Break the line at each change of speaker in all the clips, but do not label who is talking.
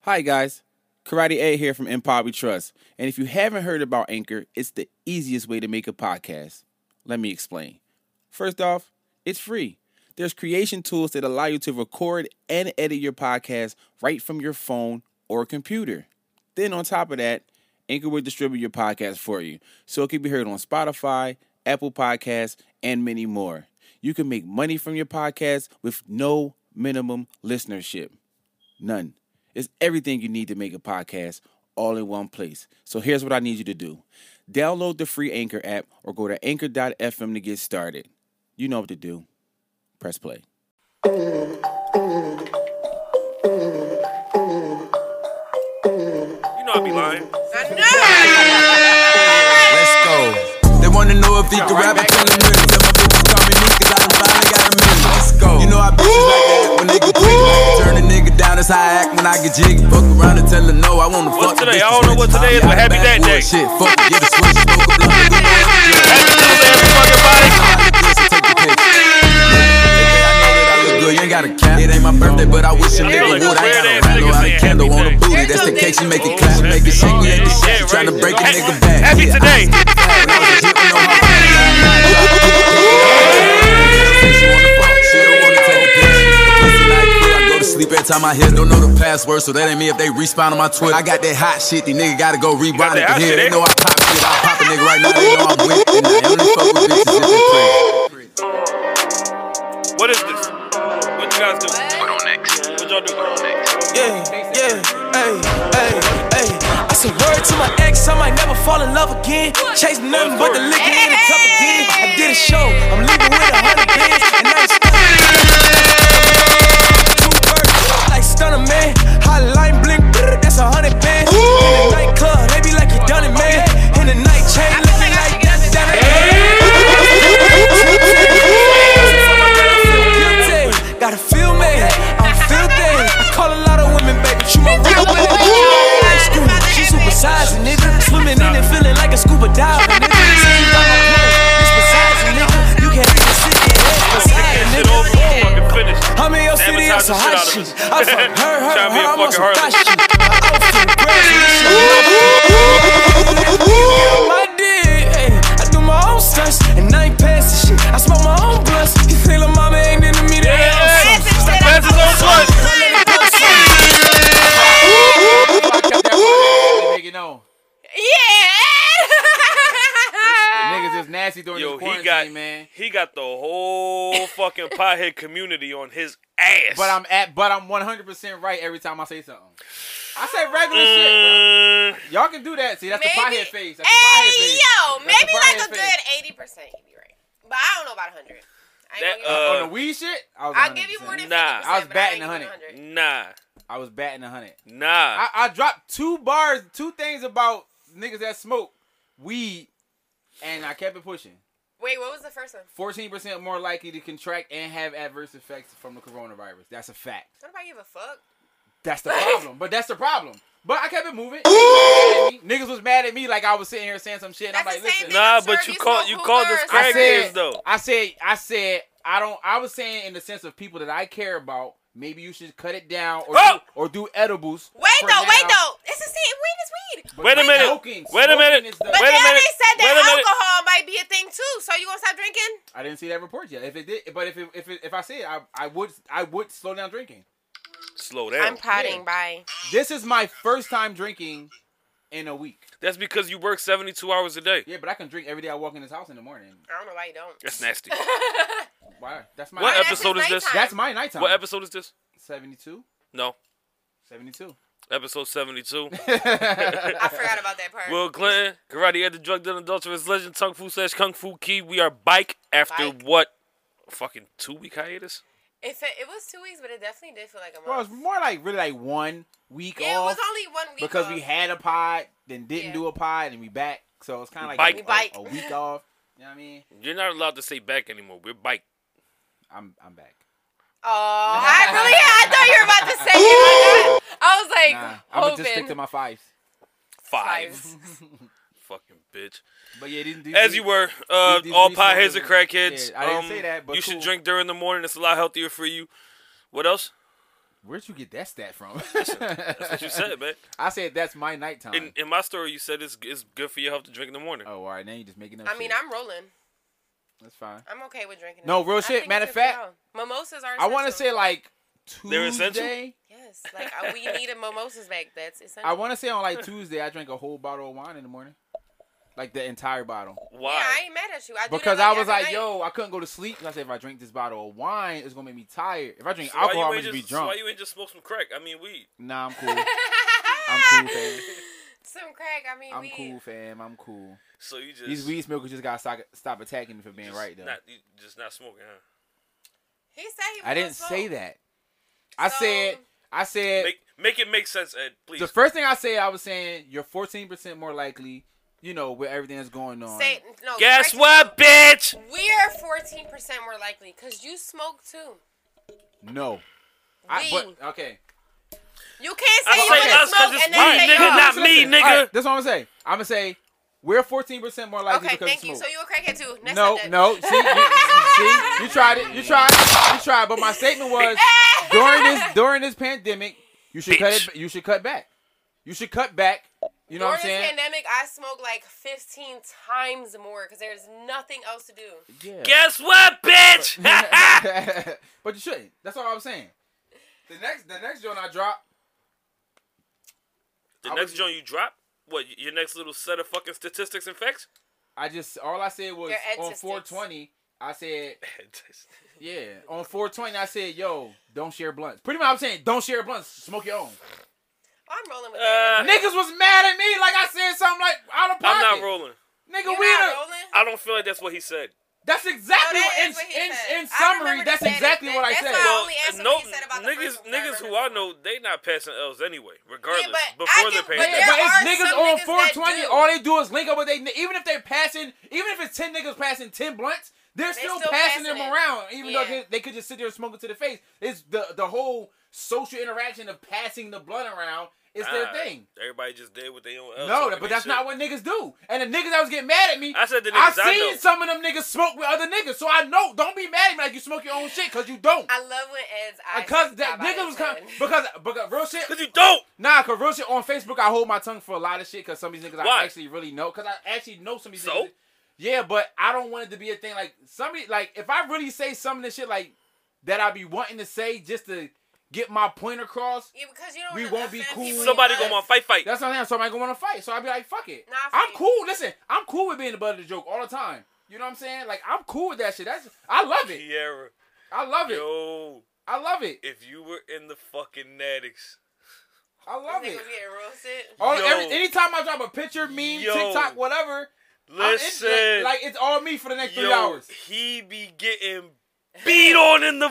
Hi guys, Karate Ed here from Empire We Trust. And if you haven't heard about Anchor, it's the easiest way to make a podcast. Let me explain. First off, it's free. There's creation tools that allow you to record and edit your podcast right from your phone or computer. Then on top of that, Anchor will distribute your podcast for you, so it can be heard on Spotify, Apple Podcasts, and many more. You can make money from your podcast with no minimum listenership. None. It's everything you need to make a podcast all in one place. So here's what I need you to do download the free Anchor app or go to anchor.fm to get started. You know what to do. Press play.
You know I be lying.
Let's go. They wanna know if he can rap or tell him really. Tell my bitches call me Nick, 'cause I done finally got a million. Let's go. You know I bitches like that when they get jiggy. Turn a nigga down, that's how I act when I get jiggy. Fuck around and tell her no, I wanna fuck the
today?
bitch
I don't know what today is,
I'm
but happy
out
that
of
day.
bad Shit, fuck it, get a switch, smoke a blunt, and go back to jail.
Happy Tuesday, everybody.
Take the pic. Yeah, I know that I look good, you ain't got a cap. It ain't my birthday, but I wish a
feel
nigga
like
would. I
weird
ain't
ass
got no
niggas
rattle out
saying
a candle
happy
on a
day.
booty. That's the case, she make it clap,
Oh,
make it shake,
happy
we ain't the
day.
shit.
Yeah,
Trying to
right.
break a
Happy-
nigga back.
happy
Yeah.
today.
When I was hitting on her, she wanna fuck, she don't wanna take a picture. Pussy like me, I go to Sleep every time I hit, don't know the password, so that ain't me if they respawn on my Twitter. I got that hot shit, these niggas gotta go rewind
that
it
hot
to hear.
shit, eh?
They know I pop shit, I pop a nigga right now, they know I'm with it. And I only fuck with bitches if they play.
What is this? What you guys do? What on next? What y'all do?
Yeah, yeah, hey, hey, hey. I said word to my ex, I might never fall in love again. Chase nothing but the liquor in the cup again. I did a show, I'm leaving with a hundred bands, and I ain't stuck. Two birds, like stunner man. Hotline blink, brr, that's a hundred bands. In the nightclub, they be like you done it, man. In the night chain, looking like that, that, Guilty, Gotta feel me, I'm filthy. I call a lot of women, baby, you my real baby. Ice cream, she supersizing, nigga. Swimming in it, feeling like a scuba diver, nigga. Say you got my point, it's besizing, nigga. You can't even sit there, it's beside,
Get shit over
nigga.
before fucking finished.
I'm in your city, I'm some hot
Advertise the
shit.
shit out
I
of
fuck
it.
her, her,
Try me
her,
a
I'm on
fucking
some hot
harlot.
shit. My outfit crazy, this shit I did, ay, I do my own stunts, and I ain't past the shit. I smoke my own blunts. You feel a mama ain't into me, that ain't no
Yeah.
sense.
That's his own blood.
nigga know. Niggas is nasty during
Yo,
this quarantine,
he got
man.
he got the whole fucking pothead community on his ass.
But I'm at, but I'm 100 percent right every time I say something. I say regular shit.
Mm,
Bro. Y'all can do that. See, that's
Maybe-
the pothead face. That's
hey,
the pothead face.
yo,
That's the
maybe like
pothead
a
face.
good eighty percent. You be right, but I don't know about hundred.
That,
On
Uh,
the weed shit, I was.
I'll give you more than
100%.
Nah.
50%, but
I
was batting
ain't giving
100.
nah,
I was batting 100.
nah.
I, I dropped two bars, two things about niggas that smoke weed, and I kept it pushing.
Wait, what was the first one?
14% more likely to contract and have adverse effects from the coronavirus. That's a fact.
Nobody give a fuck.
That's the problem. But that's the problem. But I kept it moving. Niggas was mad at me. Niggas was mad at me like I was sitting here saying some shit. And I'm
That's
like,
the same
listen.
thing.
Nah,
I'm sure
but
if
you
you
called-
smoke
you called
hookah
us
or
crack
I
something-
kids,
said,
though.
I said, I said, I don't. I was saying in the sense of people that I care about. Maybe you should cut it down or
Oh!
do, or do edibles.
Wait
for
though, wait
now.
though. It's the same. Weed is weed.
Wait a minute.
Smoking-
Wait a
smoking
minute.
is the-
But
Wait a
then
minute.
they said
Wait
that
a minute.
alcohol might be a thing too. So you gonna stop drinking?
I didn't see that report yet. If it did, but if it, if it, if I see it, I, I would I would slow down drinking.
Slow down.
I'm potting. Bye.
This is my first time drinking in a week.
That's because you work 72 hours a day.
Yeah, but I can drink every day I walk in this house in the morning.
I don't know why you don't.
That's nasty.
Why? That's my
What
that's
episode
his
is this?
nighttime.
That's my nighttime.
What episode is this?
72?
No.
72.
Episode 72.
I forgot about that part.
Will Clinton, karate at the drug dealer, adulterous legend, Tung Fu slash Kung Fu Key. We are bike after
Bike.
what? Fucking two week hiatus?
It, fe- it was two weeks, but it definitely did feel like a
Well, it's
month.
more like really like one week
yeah, it
off
was only one week
because
off.
we had a pod, then didn't
Yeah.
do a pod, and we back. So it's kind of like
Bike.
a-
We
a,
bike.
a week off. You know what I mean?
You're not allowed to say back anymore. We're bike.
I'm I'm back.
Oh, I really? I thought you were about to say it like that. I was like,
Nah, I'm gonna
hoping.
just stick to my fives.
Five.
Fives.
Fucking bitch.
But yeah, these, these,
As
these-
you were, uh,
these- these
all
resellers
potheads are
are-
crackheads.
yeah, I didn't
Um,
say that, but
you should
cool.
drink during the morning. It's a lot healthier for you. What else?
Where'd you get that stat from?
That's what you said, man.
I said that's my nighttime.
In, in my story, you said it's, it's good for your health to drink in the morning.
oh, all right. Now you just making up.
I mean,
shit.
I'm rolling.
that's fine.
I'm okay with drinking.
No,
it.
real
I
shit.
think it's
Matter of
good for
fact,
health. mimosas are.
I want to
essential.
say like
They're essential?
Tuesday.
yes, like uh, we need a mimosas bag. That's essential.
I want to say on like Tuesday, I drank a whole bottle of wine in the morning, like the entire bottle.
Why?
yeah, I ain't mad at you. I do
Because
that,
I was
every
like,
night.
yo, I couldn't go to sleep. And I said, if I drink this bottle of wine, it's gonna make me tired. If I drink
So why
alcohol, I'm
you
gonna just
ain't
be
just, so why
drunk.
you ain't just smoke some crack? I mean, weed.
Nah, I'm cool. I'm cool, fam.
some crack. I mean,
I'm
we
cool, fam. I'm cool.
So you just
These weed smokers just gotta stop, stop attacking me for being
just
right though.
Not, you just not smoking, huh?
He said he. Was
I didn't
gonna
say
smoke.
that. I
So-
said, I said
Make make it make sense, Ed. Please.
the first thing I said, I was saying you're 14 percent more likely, you know, with everything that's going on.
Say no.
Guess
correct
what, bitch?
yourself. We are fourteen percent more likely because you smoke too.
No, I,
Weed.
but okay.
You can't
I
say you
say
want
us
to smoke
because it's
and then
weed,
say
nigga,
you
not me,
All
nigga.
right, that's what I'm gonna say. I'm gonna say we're 14 percent more likely
Okay,
because
thank
of
you.
smoke.
So you a crackhead too? Next
no,
subject.
no. See, you, see, you tried it. You tried. it, You tried. But my statement was during this during this pandemic, you should cut. It, you should cut back. You should cut back. You know
During
what I'm saying?
this pandemic, I smoke like 15 times more because there's nothing else to do.
Yeah.
Guess what, bitch?
but you shouldn't. That's all I'm saying. The next, the next joint I drop.
the next joint you drop, what? y- Your next little set of fucking statistics and facts?
I just all I said was
Your Ed
on
sisters.
420. I said, yeah, on 420. I said, yo, don't share blunts. Pretty much, I'm saying, don't share blunts. Smoke your own.
I'm rolling with
Uh,
that.
Niggas was mad at me like I said something like out of pocket.
I'm not rolling.
Nigga,
You're
we
not
the-
rolling?
I don't feel like that's what he said.
That's exactly
No, that
what, in,
is what he
in,
said.
in
I
summary.
remember
That's
he said it.
exactly what I
That's
said.
why I only answered
no,
what he said about the
niggas,
first one,
niggas
so I
who I know, they not passing L's anyway, regardless.
but I
before
get-
the
but
pandemic.
there
but it's
are
niggas on
some niggas that
420.
do.
All they do is link up with they. Even if they're passing, even if it's 10 niggas passing 10 blunts, they're, still,
still
passing
passing
them
it.
around. Even though
Yeah.
they, they could just sit there and smoke it to the face. It's the the whole social interaction of passing the blunt around. It's
Nah,
their thing.
Everybody just did what they own.
No, but that's not what niggas do. And the niggas that was getting mad at me,
I said the niggas
I've
I
seen
know.
some of them niggas smoke with other niggas, so I know. Don't be mad at me like you smoke your own shit because you don't.
I love when Ed's
Uh,
eyes.
Because
just
that
pop out
nigga
of
was
his head.
coming because because real shit.
Cause you don't.
Nah, cause real shit on Facebook, I hold my tongue for a lot of shit because some of these niggas
Why?
I actually really know. Cause I actually know some of these.
So?
niggas. Yeah, but I don't want it to be a thing like somebody like if I really say some of the shit like that I be wanting to say just to get my point across.
Yeah, because you don't
We
wanna
won't be
offend
cool.
people
Somebody
you
gonna want
love.
fight, fight.
That's what I'm saying. So I gonna want to fight. So I be like, fuck it.
Nah, I
I'm
feel you.
cool. Listen, I'm cool with being the butt of the joke all the time. You know what I'm saying? Like I'm cool with that shit. That's I love it.
Kiara,
I love it.
yo,
I love it.
if you were in the fucking Natics,
I love
This
it.
nigga be getting roasted.
All,
Yo.
every, anytime I drop a picture, meme,
Yo.
TikTok, whatever, I'm
listen,
in- like it's all me for the next
yo,
three hours.
he be getting beat on in the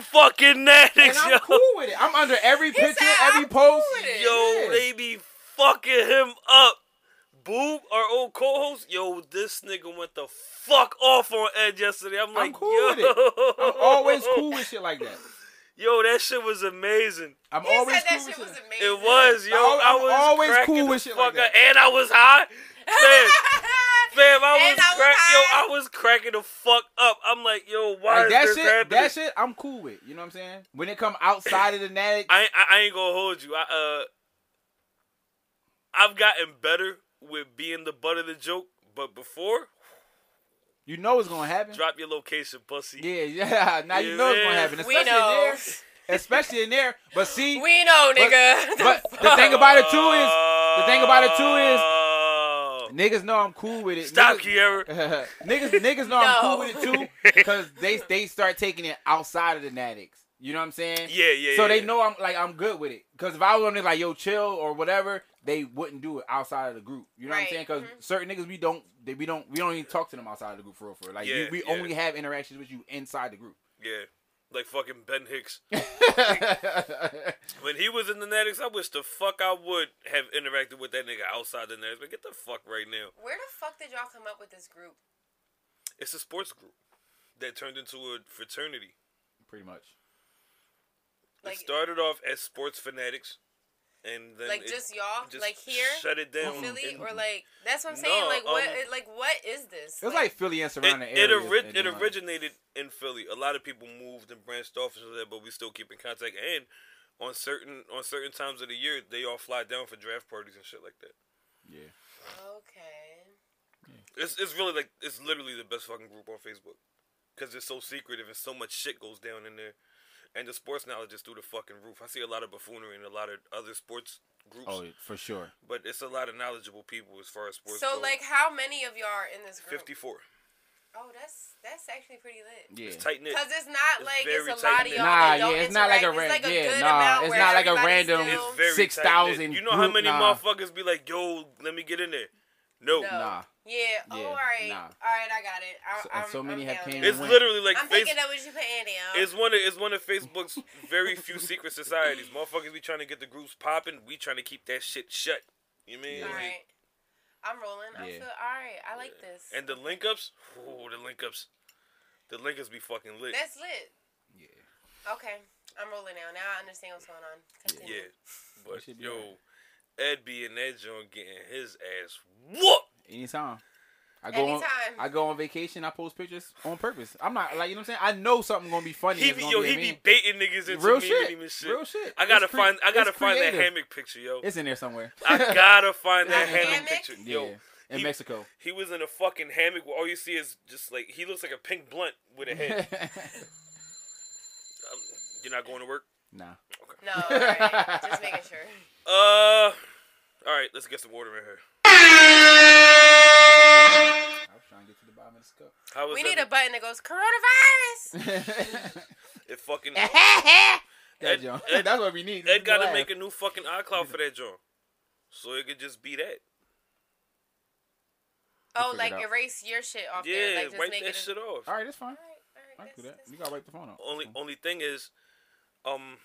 And
fucking Natics,
I'm
yo.
cool with it. I'm under every picture,
said,
every
"I'm
post.
cool with it."
Yo,
Yeah.
they be fucking him up. Boob, our old co-host, yo, this nigga went the fuck off on Ed yesterday. I'm like,
cool
yo,
with it. I'm always cool with shit like that.
Yo, that shit was amazing.
I'm
He
always
said that
cool
shit
with
was
shit.
amazing.
It was, yo.
I'm
I was
always
cracking
cool
the
with shit like
fuck
that.
up, and I was high, man. Fam, I
And
was,
I was
crack-
high.
yo, I was cracking the fuck up. I'm like, yo, why
Like
is
that
this
shit,
happening?
that shit, I'm cool with. You know what I'm saying? When it come outside of the attic,
I, I I ain't gonna hold you. I uh, I've gotten better with being the butt of the joke, but before,
you know it's gonna happen.
drop your location, pussy.
Yeah, yeah. Now you know it's gonna happen,
We
especially in
know.
there. Especially in there. But see,
We know, nigga.
but the thing about it too is,
Uh,
the thing about it too
Oh.
is, niggas know I'm cool with it.
Stop,
Niggas-
Kiara.
niggas, niggas know I'm cool
No.
with it too, because they they start taking it outside of the Natics. You know what I'm saying?
Yeah, yeah,
So
yeah,
they
yeah.
know I'm like I'm good with it. Because if I was on there like yo chill or whatever, they wouldn't do it outside of the group. You know what I'm
Right,
saying? Because
mhm.
certain niggas we don't they, we don't we don't even talk to them outside of the group for real. For real. like
Yeah,
we, we
yeah.
only have interactions with you inside the group.
Yeah, like fucking Ben Hicks. When he was in the Natics, I wish the fuck I would have interacted with that nigga outside the Natics. But get the fuck right now.
Where the fuck did y'all come up with this group?
It's a sports group that turned into a fraternity.
Pretty much.
Like,
it started off as sports fanatics, and then
like
it
just y'all,
just
like here,
shut it down.
in Philly,
and-
or like that's what I'm saying.
No,
like what,
um,
it- like what is this?
It was like Philly and
it,
surrounding
it,
areas.
ori-
and,
it
uh,
originated in Philly. A lot of people moved and branched off and that, but we still keep in contact. And on certain on certain times of the year they all fly down for draft parties and shit like that.
Yeah.
Okay.
It's it's really like it's literally the best fucking group on Facebook because it's so secretive and so much shit goes down in there, and the sports knowledge is through the fucking roof. I see a lot of buffoonery and a lot of other sports groups,
Oh, for sure.
but it's a lot of knowledgeable people as far as sports.
So
go.
like, how many of y'all are in this group?
fifty four,
Oh, that's that's actually pretty lit.
Yeah.
tight knit.
Cause it's not
It's
like
very
it's a lot of
tight-knit.
y'all.
Nah,
that don't
yeah, it's not like a
interact.
random.
It's like a
yeah,
good
nah,
amount
it's
where
not like a
everybody's
random
still-
It's very
six
tight-knit.
thousand.
You know how many
nah.
motherfuckers be like, "Yo, let me get in there." No,
Nah.
Yeah. Oh,
Yeah,
all right.
nah.
All right, I got it. I,
So-
I'm,
so many
I'm
have
down
came
there.
it's
Wait.
literally like
I'm
face-
thinking um, that was you paying down.
It's one of it's one of Facebook's very few secret societies. Motherfuckers be trying to get the groups popping. We trying to keep that shit shut. You mean?
All
Like,
right. I'm rolling. I
Yeah.
feel all right. I like this.
And the link ups, ooh, the link ups, the link ups be fucking lit.
That's lit.
Yeah.
Okay. I'm rolling now. Now I understand what's going on. Continue.
yeah, but
should be
yo, Ed be in that joint getting his ass whooped.
Anytime. I go on,
Anytime.
I go on vacation. I post pictures on purpose. I'm not like you know what I'm saying. I know something gonna be funny.
He
it's
be
gonna
yo,
be
he
amazing.
be baiting niggas into
Real
meeting
shit.
him and shit.
Real shit.
I gotta
It's cre-
find, I gotta
it's
find that
creative.
hammock picture, yo.
It's in there somewhere.
I gotta find that
That
hammock
hammock?
picture, yo.
yeah. In
he-
Mexico.
He was in a fucking hammock where all you see is just like he looks like a pink blunt with a head. Um, you're not going to work.
nah.
No. All right. Just making sure.
Uh, all right, let's get some water in here.
I'm trying to get to the bottom of this cup.
How was
We need a
every-
button that goes coronavirus.
it fucking
That
Ed-
John.
Ed-
That's what we need.
Ed got to
Laugh.
make a new fucking iCloud for that joint, so it could just be that.
Oh,
figure
like
it out.
erase your shit off there.
Yeah,
Like just
wipe
make
that
it.
shit off.
All right, that's fine.
All right, all
I
right,
can do
that's-
that. You
that's-
gotta wipe the phone off.
Only only thing is, um,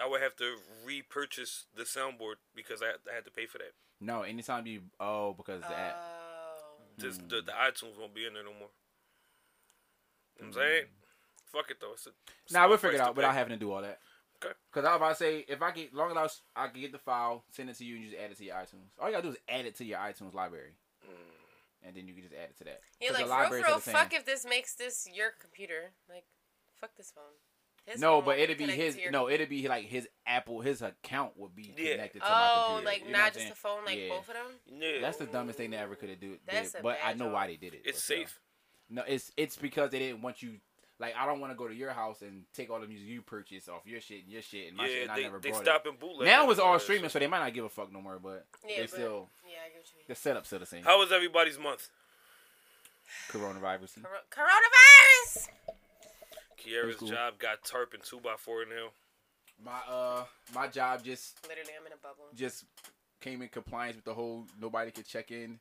I would have to repurchase the soundboard because I, I had to pay for that.
No, anytime you. Oh, because the app.
Oh.
Just the, the
Hmm.
iTunes won't be in there no more. You know what I'm saying,
Hmm.
fuck it though. It's a, it's
Nah,
my
we'll figure it
price to
out without
pay.
having to do all that.
Okay.
Cause I was about to say if I get long enough, I can get the file, send it to you, and you just add it to your iTunes. All you gotta do is add it to your iTunes library, and then you can just add it to that.
Mm. Yeah,
'Cause the
like real,
libraries are
real.
the same.
Fuck if this makes this your computer. Like, fuck this phone. His
No,
phone
but
won't
it'd be
connected
his.
to your-
No, it'd be like his Apple, his account would be
Yeah.
connected to
Oh,
my computer.
like
you know what I'm
not just
saying?
the phone, like
Yeah.
both of them.
Yeah,
That's the dumbest thing they ever could have do. did,
That's a
but I
bad
know
job.
why they did it.
it's
but, uh,
safe.
No, it's it's because they didn't want you. Like I don't want to go to your house and take all the music you purchased off your shit and your shit and my shit.
yeah,
And I
they,
never
they
brought
stopping
it.
bootleg.
Now it's all streaming, so they might not give a fuck no more. But
Yeah,
they
but-
still
Yeah, I get what you mean.
the setup's still the same.
How was everybody's month?
Coronavirus.
Coro- coronavirus.
Kiara's
cool.
job got tarp and two by four in hell.
My uh my job just
Literally, I'm in a bubble.
just came in compliance with the whole nobody could check in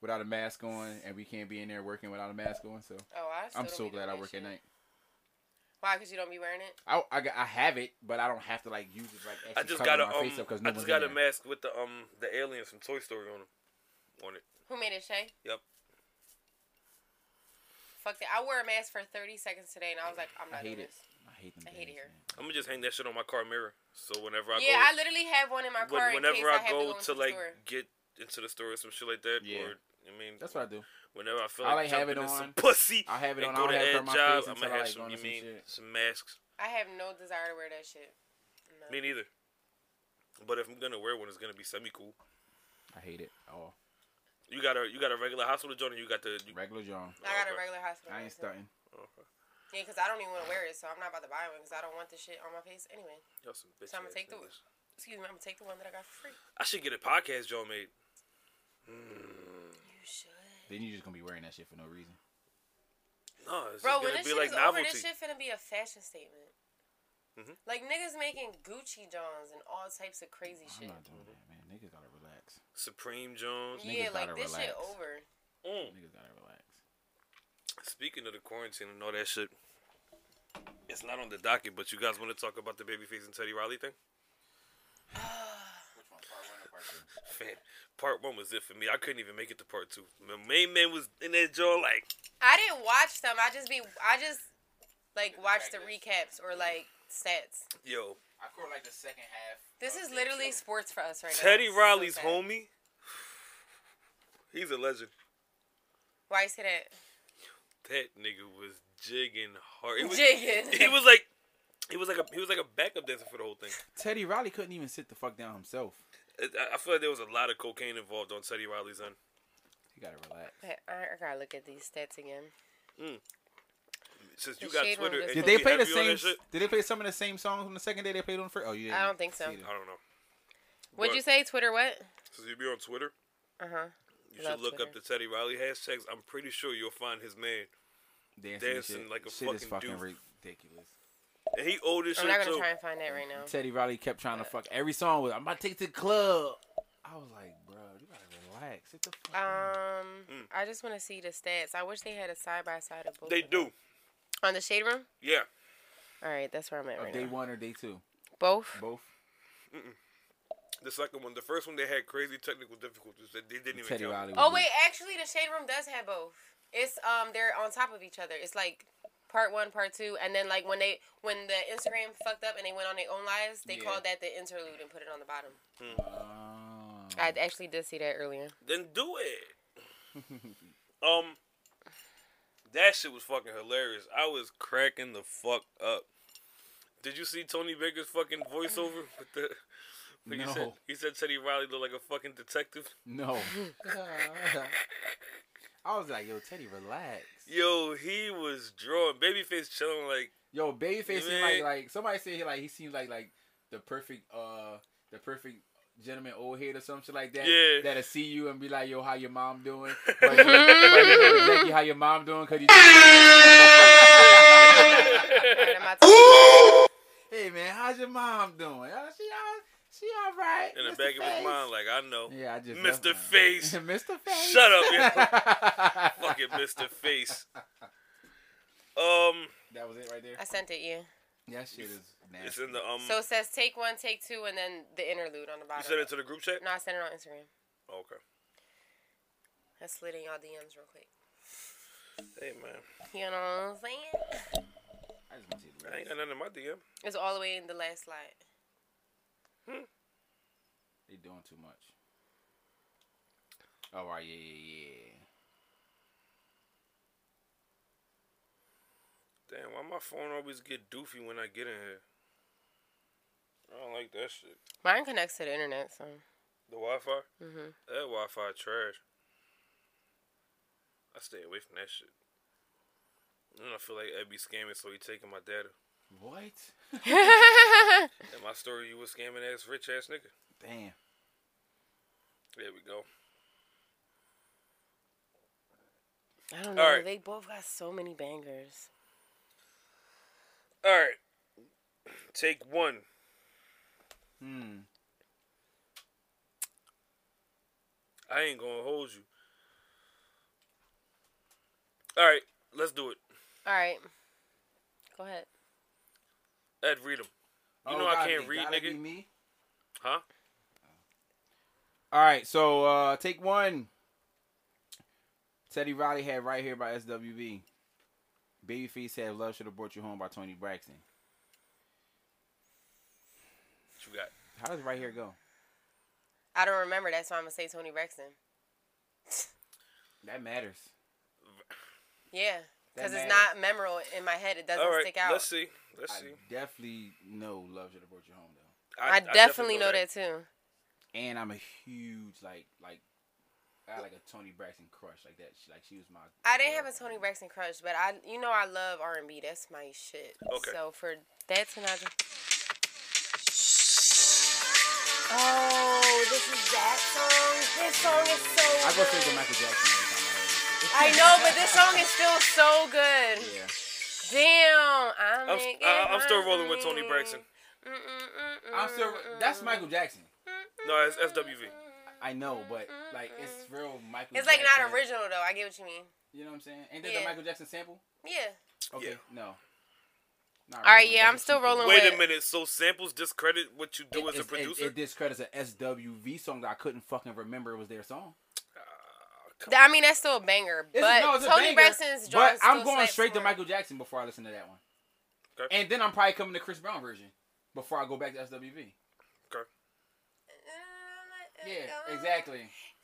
without a mask on, and we can't be in there working without a mask on. So
Oh, I. Still
I'm
don't
so
be doing
glad I
that
work
shit.
at night.
Why? Cause you don't be wearing it.
I, I, got- I have it, but I don't have to like use it like
I
actually
just
cover
got a
my
um,
face up because
I
no
just
one's
got a
in there.
mask with the um the alien from Toy Story on him. On it.
Who made it, Shay?
Yep.
Fuck that. I wore a mask for 30 seconds today, and I was like, I'm
I
not
hate
doing
it.
this.
I hate them.
I hate it
days,
here.
man.
I'm gonna just hang that shit on my car mirror. So whenever I
yeah, I
go,
literally have one in my
when-
car. in case
whenever
I,
I
have
go to
to, go into the
like
store.
get into the store or some shit like that,
Yeah.
or I mean,
That's what I do.
whenever I feel
I
like,
like have it
jumping in some
on.
pussy,
I have it on.
and go
I don't
to
have it
Ed
on my
job,
face
I'm
until
gonna
I,
have
like,
some
go into
you
some
mean
shit.
some masks.
I have no desire to wear that shit. No.
Me neither. But if I'm gonna wear one, it's gonna be semi cool.
I hate it. Oh,
You got a you got a regular hospital joint, and you got the you,
regular John.
I got a
Okay.
regular hospital.
I ain't
mask now.
starting.
Yeah, because I don't even want to wear it, so I'm not about to buy one because I don't want this shit on my face anyway.
y'all some bitch.
So I'ma
ass
take the-
niggas.
Excuse me, I'm gonna take the one that I got for free.
I should get a podcast joint made.
You should.
Then you just gonna be wearing that shit for no reason.
No, it's
Bro,
just
when
gonna
this
be
shit
like
is over,
novelty. Mm-hmm.
this shit finna be a fashion statement. Like niggas making Gucci Johns and all types of crazy
I'm
shit.
not doing that, man. Niggas gotta relax.
Supreme Jones.
Yeah,
Niggas
like
gotta
this shit
relax.
over.
Mm.
Niggas gotta relax.
Speaking of the quarantine and all that shit, it's not on the docket, but you guys want to talk about the Babyface and Teddy Riley thing? Man, part one was it for me. I couldn't even make it to part two. My main man was in that jaw like,
I didn't watch some. I just be I just like watch the recaps or like stats.
yo,
I caught like the second half.
This is literally sports for us right now.
Teddy
It's so
Riley's
sad.
homie. He's a legend.
Why you say that?
That nigga was jigging hard. It was,
Jigging.
He was like, He was like a he was like a backup dancer for the whole thing.
Teddy Riley couldn't even sit the fuck down himself.
It, I, I feel like there was a lot of cocaine involved on Teddy Riley's end.
You gotta relax.
Wait, I, I gotta look at these stats again.
Since you
The
got
shade room
Twitter, and
just-
Did
Did
they
you
play the
happy on
same?
that shit,
Did they play some of the same songs on the second day they played on the first? Oh, you didn't.
I don't think so.
see
I don't know.
What'd
But-
you say? Twitter what?
Since you be on Twitter,
Uh huh.
you
Love
should look up
Twitter.
the Teddy Riley hashtags. I'm pretty sure you'll find his man.
the dancing,
Dancing
shit.
like a
shit is
fucking
fucking
dude.
ridiculous.
And he old as
I'm not
shit
gonna
too.
try and find that right now.
Teddy Riley kept trying to fuck every song with. I'm about to take it to the club. I was like, bro, you gotta relax. Sit the fuck down.
Um, I just want to see the stats. I wish they had a side by side of both.
Mm. They
of them.
do.
on the shade room.
Yeah.
All right, that's where I'm at
Of
right
day
now.
one or day two,
Both.
both.
The second one, the first one, they had crazy technical difficulties. They, they didn't even
Teddy
count.
Riley.
Oh
was-
wait, actually, the shade room does have both. It's um, they're on top of each other. It's like part one, part two, and then like when they when the Instagram fucked up and they went on their own lives, they
Yeah.
called that the interlude and put it on the bottom.
Hmm.
Oh.
I actually did see that earlier.
Then do it. um, that shit was fucking hilarious. I was cracking the fuck up. Did you see Tony Baker's fucking voiceover? With the, when he, said,
No.
he said Teddy Riley looked like a fucking detective.
No. I was like, yo, Teddy, relax.
Yo, he was drawing. Babyface chilling like
Yo, Babyface seemed
Man.
like like somebody said he like he seemed like like the perfect uh the perfect gentleman old head or some shit like that.
Yeah.
That'll see you and be like, yo, how your mom doing? But, but you know exactly how your mom doing? Cause you
Alright, I'm about to-
hey man, how's your mom doing? Oh, she all, she all right.
in the
Mr.
back of his
Face."
mind, like I know.
Yeah, I just
Mr.
left mine.
Face.
Mr. Face.
Shut up,
up.
fucking Mr. Face. Um,
that was it right there.
I sent it, yeah.
That shit is nasty.
it's in the um.
So it says take one, take two, and then the interlude on the
you
bottom.
sent it to the group chat. Oh,
no, I sent it on Instagram.
Okay.
I slid in y'all DMs real quick.
Hey man,
You know what I'm saying?
I just want to see the
I
rest.
ain't got nothing in my DM.
It's all the way in the last slide.
They doing too much. All right, yeah, yeah, yeah.
Damn, why my phone always get doofy when I get in here? I don't like that shit.
Mine connects to the internet, so
The Wi Fi?
Mhm.
That Wi Fi trash. I stay away from that shit. And I feel like Ed be scamming, so he taking my data.
What?
And my story, you was scamming ass rich ass nigga.
Damn.
There we go.
I don't know.
Alright.
They both got so many bangers.
All right. Take one.
Hmm.
I ain't gonna hold you. All right, let's do it.
All right, go ahead.
Ed, read 'em. You know I can't read, nigga.
me?
Huh?
All right, so uh, take one. Teddy Riley had right here by SWV. Babyface had Love Should Have Brought You Home by Tony Braxton.
What you got?
How does right here go?
I don't remember. That's why I'm gonna say Tony Braxton.
That matters.
Yeah, because
That
it's
matters.
not memorable in my head. It doesn't
All right,
stick out.
let's see. Let's
I
see.
definitely know Love Should Have Brought You Home though,
I, definitely, know that, too.
and I'm a huge like like I had like a Tony Braxton crush like that. She, like she was my.
I didn't have a Tony Braxton crush, but I, you know, I love R and B. That's my shit.
Okay.
So for that to not. Oh, this is that song. This song is so.
I go
good.
straight to Michael Jackson every time I heard this. shit.
I know, but this song is still so good.
Yeah.
Damn, I'm.
I'm, st- I, I'm still rolling with Tony Braxton.
Mm,
I'm still. That's Michael Jackson.
No, it's SWV.
I know, but like it's real Michael.
It's like
Jackson.
not original though. I get what you mean.
You know what I'm saying? Ain't that the
Yeah.
Michael Jackson sample?
Yeah.
Okay,
Yeah.
no. Not
All right,
really. That's
yeah, I'm
what
still
she did.
rolling
Wait
with.
a minute. So samples discredit what you do as a
It's-
producer?
It, it discredits a SWV song that I couldn't fucking remember it was their song.
Th- I mean, that's still a banger,
It's-
but
no, it's a
Tony
banger,
Braxton's
But
Jaws
I'm
still
going
slaps
straight to
more.
Michael Jackson before I listen to that one.
Okay.
And then I'm probably coming to Chris Brown version before I go back to SWV.
okay.
Yeah, exactly.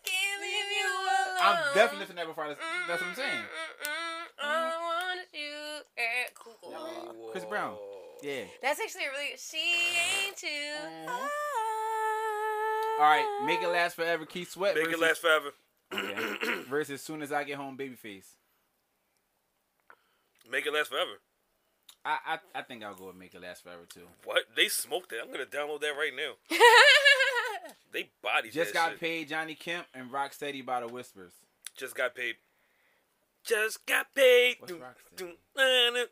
Can't leave you alone. Mm,
I'm definitely listening to that before I listen. That's what I'm saying.
Mm-mm-mm, I wanted you at Google.
Chris Brown. Yeah.
eh, That's actually a really. She ain't you.
Mm-hmm. All right, make it last forever. Keith Sweat.
Make it
versus,
last forever.
yeah, versus soon as I get home, babyface.
Make it last forever.
I, I I think I'll go with make it last forever too.
What? They smoked that. I'm gonna download that right now. They bodied
Just
that
got
shit.
paid Johnny Kemp and Rocksteady by the Whispers.
Just got paid. Just got paid.
What's Rocksteady?
I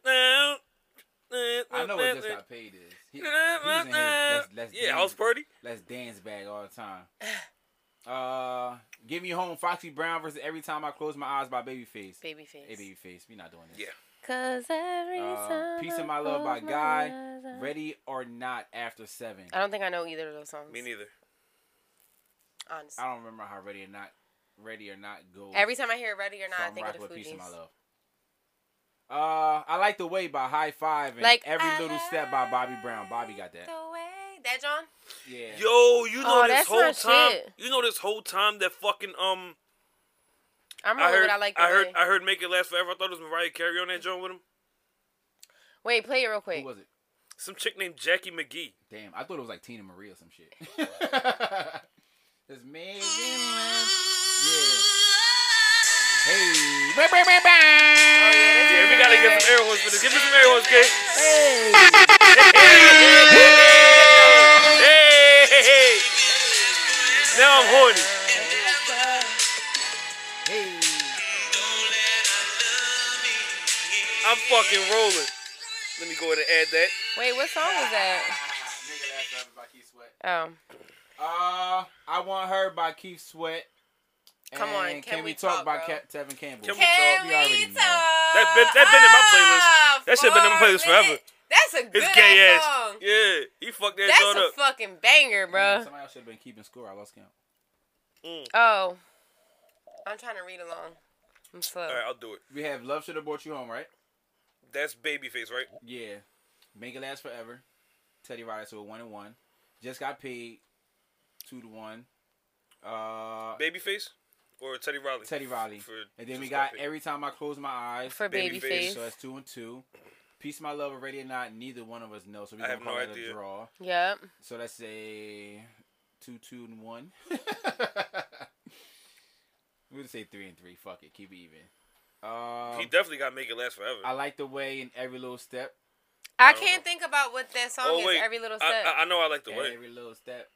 I know what just got paid is. He, he's in his, let's, let's
yeah,
dance,
house party.
let's dance bag all the time. Uh, give me home, Foxy Brown versus Every Time I Close My Eyes by Babyface.
Babyface.
Hey, Babyface, we not doing this.
Yeah.
Cause every
Uh,
time
Peace
I
of My Love by
close my
Guy.
eyes, I- Uh,
Ready or Not After Seven.
I don't think I know either of those songs.
Me neither.
Honestly.
I don't remember how Ready or Not, Ready or Not goes.
Every time I hear Ready or
so
Not, I
I'm
think of
rocking
the
with Peace of My
Fugees.
Love. Uh, I like the way by High Five and
Like,
Every
I
Little Step by Bobby Brown. Bobby got
The
that.
way that John.
Yeah.
Yo, you know
Oh,
this
that's
whole
not
time.
shit.
You know this whole time that fucking um.
I'm
I
rolling
heard.
with I like the
I heard.
way.
I heard. Make it last forever. I thought it was Mariah Carey on that joint with him.
Wait, play it real quick.
Who was it?
Some chick named Jackie McGee.
Damn, I thought it was like Tina Marie or some shit. This Megan Lynch. Yeah. Hey. Bam, bam, bam, bam.
Oh, yeah, that's
Yeah, we gotta get some air horns for this. Give me some air horns, kid. Hey. Hey. hey. Now I'm horny.
Hey.
I'm fucking rolling. Let me go ahead and add that.
Wait, what song was that? Oh,
Uh, I want her by Keith Sweat.
Come
And
on,
can,
Can
we,
We
talk,
Talk,
by
bro?
Ke- Tevin Campbell?
Can we
can
talk?
we
You already
talk?
know.
That been- that been in my playlist. That shit been in my
for
playlist forever.
minute. That's a good
His gay ass.
song.
Yeah, he fucked that
That's
joint
a
up.
fucking banger, bro.
Somebody else should have been keeping score. I lost count.
Oh, I'm trying to read along. I'm slow.
All right, I'll do it.
We have Love Should Have Brought You Home, right?
That's Babyface, right?
Yeah. Make It Last Forever. Teddy Riley, so a one and one. Just got paid two to one. Uh,
Babyface or Teddy Riley?
Teddy Riley.
For-
And then we
just
got
for-
Every Time I Close My Eyes.
For
Babyface.
Babyface.
So that's two and two. Peace, my love, already or not. Neither one of us know, so we're
I
gonna
have
call
no
it a
idea.
draw.
Yep.
So let's say two, two, and one. we would say three and three. Fuck it, keep it even. Um,
He definitely got make it last forever.
I like the way in every little step,
I
don't
can't think about what that song
oh wait,
is. Every little step.
I, I, I know I like the way.
every little step.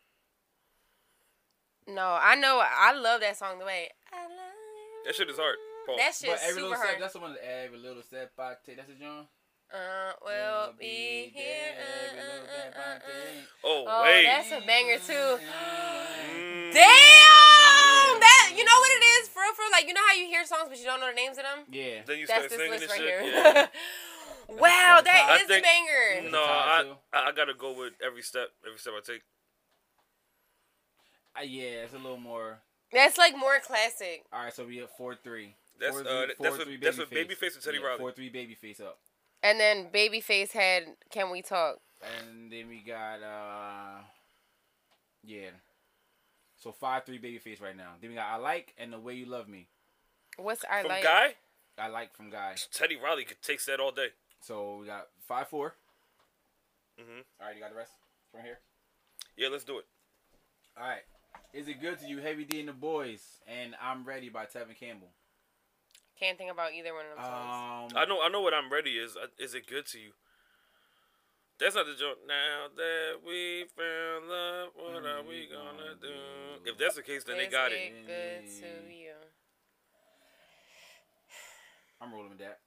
no, I know. I love that song. The way. I love you.
That shit is hard. Paul.
That shit
But
is
every
super
little
hard.
step, that's the one. Every little step I take, that's a John.
uh, we'll be here.
Every little step
Uh, uh, uh,
I
uh.
take.
oh,
Oh,
wait.
that's a banger too.
Mm.
Damn! That you know what it is for real, for real? like you know how you hear songs but you don't know the names of them.
Yeah.
Then you
That's
start
this
singing
list
this
right
shit.
here.
Yeah.
wow,
I
that is a
think- Mm.
banger.
no, I,
Too.
I I gotta go with every step, every step I take.
Uh, yeah, it's a little more.
That's like more classic.
All right, so we at four three.
That's,
Four,
uh,
three-
that's
four,
what-
three
that's what
Babyface.
Babyface and Teddy
yeah,
Riley.
Four three babyface up,
And then Babyface had "Can We Talk."
and then we got uh, yeah. So five three babyface right now. Then we got I like and the way you love me.
What's I
From
like?
guy,
I like from guy.
Teddy Riley could takes that all day.
So we got five four.
Mhm.
All right, you got the rest from here.
Yeah, let's do it.
All right. Is it good to you, Heavy D and the Boys, and I'm Ready by Tevin Campbell?
Can't think about either one of them songs.
Um,
I know, I know what I'm ready is. I- Is it good to you? That's not the joke. Now that we found love, what are we gonna do? If that's the case, then they
Is
got it.
Good to you.
I'm rolling with that.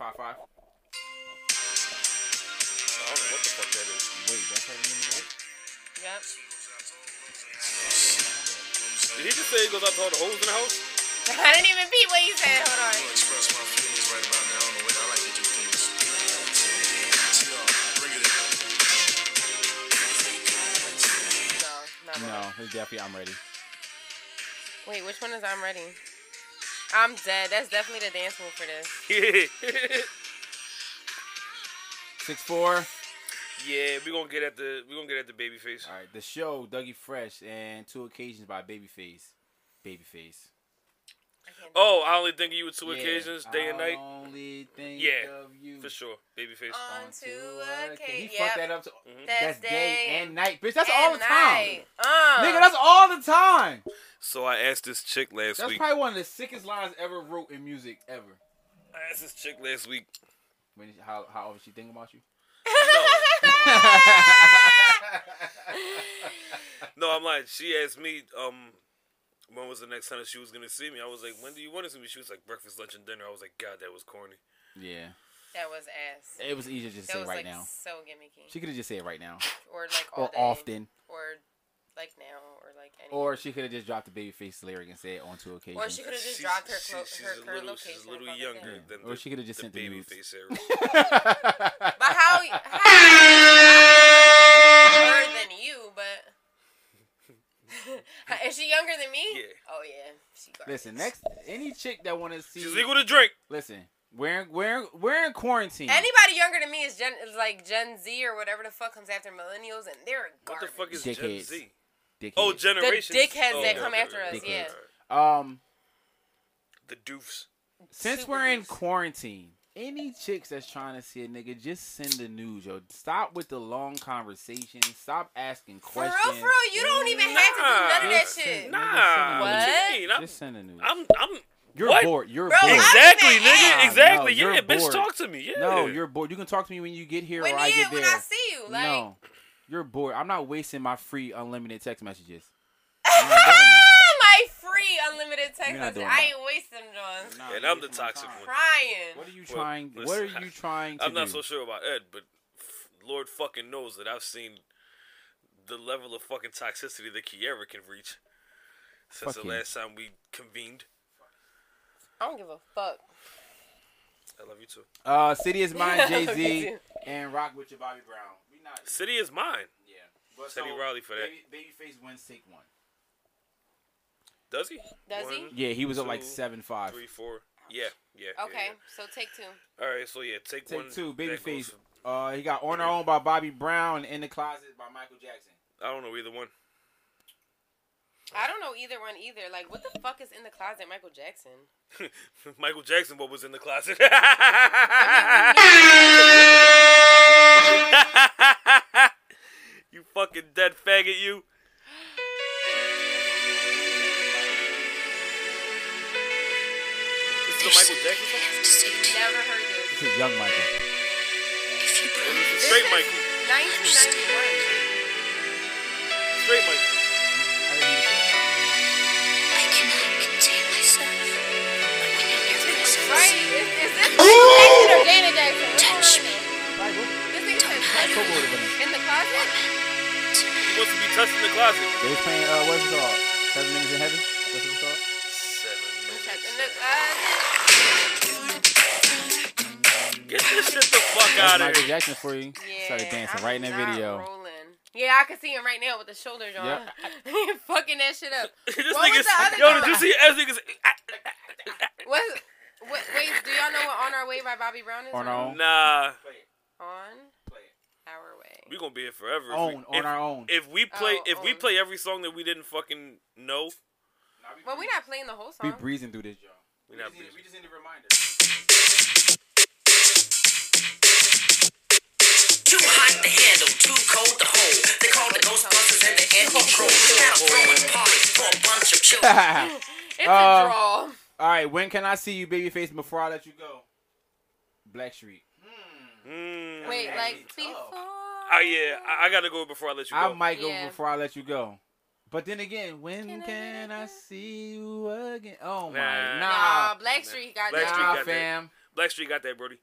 Five five.
I don't know what the fuck that is.
Wait, that's Heavy D and the Boys.
Yep.
Did he just say he goes out to all the hoes in the house?
I didn't even beat what you said. Hold on.
express my feelings right about now on the way I like to do things. Bring it in.
No, not that.
No, it's definitely I'm Ready.
Wait, which one is I'm ready? I'm dead. That's definitely the dance move for this.
Six four.
yeah, we gonna get at the we gonna get at the baby face.
All right, the show Dougie Fresh and Two Occasions by Babyface. Babyface.
can't.
Oh, I only think of you with two
Yeah, um,
occasions, day and night.
I only think
Yeah,
of you.
For sure. Babyface.
On
On
two
two occasion-
occasions.
He
Yep.
fucked that up. To,
That's
that's day
day
and night, bitch. That's
At
all the
night.
time,
Uh,
nigga. That's all the time.
so I asked this chick last
That's
week.
probably one of the sickest lines ever wrote in music ever.
I asked this chick last week.
When she- how how often she thinking about you?
No. no, I'm like, she asked me, um, when was the next time she was gonna see me? I was like, when do you want to see me? She was like, breakfast, lunch, and dinner. I was like, God, that was corny.
Yeah,
that was ass.
it was easier just to
That
say
was
right
like
now.
so gimmicky.
She could have just said it right now,
or like all
or
day.
often,
Or like now. Or like any.
or she could have just dropped the babyface lyric and said it on two occasions.
Or she could have just dropped her, clo- her current
little,
location.
She's a little
and fucking
younger
thing.
than
Or
the,
she coulda just
the
sent the
baby
nudes.
face era.
But how? how younger than you, but is she younger than me?
Yeah.
Oh yeah. She garbage.
listen, next any chick that want to see,
she's legal to drink.
listen, we're in, we're in, we're in quarantine.
Anybody younger than me is Gen is like Gen Z or whatever the fuck comes after millennials, and they're
What the
garbage.
fuck is Gen
Dickheads.
Z?
Dickhead.
Oh, generations.
dickheads
Oh,
that
okay,
come
okay,
after us,
okay,
yeah.
okay, okay.
um,
The doofs.
since
Super
we're in
nice.
quarantine, any chicks that's trying to see a nigga, just send the news, yo. Stop with the long conversation. Stop asking
For real,
questions.
for real, you don't even have to do none of that
Just
shit.
send-
Nah.
What?
you mean? I'm,
Just send the news.
I'm, I'm,
You're
what?
bored. You're
Bro,
bored.
I-
Exactly,
even ask.
nigga. Exactly.
No,
yeah,
you're
bitch,
bored.
talk to me. Yeah.
No, you're bored. You can talk to me when you get here
When
or I
yeah,
get there.
when I see you, like
no, you're bored. I'm not wasting my free unlimited text messages. I'm not doing that.
my free unlimited text
You're not doing
messages, I
that.
ain't wasting them.
Nah,
And
you're
I'm the
wasting my
toxic
time.
one.
Crying.
What are you
Well,
trying?
listen,
what are you trying to
I'm not
do?
so sure about Ed, but f- Lord fucking knows that I've seen the level of fucking toxicity that Kiera can reach since
Fuck
the
him.
last time we convened.
I don't give a fuck.
I love you too.
Uh, City is mine, Jay
Me
Z,
too.
and Rock with your Bobby Brown. We not.
City is mine.
Yeah. But
Teddy Riley for that.
Baby, Babyface wins take one.
Does he?
Does he?
One,
Yeah, he was up like
Two,
seven five.
three, four. Yeah, yeah. yeah,
Okay,
yeah.
so take two.
All right, so yeah, take, one.
Take two,
that goes
Babyface.
for-
Uh, he got on our own by Bobby Brown, in the closet by Michael Jackson.
I don't know either one.
I don't know either one either. Like, what the fuck is in the closet, Michael Jackson?
Michael Jackson, what was in the closet? you fucking dead faggot, you. This is a Michael Jackson song?
Never heard this.
This is Young Michael.
This is straight Michael.
1991.
Straight Michael.
Right? Is, is this Michael Jackson or Janet Jackson? Which one is it? This thing says Michael in the closet.
He wants to be touching the closet.
They was playing. Uh, what's it called? Seven Minutes in Heaven. That's what it's called.
Seven
In
minutes.
the closet.
Get this shit the fuck out of
Michael
here.
Jackson for you.
Yeah,
Started dancing
I'm
right in that
not
video.
Rolling. Yeah, I can see him right now with the shoulders on. Fucking that shit up.
this
What
nigga's.
was the other
Yo, did
song?
you see as niggas?
What, what, wait, do y'all know what "On Our Way" by Bobby Brown is?
On
or
Our
no?
Own.
Nah,
On our way.
we gonna be here forever. if
Own on
we, if,
our own.
if we play
Oh,
if we
own.
play every song that we didn't fucking know,
Well, we're not playing the whole
We
song.
breezing through this, y'all.
we not be
just need a reminder.
Too hot to handle, too cold to hold. They call the Ghostbusters and the Andy Crow. Now throwing parties for a bunch of children.
It's
Uh,
a draw.
All right, when can I see you, babyface? Before I let you go, Black Street.
Mm.
Wait, like before.
Oh yeah, I, I gotta go before I let you go.
I might go
Yeah.
before I let you go. But then again, when
Can
can,
I get
I,
it?
see you again? Oh my,
Nah.
Nah,
nah,
Blackstreet got
nah,
Blackstreet
that.
got that.
fam.
Blackstreet got that, Brody.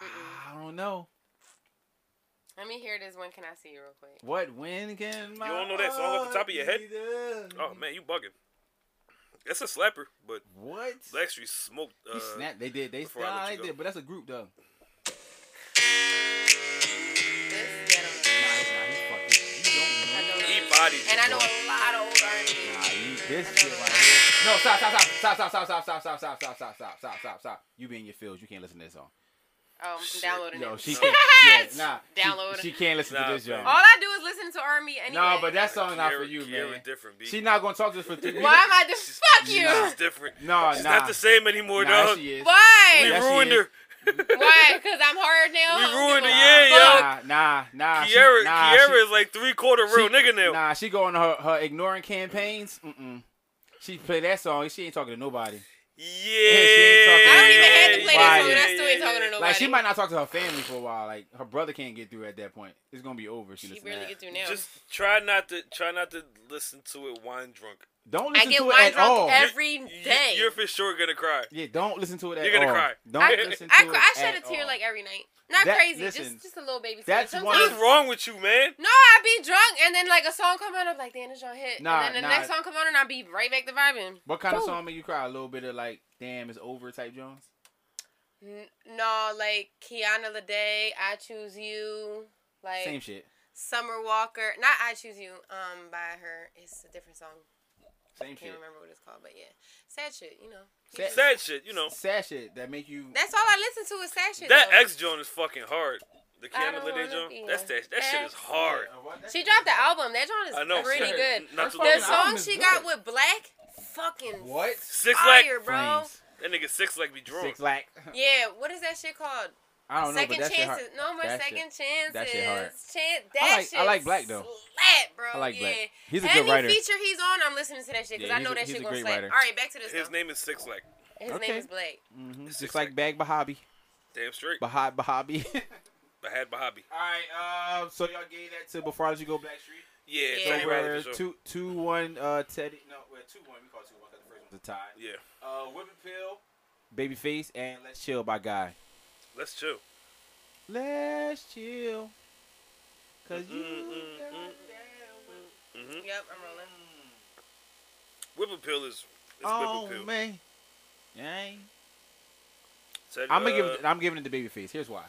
I don't know
Let me hear this. When can I see you, real quick?
what. When can my
don't know that song off the top of your head?
heart beat up?
Oh man, you bugging. That's a slapper, but
What?
Blackstreet smoked. Uh,
he snapped. They did. They,
before I
nah,
let
they
you go.
did. But that's a group though.
This, yeah,
Nah, it's not. He fucking- you don't
I
know.
don't know.
he bodied.
And I know
bro.
a lot of old R&B.
Nah, you this shit right here. No, stop, stop, stop, stop, stop, stop, stop, stop, stop, stop, stop, stop, stop, stop, stop, stop. You be in your fields. You can't listen to this song.
Oh, I'm downloading
No,
it.
she can't. Yeah, nah, she-
Download.
She, can't listen
Nah,
to this,
man.
y'all.
All I do is listen to R&B anyway.
No, but that song not for
Kiara-
you,
Kiara
man.
different, B.
She not gonna talk to us for three.
Why am I just fuck you?
She's different.
No,
She's
nah.
not the same anymore,
Nah,
dog.
she is.
We
Why?
Yeah, she
ruined
is.
her.
Why? Because I'm hard now.
We
I don't
ruined
give a
it, yeah,
fuck.
Nah,
yo.
nah, nah. she-
Kiara,
nah,
Kiara
she-
is like three quarter real
she-
nigga now.
Nah, she going her her ignoring campaigns. Mm-mm. She play that song. She ain't talking to nobody.
Yeah.
ain't talking
I don't even have to play that
Why?
song. and I still ain't talking to nobody.
Like she might not talk to her family for a while. Like her brother can't get through at that point. It's gonna be over. if She,
She
listen to
barely
that.
get through now.
Just try not to try not to listen to it wine drunk.
Don't
I
listen
get
to it
wine
at all.
drunk every
You-
day.
You're for sure gonna cry.
yeah, don't listen to it at
You're gonna
all.
cry.
Don't
I,
listen to
I,
it.
cry- I shed
at
a tear
all.
like every night. Not
That-
crazy,
listen,
just just a little baby.
that's
tear.
one
What
of-
is
Sometimes-
wrong with you, man?
No, I be drunk and then like a song come on, I'm like, damn, this song hit.
Nah,
and then the
nah.
next song come on and I be right back to vibing.
What kind of
Cool.
song make you cry? A little bit of like, damn, it's over type Jones.
N- no, like Kiana Lede, I Choose You, like
Same shit.
Summer Walker. Not I Choose You, um, by her. It's a different song.
Same
Can't
shit.
remember what it's called, but yeah, sad shit. You know,
Sad-
Sad shit, you know.
Sad shit that make you.
that's all I listen to is sad shit.
That
though.
X joint is fucking hard. The
I
Kiana
don't
Lede
wanna
joint.
be
That's
like
that, that shit
that.
is hard.
she dropped the album. That joint is
I know.
pretty
shit.
good.
Not too
The
long
The
fucking
ago.
song
album is
she
good.
got with Black, fucking
What?
Six Lack.
fire, bro.
Flames.
That nigga Six Lack be drunk.
Six lack.
Yeah, what is that shit called?
I don't know,
second
but that shit hard.
chances. No more
That shit-
second chances.
that shit hard.
Chan- that
I like- I
shit
like Black, though.
Slap, bro.
I like
yeah.
Black. He's a
Any
good writer.
feature he's on, I'm listening to that shit because
Yeah,
I
he's
know
a-
that
he's
shit
a
gonna
great
slap.
writer.
All right, back to this.
His
His,
name is Six Lack.
His
Okay.
name is Black.
It's
Six
just like
Lack.
Mm-hmm. Bag Bahabi.
Damn straight.
Bahab Bahabi.
I had my hobby.
All right. Uh, so y'all gave that to before I let you go Blackstreet.
Yeah,
Yeah.
Teddy
So
Riley
we're
for sure.
two two one. Uh, Teddy. No, we're two one. We call it two one because the first one's a tie.
Yeah,
Uh, Whipping Pill, Babyface, and Let's Chill by Guy.
let's chill.
Let's chill. Cause you.
Mm,
got
mm,
that
Mm-hmm.
Yep, I'm rolling.
Whipple pill is. It's
Oh
Whipple pill.
man. Dang.
Said,
I'm gonna
uh,
give it, I'm giving it to Babyface. Here's why.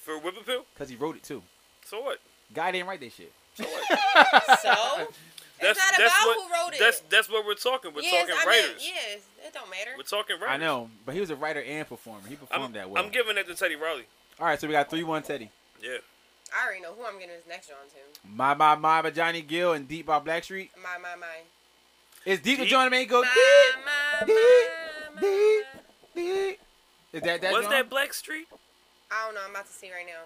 for Whipple pill.
Cause he wrote it too.
So what?
Guy didn't write that shit.
So
That's
not
that's
about
what
who wrote it.
that's that's what we're talking. We're
yes,
talking
I
writers.
mean, yes, it don't matter.
We're talking writers.
I know, but he was a writer and performer. He
I'm,
performed that well.
I'm giving that to Teddy Riley.
All right, so we got three one Teddy.
Yeah,
I already know who I'm getting this next one to.
My my my by Johnny Gill and Deep by Blackstreet.
My my my.
Is Deep the
Deep?
joint that made it go
My
deep
my
Deep,
my.
deep.
my.
deep? Is that that
was
joint?
that Black Street?
I don't know. I'm about to see right now.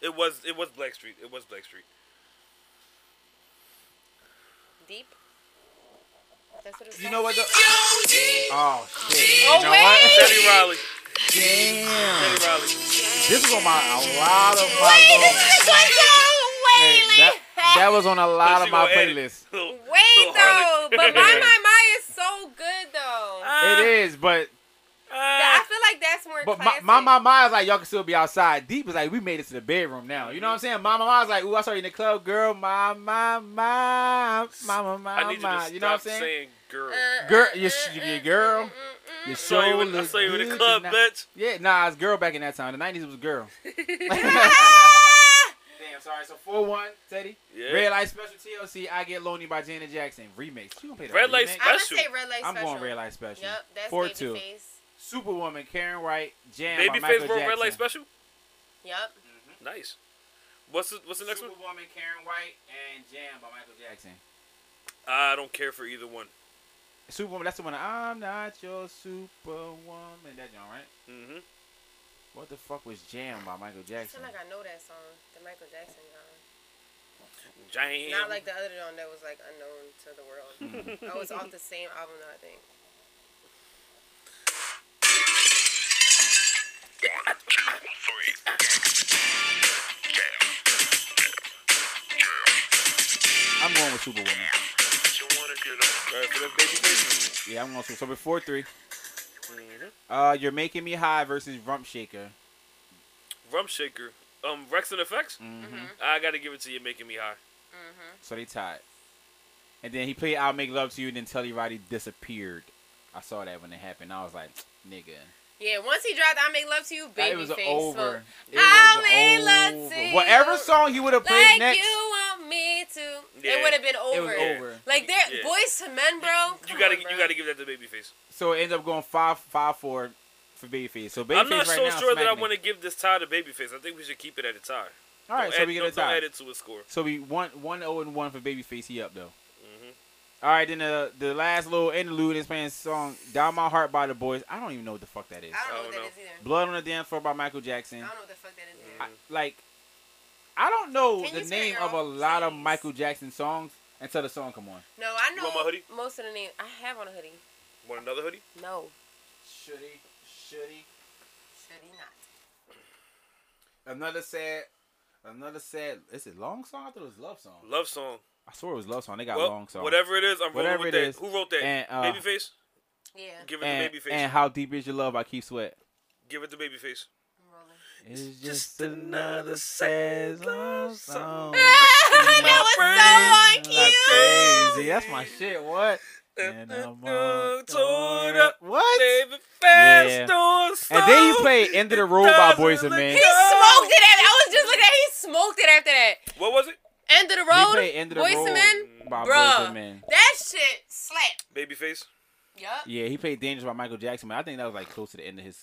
It was. It was Black Street. It was Black Street.
Deep. That's what it's
You
called.
know what? The- oh shit!
Oh
you know
wait.
What?
Teddy Riley.
Damn!
Teddy Riley.
This was on my a lot of my.
Wait, this
little-
is like so
Hey,
way
that,
late.
that was on a lot
She
of my
gonna edit.
playlists.
Little-
Wait
little
though,
harlot.
but my my my is so good though.
Ah,
It is, but
That- I
ah.
feel like that's more.
Uh, but my
classic. Uh,
my my my is like y'all can still be outside. Deep is like we made it to the bedroom now. You know what I'm saying? My my my is like, ooh, I saw you in the club, girl. My my my my my my.
I need you to
Oh my.
stop
you know what I'm saying?
girl.
Uh,
Girl,
uh,
your,
uh,
sh- your
uh,
girl, your
I saw you
show
in, I
look
saw you in the
good
club,
tonight.
bitch.
Yeah, nah, it's girl back in that time. The nineties was girl. Damn, sorry. So four one, Teddy.
Yeah.
Red Light Special TLC. I Get Lonely by Janet Jackson remix. You gonna play that
Red Light
remix?
I'm gonna
Special.
say red light
I'm
special.
going Red Light Special.
Yep, that's
four
baby
two.
face.
Superwoman Karen White. Jam by Michael
Babyface wrote
Jackson.
Red Light Special.
Yep.
Nice. What's the, what's the next one?
Superwoman Karen White and Jam by Michael Jackson.
I don't care for either one.
Superwoman. That's the one. I'm not your superwoman. That John right?
Mm-hmm.
What the fuck was Jam by Michael
I
Jackson?
feel like I know that song, the Michael Jackson song.
Jam.
Not like the other one that was like unknown to the world.
Hmm.
oh, it's off the same album, though, I think.
I'm going with Superwoman.
All right, for that Babyface.
Yeah, I'm going to. So before 3
Mm-hmm.
Uh, you're making me high versus Rump Shaker.
Rum Shaker. Um, Rex and Effects.
Mm-hmm.
Mm-hmm.
I gotta give it to you, making me high. Mm-hmm.
So they tied. And then he played "I'll Make Love to You," and then Telly Roddy disappeared. I saw that when it happened. I was like, nigga,
Yeah, once he dropped "I Make Love to You," baby
it was
face.
over. It
I'll
was
make love to
over.
you.
Whatever song he would have played
like
next,
you want me to.
Yeah.
It would have been over.
it was over.
Like they're
Yeah.
boys to men, bro.
You
Come
gotta
on, bro.
you gotta give that to Babyface.
So it ended up going five, five, four for for Babyface. So Babyface
I'm not
right
so
now
sure that I
smacking it.
want to give this tie to Babyface. I think we should keep it at a tie.
All right,
Don't
so
add-
we get
don't-
a tie.
Don't add it to his score.
So we one one zero and one for Babyface. He up though.
Mm-hmm.
All right, then the the last little interlude is playing song "Down My Heart" by the Boys. I don't even know what the fuck that is.
I don't know
I
what
don't
that
know.
is either.
"Blood on the Dance Floor" by Michael Jackson.
I don't know what the fuck that is either.
I- like, I don't know
Can
the
you spell
name
your
of a
own
lot of
songs?
Michael Jackson songs until the song come on.
No, I know
want my hoodie?
most of the name. I have on a hoodie.
Want another hoodie?
No,
Should he? Should he?
should he not?
Another sad. Another sad. Is it long song? I thought it was love song.
Love song.
I swear it was love song. They got
well,
long songs.
whatever it is, I'm
Whatever
rolling with
it
that.
is.
Who wrote that?
And, uh,
Babyface.
Yeah.
Give it
And,
to Babyface.
and how deep is your love? I keep sweat.
Give it to Babyface.
I'm rolling.
It's just another sad love song.
that was so
Like
cute.
crazy. That's my shit. What? And I'm all
Torn
torn
up.
up. What?
Babyface
Yeah.
don't stop.
And then he played "End of the Road" by Boys and Men.
He smoked it. After, I was just looking at. He smoked it after that.
What was it?
End of the
He
road.
played "End of the
Boyz II
Road"
Men.
by Boys
Bruh.
and Men.
That shit slapped.
Babyface.
Yup.
Yeah, he played "Dangerous" by Michael Jackson, but I think that was like close to the end of his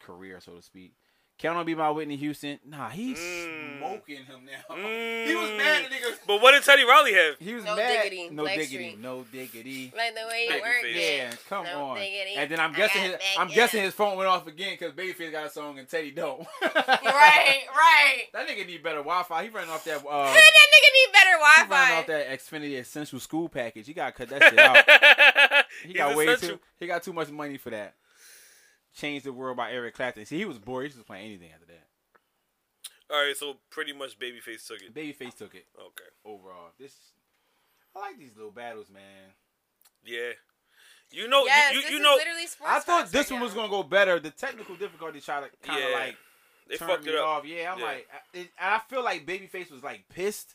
career, so to speak. Count on Be My Whitney Houston. Nah, he's Mm.
Smoking him now.
Mm.
He was mad, at niggas.
But what did Teddy Riley have?
he was
No
mad.
diggity,
No
Black
diggity.
Street.
No diggity.
Like the way you
Baby
work
face.
it.
Yeah, come
No
on.
diggity.
And then I'm
I
guessing
got
his,
back
I'm
it
guessing
up.
his phone went off again because Babyface got a song and Teddy don't.
right, right.
That nigga need better Wi-Fi. He ran off that. Uh,
that nigga need better
He ran
Wi
off
Fi.
that Xfinity Essential School package. He got to cut that shit out. He
He's
got way
essential.
too. He got too much money for that. Change the world by Eric Clapton. See, he was bored. He was just playing anything after that.
All right, so pretty much Babyface took it.
Babyface took it
Okay.
overall. This, I like these little battles, man.
Yeah. You know,
Yes,
you,
this
you, you
is
know,
literally sports.
I thought
vibes
this
right
one was
now.
gonna go better. The technical difficulty tried to kind of
Yeah,
like
they
turn
fucked
me
it up.
off. Yeah, I'm
Yeah.
like, I, it, I feel like Babyface was like pissed.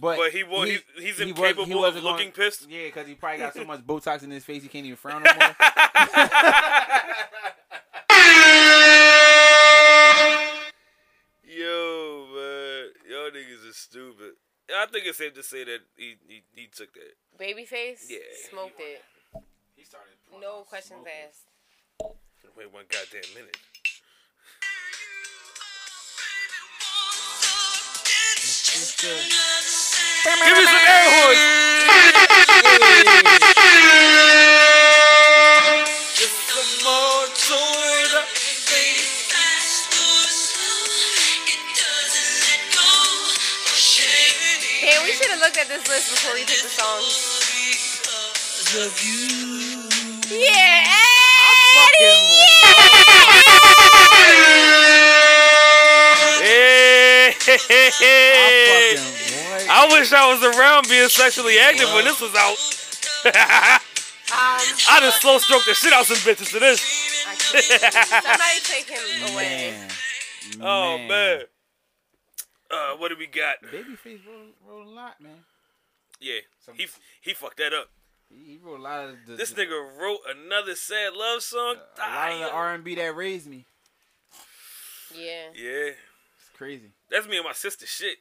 But,
But he wa- he's- he's
he was- he
incapable of
wasn't
looking
gonna-
pissed?
Yeah, because he probably got so much Botox in his face he can't even frown no more.
Yo, man, y'all niggas is stupid. I think it's safe to say that he he, he took that.
Babyface
Yeah.
smoked it. No questions asked.
Wait one goddamn minute. Give me some air horns.
Damn, we should have looked at this list before we picked the songs. Yeah,
Hey,
I
hey, hey.
fucking what?
I wish I was around being sexually active when this was out.
um,
I just slow stroked the shit out some bitches to this.
I can't. somebody take him away.
Man.
Oh man. Uh, what do we got?
Babyface wrote, wrote a lot, man.
Yeah, he he fucked that up.
He he wrote a lot of the,
This
the-
nigga wrote another sad love song.
a lot of the
Ah,
R and B that raised me.
Yeah,
yeah,
It's crazy.
that's me and my sister shit.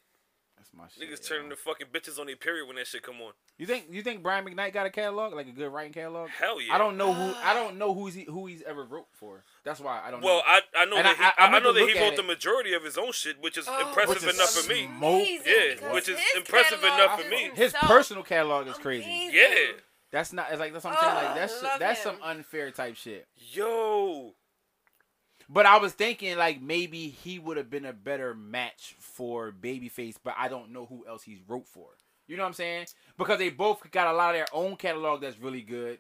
That's my shit.
Niggas
yo.
turning to fucking bitches on their period when that shit come on.
You think you think Brian McKnight got a catalog like a good writing catalog?
Hell yeah.
I don't know who I don't know who's he, who he's ever wrote for. That's why I don't.
Well,
know.
I I know
And
that
I-
he,
I- I
I,
meant
know
to
that he
look at
wrote
it.
the majority of his own shit, which is
Oh.
impressive
Which is
enough for me.
smart.
amazing,
Yeah,
because
which is
his
impressive
catalog
enough for
is
me.
his
so um,
personal catalog is crazy.
amazing.
Yeah,
That's not. It's like that's what I'm saying. Like
Oh,
that's
love
that's
him.
some unfair type shit.
yo,
But I was thinking like maybe he would have been a better match for Babyface, but I don't know who else he's wrote for. You know what I'm saying? Because they both got a lot of their own catalog that's really good,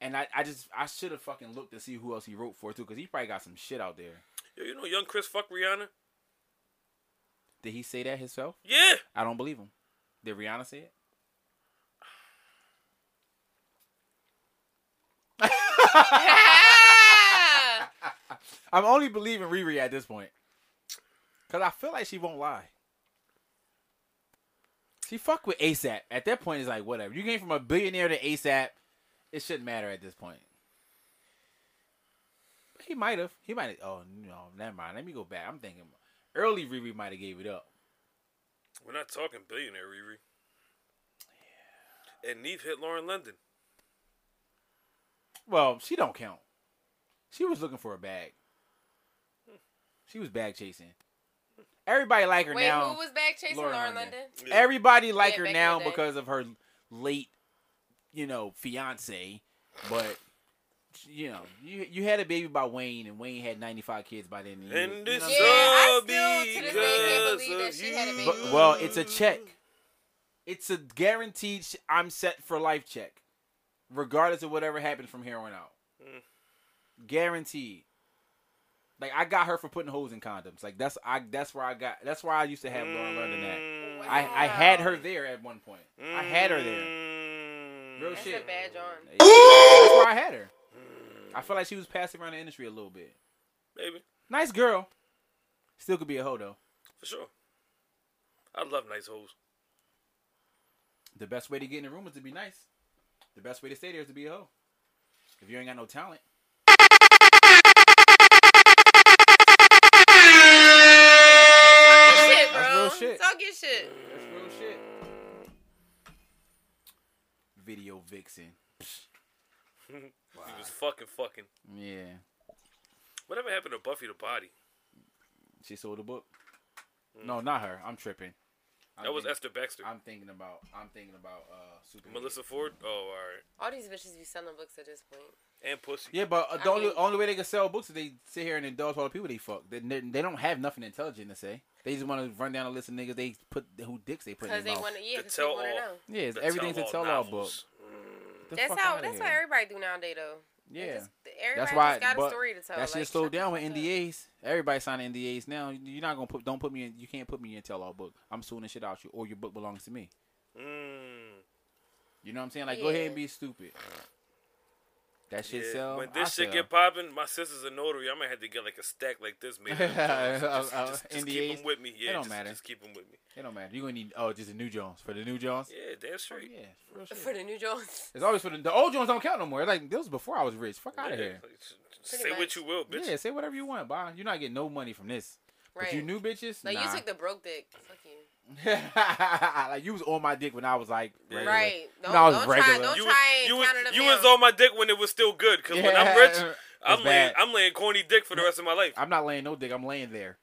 and I, I just I should have fucking looked to see who else he wrote for too, because he probably got some shit out there.
yo, you know, young Chris fuck Rihanna.
Did he say that himself?
Yeah,
I don't believe him. Did Rihanna say it?
Ah!
I'm only believing Riri at this point, because I feel like she won't lie. She fuck with ASAP. At that point, it's like whatever. You came from a billionaire to ASAP. It shouldn't matter at this point. He might have. He might have. Oh no, never mind. Let me go back. I'm thinking early Riri might have gave it up.
we're not talking billionaire Riri. And Neve hit Lauren London.
Well, she don't count. She was looking for a bag. She was bag chasing. Everybody like her
Wait,
now.
who was back chasing
Lauren
Lauren,
London.
London?
Yeah.
Everybody like
Yeah,
her
back in
now
the day.
because of her late, you know, fiance. But you know, you you had a baby by Wayne, and Wayne had ninety five kids by then. You- you know
And
what
this
I'm
Yeah,
saying?
all
I still to this day can't
because
believe that
of
she had a
you.
baby.
But, oh, well, it's a check. It's a guaranteed. Sh- I'm set for life check, regardless of whatever happens from here on out. Guaranteed. Like I got her for putting holes in condoms. Like that's I. That's where I got. That's where I used to have Lauren London at. I, I had her there at one point. I had her there. Real
That's
shit.
a badge on.
That's where I had her. I feel like she was passing around the industry a little bit.
Maybe.
Nice girl. Still could be a hoe though.
For sure. I love nice hoes.
The best way to get in the room is to be nice. The best way to stay there is to be a hoe. If you ain't got no talent.
Talk your shit, bro.
That's real shit.
Talk your shit.
That's real shit. Video vixen.
He was fucking fucking.
Yeah.
Whatever happened to Buffy the Body?
She sold a book. No, not her. I'm tripping. I'm
That was
thinking,
Esther Baxter.
I'm thinking about I'm thinking about uh Super
Melissa Ford? Oh, alright.
All these bitches be selling books at this point.
And Pussy.
Yeah, but uh, the
I
only,
mean-
only way they can sell books is they sit here and indulge all the people they fuck. They, they, they don't have nothing intelligent to say. They just want to run down a list of niggas they put who dicks they put in
Because
their
they
mouth.
want to, yeah,
The
because they want to
tell-all.
know.
yeah, it's,
The
everything's a
tell-all
tell-all book.
novels.
The
That's
fuck
how,
outta
that's
here.
what everybody do nowadays, though. They
Yeah,
just- everybody
that's why.
just got
but
a story to tell.
That
like,
shit slowed
shut the
down with
fuck up.
NDAs. Everybody signing NDAs now. You're not gonna put. Don't put me in. You can't put me in tell-all book. I'm suing the shit out you, or your book belongs to me.
Mm.
You know what I'm saying? Like, go ahead and
Yeah.
be stupid. That shit
Yeah.
sell.
When
I
this shit
sell.
get popping, my sister's a notary. I might have to get like a stack like this, maybe. just,
Uh, uh,
just, just keep
NDAs?
them with me. Yeah,
It don't
just,
matter.
just keep them with me.
it don't matter. You gonna need. Oh, just a new Jones for the new Jones.
Yeah, damn
Oh,
straight.
yeah, real shit.
For the new Jones.
It's always for the, the old Jones don't count no more. Like this was before I was rich. Fuck out of
Yeah,
here.
like, s-
Pretty
Say what
much.
you will, bitch.
Yeah, say whatever you want, bye. You're not getting no money from this.
Right.
But you new bitches,
Like,
nah.
you took the broke dick. Fuck you.
like you was on my dick when I was like, regular.
Right. Don't,
When I was
don't
regular.
try, don't
You was,
try
you,
and
was,
count it up
you
now.
was on my dick when it was still good. Cause when I'm
Yeah,
rich,
it's
I'm laying,
bad.
I'm laying corny dick for the rest of my life.
I'm not laying no dick. I'm laying there.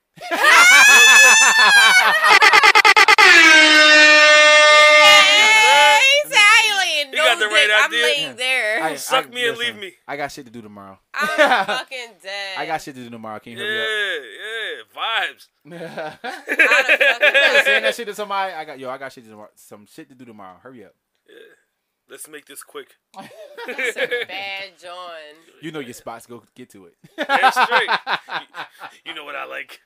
Hey, he said, I ain't laying
You
no
got the right
dick. I'm
idea.
laying there.
I-
Suck
I-
me and
listen,
leave me.
I got shit to do tomorrow.
I'm fucking dead.
I got shit to do tomorrow. Can you
Yeah,
hurry
yeah, vibes.
up?
I'd have fucking
Imagine
died.
Saying that shit to somebody, I got yo, I got shit to do tomorrow. Some shit to do tomorrow. Hurry up.
Let's make this quick.
That's a bad John.
You know your spots. Go get to it.
Damn straight. you know what I like.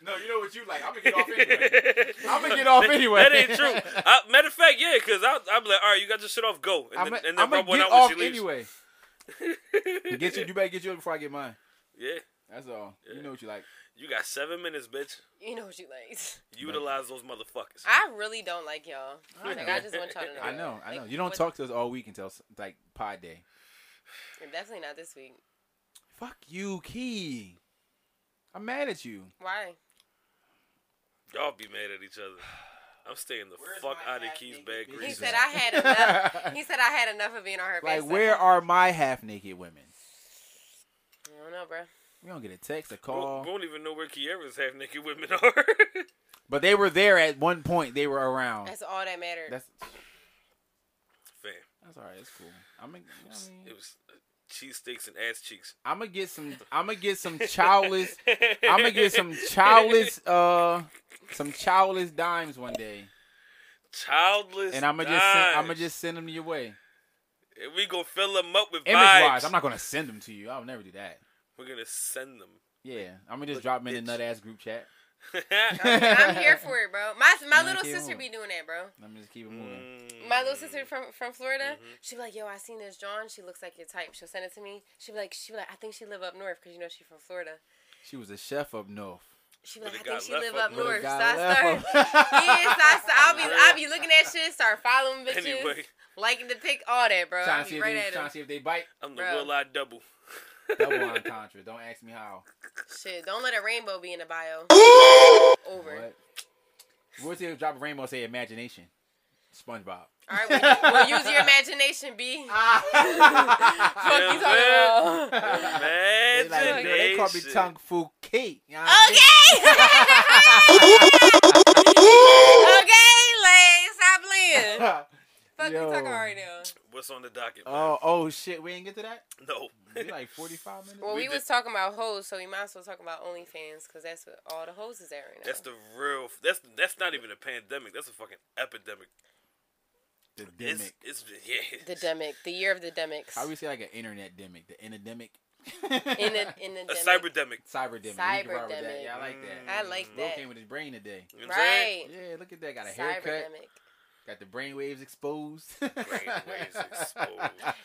no, you know what you like. I'm gonna get off anyway. I'm gonna get off anyway.
That ain't true. I, matter of fact, yeah, because I'm like, all right, you got your shit off, go. And
I'm,
then, and
I'm
then
gonna
rub one
get
out when
off
she leaves.
anyway. get you. You better get yours before I get mine.
Yeah,
That's all. You know what you like.
you got seven minutes, bitch.
You know what you like.
Utilize those motherfuckers.
I really don't like y'all. Like, I just want y'all to know.
I know. I
Like,
know. You don't
what-
talk to us all week until like pod day.
Definitely not this week.
Fuck you, Key. I'm mad at you.
Why?
Y'all be mad at each other. I'm staying the fuck out of Keys bad
He
grease.
said I had enough. he said I had enough of being on her
Like,
backside.
where are my half naked women?
I don't know, bro.
We don't get a text, a
We
call.
we don't even know where Kiera's half naked women are.
But they were there at one point. They were around.
That's all that mattered.
That's
Fam,
that's all right. That's cool. I'm gonna,
it was uh, cheesesteaks and ass cheeks.
I'm gonna get some. I'm gonna get some childless. I'm gonna get some childless. Uh, some childless dimes one day,
Childless.
and I'm gonna just. Send, I'm gonna
dimes.
just send them your way.
And we gonna fill them up with
Image
vibes.
wise, I'm not gonna send them to you. I'll never do that.
We're gonna send them.
Yeah, I'm gonna just drop them in the
bitch.
nut ass group chat.
I'm here for it, bro. My my little
keep
sister
on.
be doing that, bro.
Let me just keep it moving.
Mm. Mm-hmm.
My little sister from from Florida, she be like, "Yo, I seen this John. She looks like your type." She'll send it to me. She be like, "She be like, I think she live up north because you know she from Florida."
She was a chef up north.
She be
But
like,
it
"I
got
think she
left
live
up
up
north.
north." So
Got
I
left
start.
up-
Yes, I, so I'll be I'll be looking at shit, start following bitches,
Anyway.
liking the pic, all that, bro.
Trying
I'll
to see
be
if
right
they,
at
trying
them.
to see if they bite.
I'm the
Bruh.
real life double.
Double entendre. Don't ask me how.
Shit, don't let a rainbow be in the bio. Over.
What? What's it? Drop a rainbow. Say imagination. SpongeBob.
All right, well, well, use your imagination, B.
Ah.
Fuck you talking
Yeah,
about.
They, like,
Imagination.
they call me Tung Fu Kate. You know what
Oh!
I mean?
Okay. okay, like stop playing. Fuck
Yo.
you talking about right now.
What's on the docket?
Oh, oh shit, we didn't get to that?
No.
We like 45 minutes?
Well,
We
we,
did-
was talking about hoes, so we might as well talk about OnlyFans because that's what all the hoes is at right now.
That's the real. That's that's not even a pandemic. That's a fucking epidemic.
The
It's,
demic.
it's yeah.
the demic, the year of the demics.
How we say like an internet demic? The inademic?
in the in the
a
demic.
cyberdemic.
Cyber demic. We can rock with that.
Cyberdemic.
Yeah, I like that.
I like
Bro
that.
came with his brain today.
You know what I'm saying?
Right.
Yeah, look at that. Got a haircut.
Cyberdemic.
Got the brain waves exposed.
Brainwaves exposed.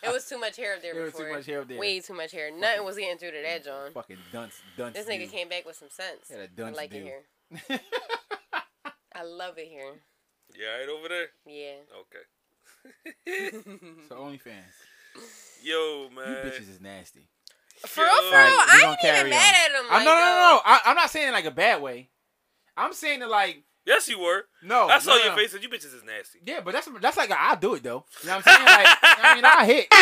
It was too much hair up there
There was
before.
too much hair up there.
Way too much hair. Nothing was getting through to that, John.
Fucking dunce, dunce.
This nigga
dude.
came back with some sense.
Yeah, that
I
dunce
like it
dude.
here. I love it here.
You all right over there?
Yeah.
Okay.
So OnlyFans.
Yo,
You
man.
bitches is nasty.
For real, for real,
Alright, we
I
gonna
ain't even
carry on.
mad at him.
I'm
like,
no, no, no,
uh,
no. I, I'm not saying it like a bad way. I'm saying it like
Yes, you were.
no.
I saw
no, no,
your
no.
face and you bitches is nasty.
Oh, Yeah, but that's that's like a, I'll do it though. You know what I'm saying? Like I mean, I hit. I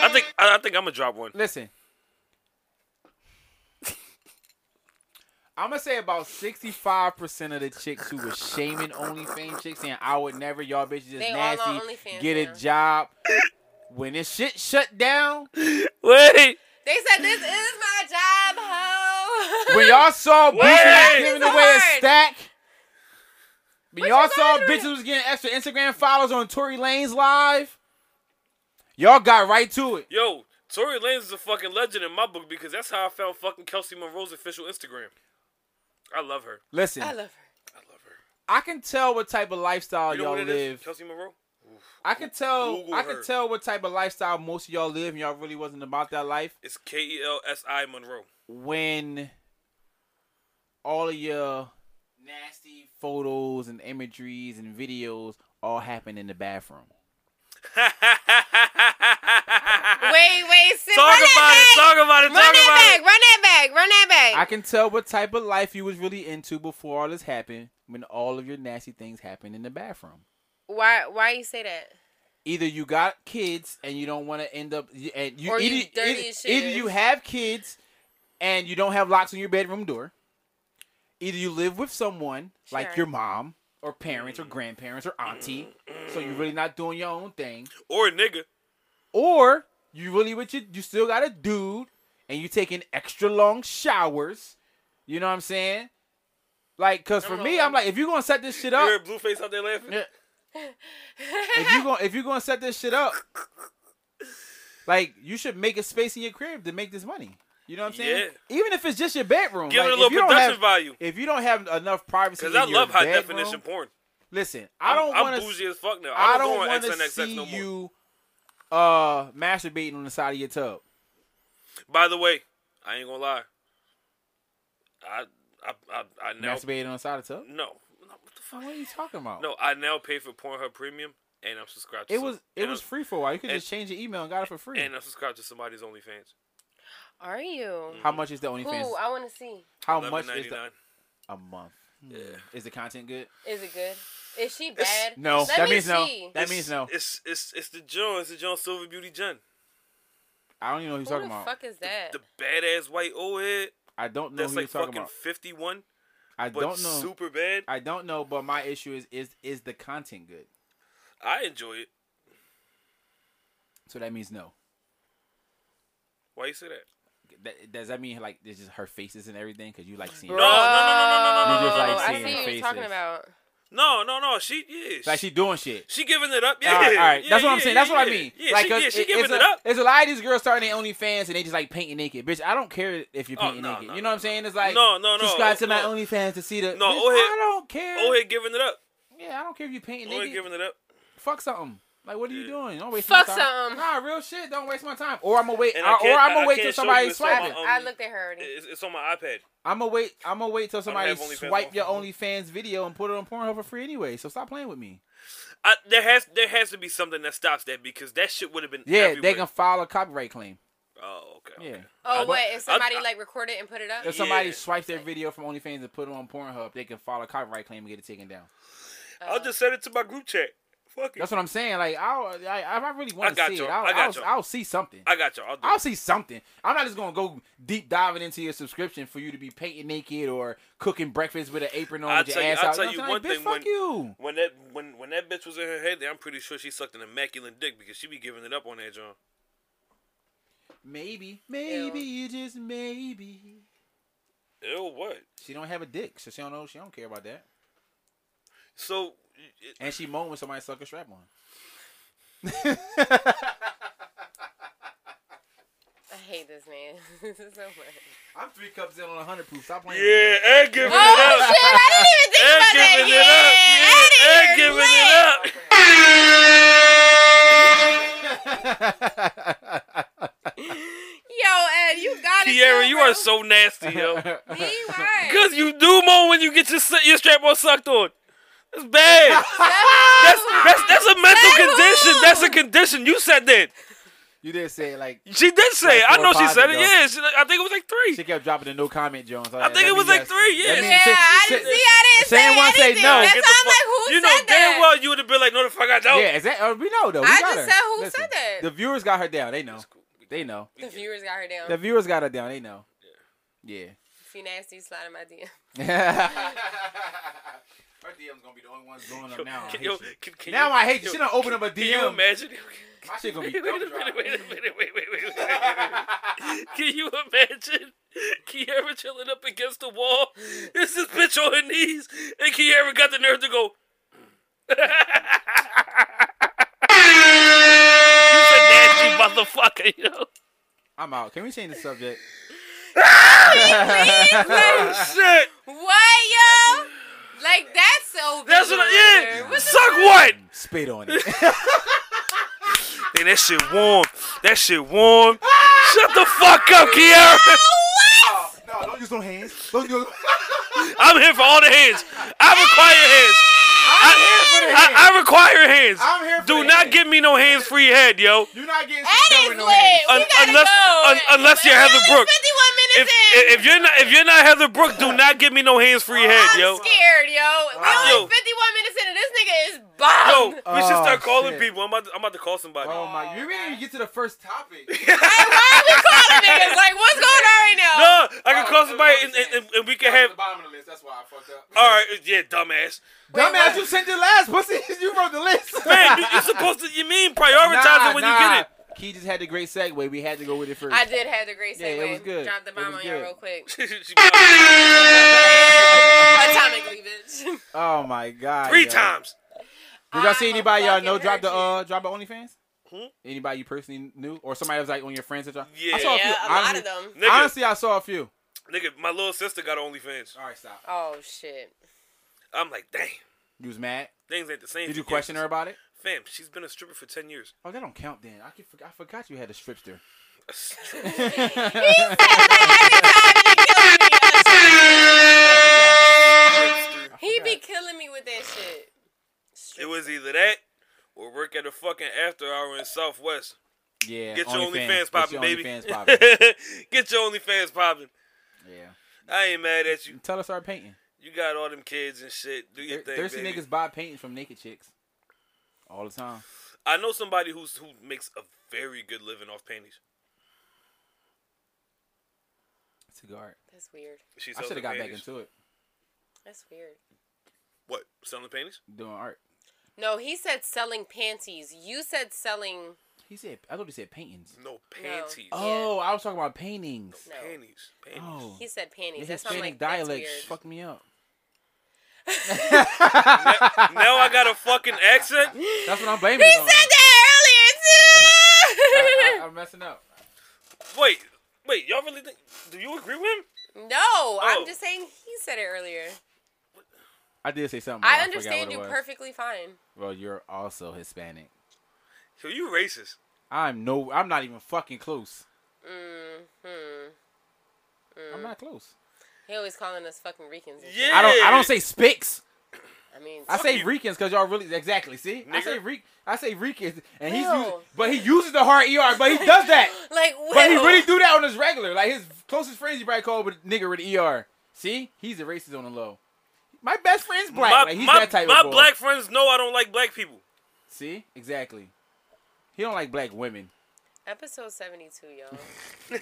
hit
I think I, I think I'm gonna drop one.
though. Listen, I'm gonna say about 65 percent of the chicks who were shaming OnlyFans chicks saying I would never, y'all bitches is
They all on
nasty.
OnlyFans
Get
now.
a job. When this shit shut down,
Wait.
They said this is my job, ho.
when y'all saw
Wait!
bitches giving
It's
away
hard.
a stack, when y'all
you
saw
going through?
bitches was getting extra Instagram followers on Tory Lane's live, y'all got right to it.
Yo, Tory Lanez is a fucking legend in my book because that's how I found fucking Kelsey Monroe's official Instagram. I love her.
Listen,
I love her.
I love her.
I can tell what type of lifestyle
You know
y'all
what it is?
live.
Kelsey Monroe.
I can tell.
Google
I can
her.
tell what type of lifestyle most of y'all live, and y'all really wasn't about that life
It's K E L S I Monroe.
when all of your nasty photos and imageries and videos all happen in the bathroom.
Wait, wait, sis.
Talk about
run
it.
that back.
Talk about it. Talk
Run that
about
back. Run that back. Run that back.
I can tell what type of life you was really into before all this happened when all of your nasty things happened in the bathroom.
Why? Why you say that?
Either you got kids and you don't want to end up you- and you,
Or
either,
you dirty
either-
as shit.
either you have kids and you don't have locks on your bedroom door. Either you live with someone like
Sure.
your mom or parents or grandparents or auntie, so you're really not doing your own thing,
it. Or a nigga.
or you really with you you still got a dude and you taking extra long showers. You know what I'm saying? Like, cause for me, I'm like, if you're gonna set this shit
You
up,
heard Blueface out there laughing?
yeah. if you going if you gonna set this shit up, like you should make a space in your crib to make this money. You know what I'm saying? Even if it's just your bedroom,
Give
like,
it a
if
little
you don't
production
have-
value.
If you don't have enough privacy,
Because
in
I
your
love high
bedroom-
definition porn.
Listen, I
I'm-
don't want
I'm
to.
bougie as fuck now.
I don't
I don't,
want
go on
to
XNXX
see
no more.
you uh masturbating on the side of your tub.
By the way, I ain't gonna lie. I I I, I now
Masturbating on the side of the tub.
no, no what the fuck?
What are you talking about?
No, I now pay for Pornhub Premium, and I'm subscribed. To
it
some-
was it
and
was
I'm-
free for a while. You could
and-
just change your email and got it for free.
and I'm subscribed to somebody's OnlyFans.
Are you?
How much is the
Who?
OnlyFans?
I want to see.
How much is the
$11.99.
a month? Hmm.
Yeah.
Is the content good?
Is it good? Is she bad?
No,
Let
that
me
means no.
see.
That means no.
It's it's it's the John. It's the John Silver Beauty Jen.
I don't even know who you're
Who
talking
the
about.
fuck is that?
The badass white old head
I don't know
that's
who
like
you're talking
fucking
about.
51,
I
but
don't know.
super bad. I,
I don't know, but my issue is is is the content good?
enjoy it.
So that means no.
Why you say that?
That, does that mean like it's just her faces and everything? Cause you like seeing.
Bro,
No, no,
You just
Oh, I
like
see
seeing
what
faces.
you're talking about.
No, no, no. She yeah.
Like she doing shit.
she giving it up. Yeah.
All right, all right.
yeah,
that's what I'm
yeah,
saying. That's
yeah,
what I
yeah.
mean.
Yeah,
like,
she, yeah,
'cause
she
it-
giving
it's
it
a,
up.
There's a lot of these girls starting their OnlyFans and they just like painting naked, bitch. I don't care if you're
Oh,
painting
no,
naked.
no,
you know what I'm
no.
saying? It's like
No, no, no,
Subscribe to my
no.
OnlyFans to see the.
No,
bitch,
old head-
I don't care.
Oh, here giving it up.
Yeah, I don't care if you're painting
Oh, here
naked.
giving it up.
fuck something. Like, what are you doing? Don't waste
Fuck
my time.
something.
Nah, real shit. Don't waste my time. Or I'm gonna wait.
And I
or
can't-
I'm
I
gonna wait
can't
till
show
somebody
you this on my
swipe it.
own.
I looked at her already.
It's, it's on my iPad.
I'm gonna wait. I'm gonna wait till somebody
have OnlyFans
swipe
on
your
Facebook.
OnlyFans video and put it on Pornhub for free anyway. So stop playing with me.
I, there has there has to be something that stops that because that shit would have been
Yeah,
everywhere.
they can file a copyright claim
oh okay,
Yeah.
okay.
Oh, what? If somebody
I- I-
like recorded and put it up?
if somebody
Yeah.
swipes their video from OnlyFans and put it on Pornhub. They can file a copyright claim and get it taken down.
I'll just send it to my group chat. Fuck it.
That's what I'm saying. Like, I'll, I, if I really
I
want to
got
see
you.
it, I'll,
I got
I'll,
you.
I'll see something.
I got you. I'll do
I'll
it.
see something. I'm not just gonna go deep diving into your subscription for you to be painting naked or cooking breakfast with an apron on
I'll
with your
tell you-
ass
I'll
out.
tell
know
you
what I'm
one
saying?
thing
Bitch, fuck
when-
you.
When that when when that bitch was in her heyday, I'm pretty sure she sucked an immaculate dick because she be giving it up on that John.
Maybe, maybe just maybe.
Ew, what?
She don't have a dick, so she don't know. She don't care about that.
So, it,
And she moan when somebody suck a strap on.
I hate this man so much.
I'm three cups in on a hundred proof. Stop playing. with me.
yeah, and giving
Oh
it up,
shit! I didn't
and
even think about that.
giving it up, yeah,
yeah, I
and giving it
didn't even
up.
Yo, Ed, you got it.
Kiara, you are
bro.
so nasty, yo.
Me, why?
Cause you do more when you get your su- your strap on sucked on. That's bad. That's, that's that's a mental condition. That's a condition. You said that.
You did say it like
She did say it.
Like
I
four
know
or
she
five
said it.
ago.
Yeah, she, I think it was like three.
she kept dropping the no comment, Jones.
I think it was like three, yeah.
Yeah, I didn't see. I didn't say
Sam won't say
anything.
no.
That's
Get the
why I'm
fuck-
like, who
you
said
know
that?
damn well you would have been like, no, the fuck I don't.
Yeah, is that? Uh, we know though. We got
I just
her.
said who
Listen,
said that.
The viewers got her down. They know. They know.
The viewers got her down.
The viewers got her down. They know. Yeah.
If you nasty, slide in my DM.
Her DM's gonna be the only ones going up now. I
Can-
hate
yo,
you.
can- can
Now
you-
I hate you.
yo,
She done open up a
Can you
DM.
imagine?
My shit gonna
Wait
be
a minute,
thumb
wait a minute,
drive.
wait a minute, wait, wait, wait, wait, wait. Can you imagine Kiara chilling up against the wall? It's this bitch on her knees, and Kiara got the nerve to go. He's a nasty motherfucker, you know.
I'm out. Can we change the subject?
Shit,
What, yo? Like that's so.
that's what. I,
bizarre.
yeah,
What the-
suck what?
Spit on it.
And that shit warm. That shit warm. Shut the fuck up, Kiara.
no, don't use no hands. Don't use.
I'm here for all the hands. I require hands.
I'm here for the hands.
I, I require hands.
I'm here for
Do
the
not
hands.
give me no hands free head, yo.
You're not getting
That
shit done
is
with no
lit.
hands.
We
Un-
gotta
unless-
go.
un- unless you're
We're
Heather
only
Brooks.
51
If,
minutes in.
if if you're not if you're not Heather Brooke, do not give me no hands free
Oh,
head,
I'm
yo.
scared, yo. We're
Wow.
only 51 minutes in, and this nigga is bombed.
Yo, we should start
Oh,
calling
shit.
people. I'm about, to, I'm about to call somebody.
Oh my! You really didn't get to the first topic.
Like, why are we calling niggas? Like, what's going on right now?
No, I can
Oh,
call somebody
okay.
and, and, and, and we can
At
have.
the bottom of the list. That's why I fucked up.
All right, yeah, dumbass.
Dumbass, you sent your last pussy. You wrote the list.
Man, you, you're supposed to. You mean prioritize it when you get it?
Key just had the great segue. We had to go with it first.
I did have the great segue.
Yeah, it was good.
Drop the
It
bomb
was
on y'all
good.
real quick.
She be like,
Atomically, bitch.
oh my god!
Three
yo.
times.
Did y'all
I'm
see
a
anybody y'all
fucking
know drop the
virgin.
uh drop the OnlyFans?
Hmm?
Anybody you personally knew or somebody that was like on your friends? that y'all-
Yeah.
I saw a few.
Yeah, a lot of them.
Nigga,
Honestly, I saw a few.
nigga, my little sister got OnlyFans.
All right, stop.
Oh shit.
I'm like, damn,
You was mad.
things ain't the same.
Did
for
you question
kids.
her about it?
Fam, she's been a stripper for ten years.
Oh, that don't count then. I, keep, I forgot you had a stripster.
He be killing me with that shit.
It was either that or work at a fucking after hour in Southwest.
Yeah.
Get your
Get
OnlyFans popping,
your
baby.
OnlyFans popping.
Get your OnlyFans popping.
yeah.
I ain't mad at you.
Tell her start painting.
You got all them kids and shit. Do your
Thir-
thing,
thirsty
baby.
niggas buy paintings from naked chicks all the time.
I know somebody who's who makes a very good living off panties.
Cigar.
That's weird.
She
I
sells
should have
her
got back
panties.
into it
That's weird.
what selling panties.
doing art.
No, he said selling panties. You said selling.
He said, I thought he said paintings.
No panties.
Oh, I was talking about paintings.
No.
Panties. Panties.
Oh,
He said panties.
his
That's why I'm
Hispanic
like, that's
dialect
weird.
fucked me up.
Now I got a fucking accent.
That's what I'm blaming
He
it
said
on.
that
I, am messing up.
Wait, wait. Y'all really think? Do you agree with him?
earlier, too! no,
Oh.
I'm just saying he said it earlier.
I did say something. but
I
forgot
understand
what it
you
was.
perfectly fine.
Well, you're also Hispanic.
Yo, you racist.
I'm no. I'm not even fucking close. I'm not close.
He always calling us fucking Ricans. and shit.
Yeah.
I don't. I don't say spics.
I mean,
I say
Mm. you.
Ricans because y'all really exactly see. I
Nigger.
say Ric. I say Ricans, and he's
Ew.
using, but he uses the hard er, but he does that.
like,
But he
Will.
really do that on his E regular. Like his closest friends, he probably called with nigger with the ER. See, he's a racist on the low.
My best friend's black.
My,
like, he's
my,
that type
my
of boy.
black friends know I don't like black people.
See, exactly. He don't like black women.
Episode 72, y'all.
He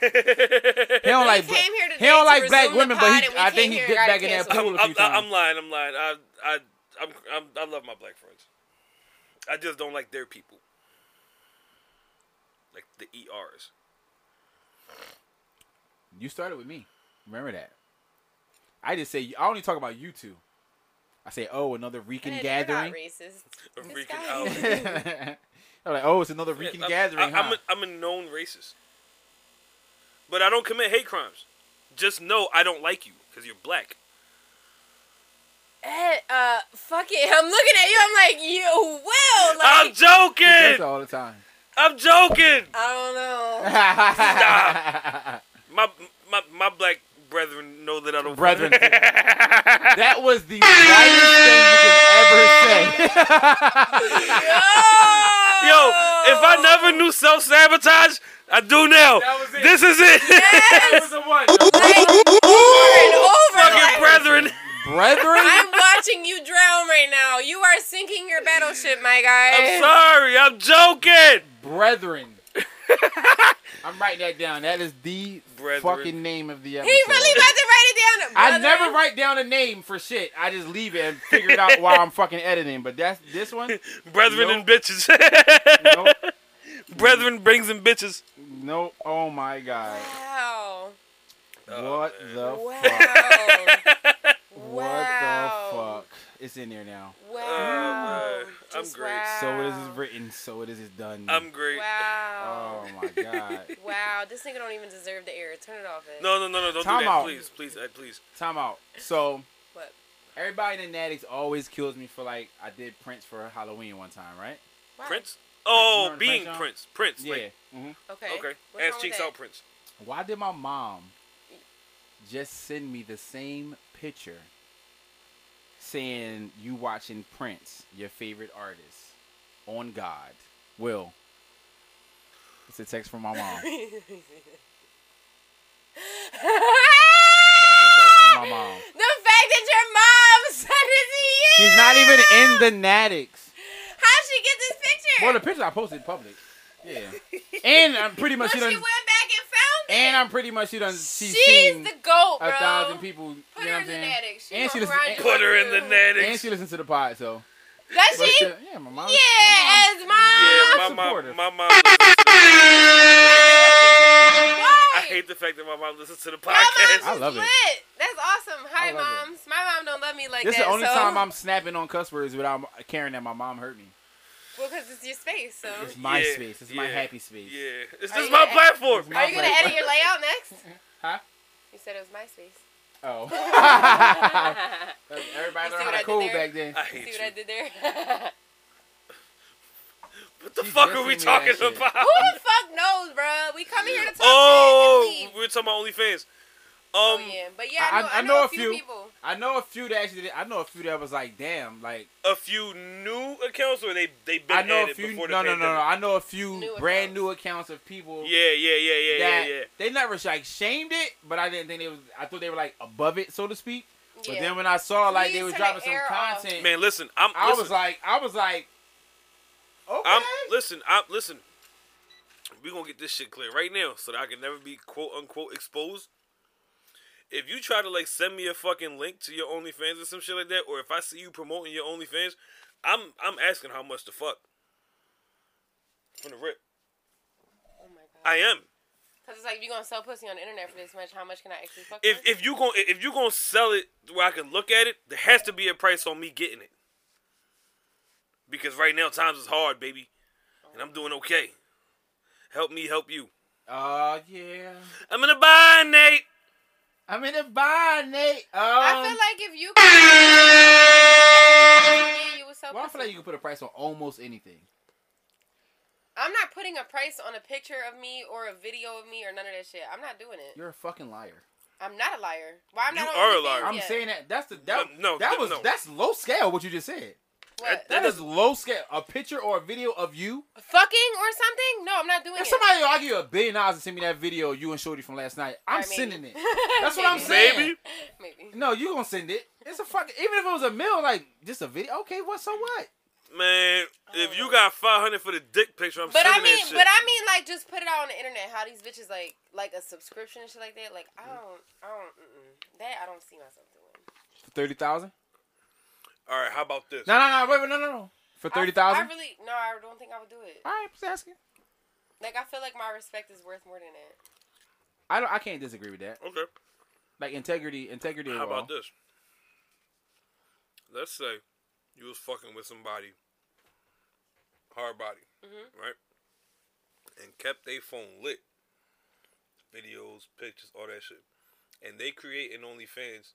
don't like.
came
bla-
here
he
today
don't
to
like black
resume the
women, but
pod
he,
and we
I
came
think he
here
dipped
and
back
got
in
it
that pool a
I'm,
few times.
I'm lying. I'm lying. I I I'm, I'm I love my black friends. I just don't like their people. Like the E ERs.
You started with me. Remember that. I just say I only talk about you two. I say, oh, another Rican
Hey, Eh, they're
gathering.
Not racist.
I'm
This
freaking
guy-
out.
I'm like, oh, it's another Rican
I'm-
gathering.
I,
huh?
am a, I'm a known racist. But I don't commit hate crimes. Just know I don't like you because you're black.
Eh, uh, fuck it. I'm looking at you. I'm like, you will.
I'm
Like,
That's
joking.
all the time.
I'm joking.
I don't know.
My my my black brethren know that I don't.
Brethren, that was the whitest thing you can ever say.
Yo, if I never knew self sabotage, I do now.
That was it.
This is it.
That was the one.
Over and over.
Fucking
like,
brethren.
Brethren,
I'm watching you drown right now. You are sinking your battleship, my guy.
I'm sorry. I'm joking.
brethren. I'm writing that down. That is the
Brethren.
fucking name of the episode.
He really about to write it down.
I
brother.
never write down a name for shit. I just leave it and figure it out while I'm fucking editing. But that's this one.
Brethren and bitches.
Nope.
brethren brings in bitches.
Nope. Oh my god.
Wow.
Oh,
What the fuck?
Wow.
What the
Wow.
fuck? It's in there now.
Wow.
Uh, I'm
Just
great.
Wow.
So it is written. So it is done.
I'm great.
Wow.
Oh
Um,
my god.
Wow. This nigga don't even deserve the air. Turn it off. Ed.
No, no, no, no. Don't
Time
do that.
out.
Please, please, Ed, please.
Time out. So
What?
everybody in Natix always kills me for like I did Prince for Halloween one time, right?
Why?
Prince? Oh,
remember the
being
Prince song?
Prince. Prince.
Yeah.
Like,
Mhm.
Okay.
okay.
What's
Ass
wrong with
cheeks
that?
out, Prince.
Why did my mom just send me the same picture saying you watching Prince, your favorite artist, on God? Will. It's a text from my mom. That's a text from my mom.
The fact that your mom sent it to you.
She's not even in the Natics.
How'd she get this picture?
Well, the picture I posted in public. Yeah. And I'm pretty
Well,
much she
she
done.
went back and found it.
And I'm pretty much she done. She's
She's
seen
the goat, bro.
a thousand people.
Put
you know
her in
what I'm
the
saying?
attic. She
And she
gonna
just-
grind
and-
you
Put her in
up,
the
too.
And
natty.
she listens to the pod, so.
That
But
she?
she- yeah, my mom.
Yeah, as
Yeah, my
mom.
mom,
supportive.
my mom. I
Why?
hate the fact that my mom listens to the
My
podcast.
I
mom's
love it.
lit. That's awesome. Hi,
I love it.
moms. My mom don't love me like
This is
that.
the only
so.
time I'm snapping on cuss words without caring that my mom hurt me.
Well, because it's your space, so.
It's my
Yeah,
space. It's my
yeah,
happy space.
Yeah, it's
Are
just
you
my
gonna-
platform.
It's my
Are you going to
place.
edit your layout next?
Huh?
You said it was MySpace.
Oh.
You
Everybody
see
learned
what I
how to
did
cool
there?
back then.
I
See
hate
what
you.
I did there? Who
What the
She
fuck
just
are we
sent me
talking
that shit.
about?
the fuck knows, bruh? We come here to talk
Oh,
shit and leave.
we we're talking about OnlyFans. Um,
Oh, yeah. But yeah,
I-
I know, I, know a few people.
I know a few that actually. Did, I know a few that was like, damn, like
a few new accounts, or they they been
I know
at
a
it
few. No,
before the
no, no,
pandemic.
no. I know a few
New
brand
accounts.
new accounts of people.
Yeah, yeah, yeah, yeah, yeah,
that
yeah.
they never like shamed it, but I didn't think it was. I thought they were like above it, so to speak. But
Yeah.
then when I saw like they
Please
were
turn the
dropping some
air off.
content,
Man, listen, I'm.
I
listen,
was like, I was like, okay.
I'm listen. I'm listen. We gonna get this shit clear right now, so that I can never be quote unquote exposed. If you try to like send me a fucking link to your OnlyFans or some shit like that, or if I see you promoting your OnlyFans, I'm I'm asking how much the fuck. From the rip,
Oh, my God.
I am.
Because it's like, if you're going to sell pussy on the internet for this much, how much can I actually fuck
If
with?
if you gon' if you gonna sell it where I can look at it, there has to be a price on me getting it. Because right now times is hard, baby, and I'm doing okay. Help me, help you.
Uh, yeah.
I'm in a bind, Nate.
I'm in a bind, Nate. Um,
I feel like if you could. you would sell
well, I
pussy.
feel like you can put a price on almost anything.
I'm not putting a price on a picture of me or a video of me or none of that shit. I'm not doing it.
You're a fucking liar.
I'm not a liar. Why I'm not
You
on
are a
OnlyFans
liar.
I'm
yet?
saying that. That's the that.
No, no,
that
th-
was
no.
that's low scale. What you just said.
What?
That is low scale. A picture or a video of you.
fucking or something? No, I'm not doing
If
it.
somebody will argue a billion dollars and send me that video of you and Shorty from last night, I'm
Alright, maybe.
sending it. That's what I'm saying.
Maybe.
Maybe.
No, you gonna send it. It's a fucking. Even if it was a mill, like just a video. Okay, what? So what?
Man, if you got 500 for the dick picture, I'm
But
sending
I mean,
that shit.
but I mean, like, just put it out on the internet. How these bitches like, like a subscription and shit like that. Like, I
Mm.
don't, I don't, mm-mm. that I don't see myself doing.
Thirty thousand?
All right, how about this?
No, no, no. Wait, wait, no, no, no. For
I-
thirty thousand?
I really no, I don't think I would do it.
All right, just asking.
Like, I feel like my respect is worth more than that.
I don't. I can't disagree with that.
okay,
Like integrity, integrity.
how about
this?
this? Let's say you was fucking with somebody, hard body,
Mm-hmm.
right? And kept their phone lit. Videos, pictures, all that shit. And they create an OnlyFans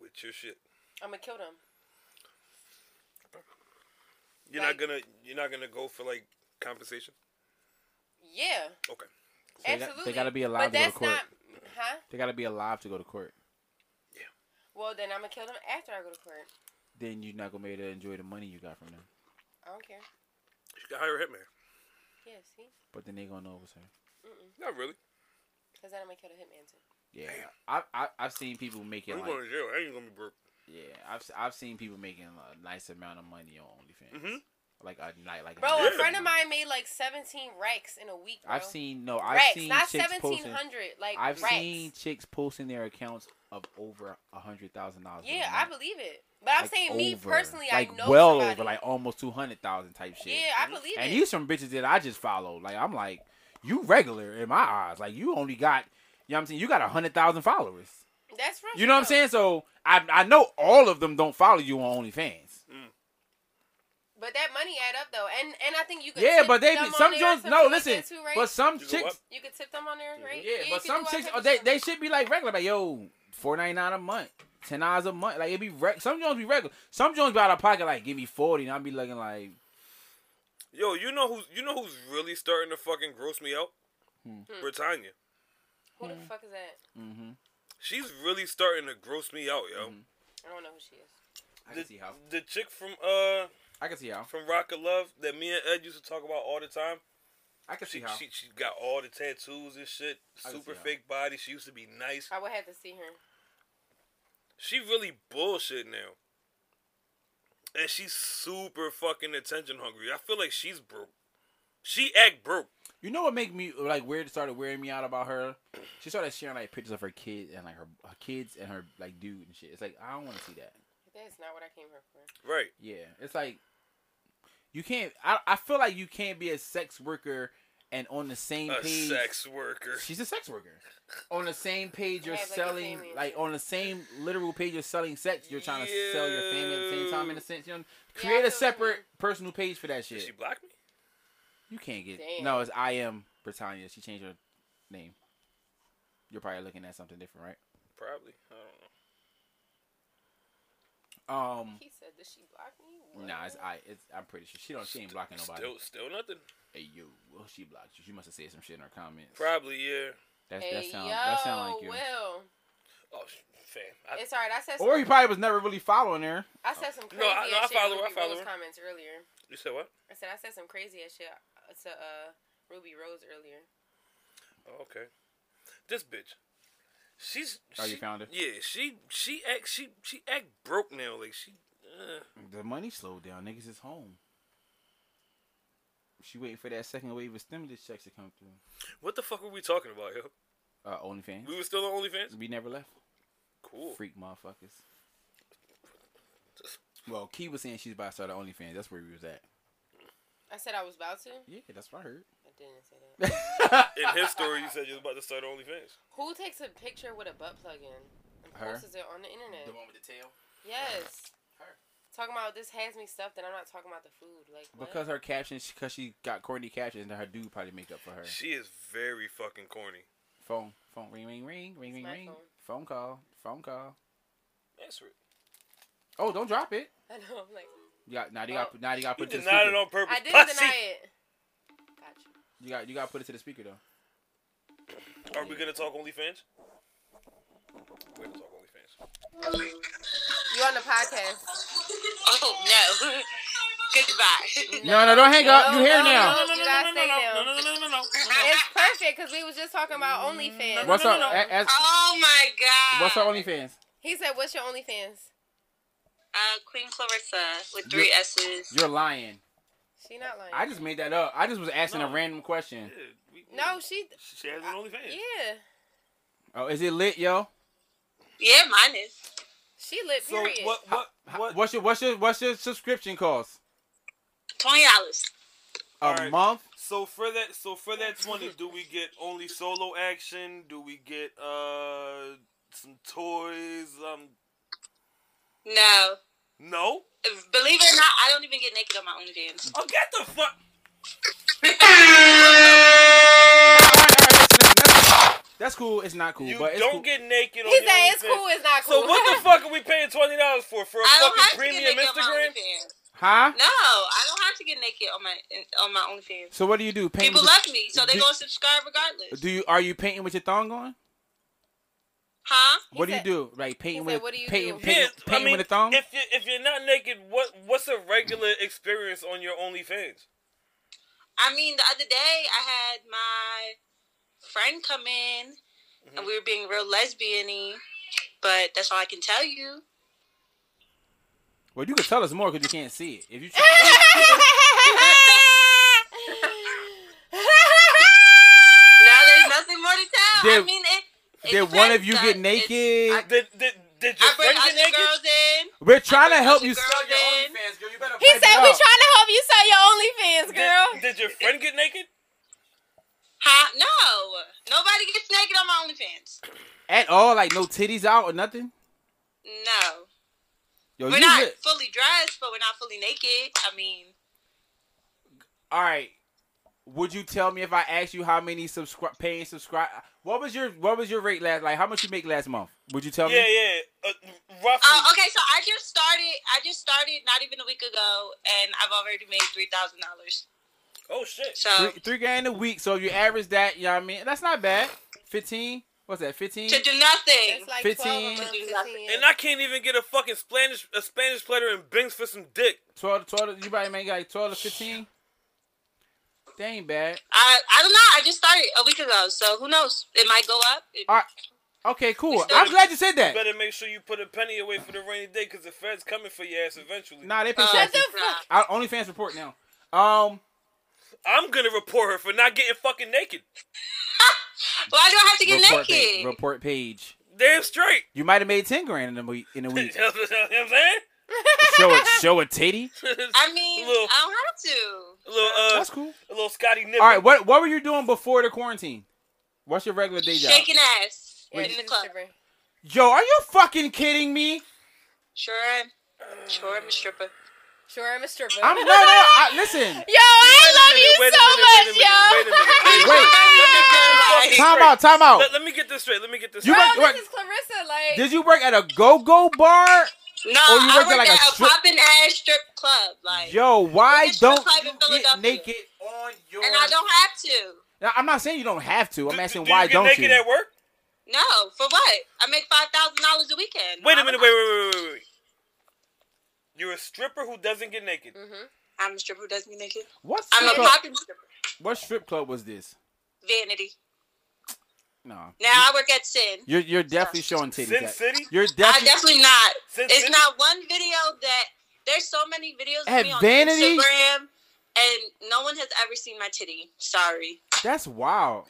with your shit.
I'm gonna kill them.
You're not
Like-
gonna you're not gonna go for like compensation?
Yeah,
Okay.
They got- they
absolutely.
gotta be allowed to
but
go to
that's
court.
Not, huh?
They gotta be alive to go to court.
Well, then I'm gonna kill them after I go to court.
Then you're not gonna be able to enjoy the money you got from them.
I don't care.
You can hire a hitman.
Yeah, see,
But then they gonna know it was her.
Not really.
because then I'm gonna kill the hitman too.
Yeah, I, I I've seen people making
I'm
like
going to jail. I ain't gonna be broke.
yeah, I've s- I've seen people making a nice amount of money on OnlyFans,
Mm-hmm.
like a night like.
Bro,
a
a
night.
friend of mine made like 17 racks in a week. Bro.
I've seen no, I've
racks,
seen
not
chicks posting.
1700. Like
I've
racks.
seen chicks posting their accounts of over a hundred thousand dollars.
Yeah, I believe it. But I'm saying me personally,
like
I know
well
somebody.
over like almost two hundred thousand type shit.
yeah, I believe
and
it.
these some bitches that I just follow. Like I'm like, you regular in my eyes. Like you only got, you know what I'm saying, you got a hundred thousand followers.
That's right.
You know what I'm saying? So I I know all of them don't follow you on OnlyFans.
But that money add up though, and and I think you could.
Yeah,
tip
but they
them
be
on
some
there or
joints.
something
No,
like
listen,
that, too, right?
but some
You go
chicks.
up?
you could tip them on there, right?
Yeah,
you
but
could
some
do all
chicks,
types
oh,
of
they
stuff.
they should be like regular, like yo, four ninety nine a month, ten dollars a month. Like it be reg- some Jones be regular. Some Jones be out of pocket, like give me forty, and I'll be looking like
Yo, you know who's you know who's really starting to fucking gross me out?
Hmm.
Britannia.
Who the fuck is that?
She's really starting to gross me out, yo.
I don't know who she is.
Mm-hmm. I
The,
can see how,
the chick from uh
I can see how,
from Rock of Love that me and Ed used to talk about all the time.
I can see
She
how.
she, she got all the tattoos and shit.
I can see
Super
how.
fake body. She used to be nice.
I would have to see her.
She really bullshit now. And she's super fucking attention hungry. I feel like she's broke. She act broke.
You know what make me like weird? Started wearing me out about her. She started sharing like pictures of her kid and like her, her kids and her like dude and shit. It's like I don't want to see that.
That's not what I came here for.
Right.
Yeah, it's like you can't. I I feel like you can't be a sex worker and on the same
A
page.
sex worker.
She's a sex worker. On the same page you're
Yeah, but the
selling,
thing is-
like on the same literal page you're selling sex, you're trying to sell your fame at the same time. In a sense, you know, create
feel
a
what you
separate
mean.
personal page for that shit.
Did she block me?
you can't get
Damn.
no. It's I am Britannia. She changed her name. You're probably looking at something different, right?
Probably. I don't know.
Um,
He said, "Did she block me?" What?
nah, it's I. It's, I'm pretty sure she don't. She ain't blocking nobody.
Still, still nothing.
Hey yo, well she blocked you. She must have said some shit in her comments.
Probably, yeah.
That's,
Hey,
that sound.
yo,
that sound like you.
Will.
Oh, sh- fam. I,
It's alright. I said. Some,
Or he probably was never really following her.
I said some
No,
crazy
I- no, I
ass shit.
follow
in
her, I
Ruby
follow
Rose
her.
comments earlier.
you said what?
I said I said some crazy ass shit to uh, Ruby Rose earlier.
Oh, okay. This bitch. She's.
Oh, you
she-
found her?
Yeah, she she act she she act broke now. Like she. Uh,
The money slowed down. Niggas is home. She waiting for that second wave of stimulus checks to come through.
what the fuck were we talking about, yo?
Uh, OnlyFans.
We were still on OnlyFans.
We never left.
Cool.
Freak motherfuckers. Well, Key was saying she's about to start an OnlyFans. That's where we was at.
I said I was about to. I
Yeah, that's what I heard.
didn't say that.
In his story, you said you was about to start OnlyFans.
Who takes a picture with a butt plug in and
Her.
posts it on the internet?
one with the tail.
Yes. Talking about this has me stuffed, and I'm not talking about the food. Like what?
Because her captions, because she got corny captions, and her dude probably make up for her.
She is very fucking corny.
Phone, phone, ring, ring, ring, ring, ring,
my
ring.
phone.
Phone call, phone call.
Answer it.
Oh, don't drop it.
I know. I'm like
You got now. You got
Oh.
now. You got
You
put it to the
denied it
speaker.
on purpose.
I didn't
Pussy!
deny it. Gotcha.
You got you got put it to the speaker though.
Are we gonna talk OnlyFans? We're gonna talk OnlyFans.
You on the podcast?
Oh no.
Goodbye.
No, no, don't hang up. You here
No,
now?
no, you gotta
no,
stay down.
no, no, no, no, no.
It's perfect because we was just talking about OnlyFans.
What's up? A- ask-
Oh my God.
what's our OnlyFans?
He said, "What's your OnlyFans?"
Uh, Queen Clarissa with three S's.
You're lying.
She not lying.
I just made that up. I just was asking a
No.
random question.
Yeah, we- we-
no, she.
She has an OnlyFans.
Yeah,
Oh, is it lit, yo?
Yeah, mine is.
she lit.
So
Period.
what? What?
H-
What?
What's your what's your what's your subscription cost?
Twenty dollars.
A
Alright.
month?
So for that, so for that twenty, do we get only solo action? Do we get uh some toys? Um,
No.
no.
If- Believe it or not, I don't even get naked on my OnlyFans.
Oh, get the fuck.
Alright, alright, listen, that's- That's cool. It's not cool,
You
but it's
don't
cool.
get naked. On
He
the
said, "It's
OnlyFans.
cool. It's not cool."
So what the fuck are we paying twenty dollars for for a
I don't
fucking
have to get
premium
naked on my
Instagram?
OnlyFans.
huh?
No, I don't have to get naked on my on my OnlyFans.
So what do you do? Paint
People
with-
love me, so they
do-
gonna subscribe regardless.
Do you are you painting with your thong on?
huh?
What
said-
do you do? Like painting
he said,
with
"What do you
painting,
do?"
painting,
Yeah,
painting
I mean,
with a thong?
if you if you're not naked, what what's a regular experience on your OnlyFans?
I mean, the other day I had my friend come in,
Mm-hmm.
and we were being real lesbian-y, but that's all I can tell you.
well, you can tell us more because you can't see it. If you
Now there's nothing more to tell. I
Did-
mean, it, it
did one of
depends,
you
but
get
it's-
naked,
Did did did your
I bring
friend get
other
naked?
girls in.
we're trying to help
other
you.
girls in.
girl. You better
He said, "We trying to help you sell your OnlyFans,
Did-
girl."
Did, your friend get naked?
Huh? No, nobody gets naked on my OnlyFans.
at all. Like no titties out or nothing.
No,
Yo,
we're
you
not
good.
fully dressed, but we're not fully naked. I mean,
All right. Would you tell me if I asked you how many subscri- paying subscribe? What was your What was your rate last? Like how much you make last month? Would you tell
Yeah,
me?
yeah. Uh, roughly.
uh, okay. So I just started. I just started not even a week ago, and I've already made three thousand dollars.
Oh shit.
So
Three, three grand a week. So if you average that, you know what I mean. That's not bad. Fifteen. What's that? Fifteen.
to do nothing.
It's like
15.
12 a month,
To do nothing.
15.
And I can't even get a fucking Spanish a Spanish platter and Binks for some dick.
12, 12 You probably make like twelve to fifteen. They ain't bad.
I I don't know. I just started a week ago, so who knows? It might go up. It-
All right. Okay, cool.
still-
I'm glad you said that.
Better make sure you put a penny away for the rainy day, cause the Fed's coming for your ass eventually.
Nah, they pay
Uh,
taxes.
it's not.
I, OnlyFans report now. Um,
I'm gonna report her for not getting fucking naked.
Why do I have to get
report page.
naked?
Report page.
Damn straight.
You might have made ten grand in a week. In a
you
week,
know what I'm saying?
show a show a titty.
I mean,
Look.
I don't have
A
to.
little, uh,
That's cool.
A little Scotty Nippin.
All right, what what were you doing before the quarantine? What's your regular day job?
Shaking ass
Yeah,
in
she's
the
a
club.
stripper.
Yo, are you fucking kidding me?
Sure, am. sure, I'm a stripper.
Oh,
Sure, I'm a stripper.
I'm no no. I, listen,
Yo, I
Wait a
love
minute,
you so much, yo.
Wait a minute, wait a minute, wait a
Wait.
minute. Let me get this fucking
time
straight.
out, time out.
Let, let me get this straight. Let me get this
You
straight.
might-
Bro,
What?
this is Clarissa. Like,
did you work at a go go bar?
No,
Oh, you
I
worked
worked
at,
at,
like, a
a,
strip-
popping ass strip club, like,
Yo, why
It's
don't
just like
you
in
get
Philadelphia.
naked on your?
and I don't have to.
Now, I'm not saying you don't have to. I'm
Do-
asking
do
why
you get
don't
naked
you?
at work?
No, for what? I make five thousand dollars a weekend.
Wait
Why
a minute.
would
Wait,
I-
wait, wait, wait, wait. You're a stripper who doesn't get naked.
I'm a stripper who doesn't get naked.
What
I'm
strip,
a
club,
popping stripper.
what strip club was this?
Vanity.
No,
Now I work at Sin.
you're you're definitely showing titties.
Sin
at-
City?
You're
I
definitely.
definitely not.
Sin
it's
City?
not one video that there's so many videos
At
of me on
Vanity?
Instagram, and no one has ever seen my titty. Sorry.
That's wild.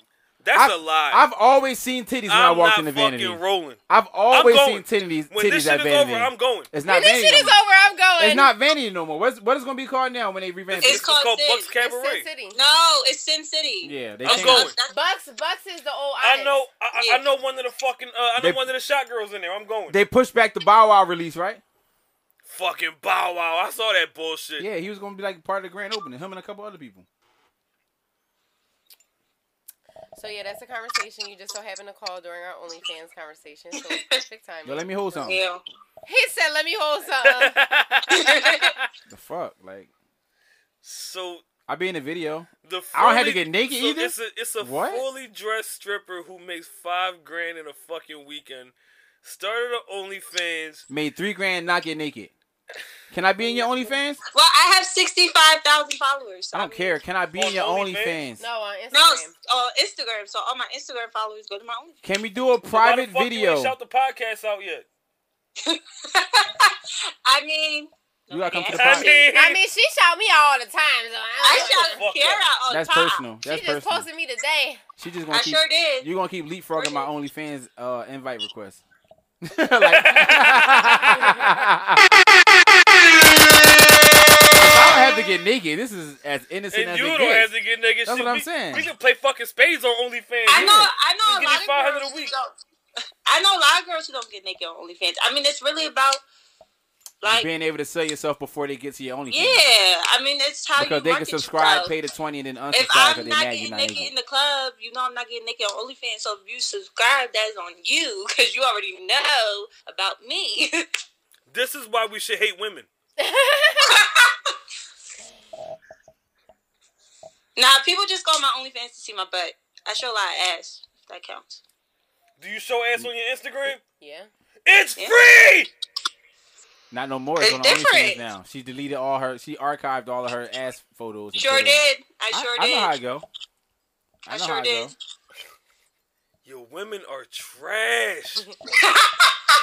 That's
I-
a lie.
I've always seen titties when I
I'm
walked
not
into
fucking
Vanity.
rolling.
I've always
I'm
seen
going.
titties,
When
titties
this shit
at
is
Vanity.
over, I'm going.
It's
when
not
this
Vanity.
shit is
no
over,
more.
I'm going.
It's not Vanity no more. What's what is gonna be called now when they revamp
It's
it?
It's
called
called
Sin.
Bucks
It's Sin
Cabaret.
City.
No, it's Sin City. Oh,
Yeah, they
I'm
changed
going.
it.
That's-
Bucks, Bucks is the old.
I
Onyx.
know. I, I- I
Yeah.
know one of the fucking. Uh, I know
They-
one of the shot girls in there. I'm going.
They pushed back the Bow Wow release, right?
fucking Bow Wow. I saw that bullshit.
Yeah, he was gonna be like part of the grand opening. Him and a couple other people.
So yeah, that's a conversation you just so happened to call during our OnlyFans conversation. So it's perfect timing.
Yo, let me hold something.
Yeah.
He said, "Let me hold um, something."
The fuck, like
So
I be in the video.
the
I don't have to
fully-
get naked
so
either?
It's a, it's a
What?
fully dressed stripper who makes five grand in a fucking weekend. Started her OnlyFans.
Made three grand, not get naked. Can I be in your OnlyFans?
Well, I have sixty-five thousand followers. so
I don't care. Can I be in your OnlyFans?
No, on Instagram.
No, uh, Instagram. So all my Instagram followers go to my OnlyFans.
Can we do a
Why the
private
fuck You
video?
ain't shout the podcast out yet.
I mean,
You gotta come to the
I
podcast.
mean,
I mean, she shout me out all the time. So I,
I
don't know.
shout
Fuck
Kiara out on
That's
top.
personal. That's
She just
personal.
posted me today.
She just gonna
I
keep.
sure did.
You gonna keep leapfrogging my OnlyFans uh, invite request. like, I don't have to get naked. This is as innocent
and
as
you
it
don't
gets.
have to get niggas.
That's
shit.
what I'm
we,
saying.
We can play fucking spades on OnlyFans.
I know.
Yeah.
I know
Just
a
give me
lot
500 a
of girls
week.
who don't. I know a lot of girls who don't get naked on OnlyFans. I mean, it's really about like
Being able to sell yourself before they get to your OnlyFans.
yeah. I mean, it's how
Because
you
they can
market
subscribe,
yourself.
pay the twenty, and then
if
unsubscribe because
I'm
they
not
mad you
getting
not
naked
able.
in the club, you know I'm not getting naked on OnlyFans. So if you subscribe, that's on you because you already know about me.
This is why we should hate women.
nah, people just go on my OnlyFans to see my butt. I show a lot of ass. If that counts.
Do you show
Mm.
ass on your Instagram?
Yeah.
It's
Yeah.
free.
Not no more. It's,
It's
on OnlyFans
different.
now. She deleted all her. She archived all of her ass photos. and
Sure
put them-
did. I
I,
sure
I
did.
know how I go. I,
I
know
sure
how I
did.
go.
Your women are trash.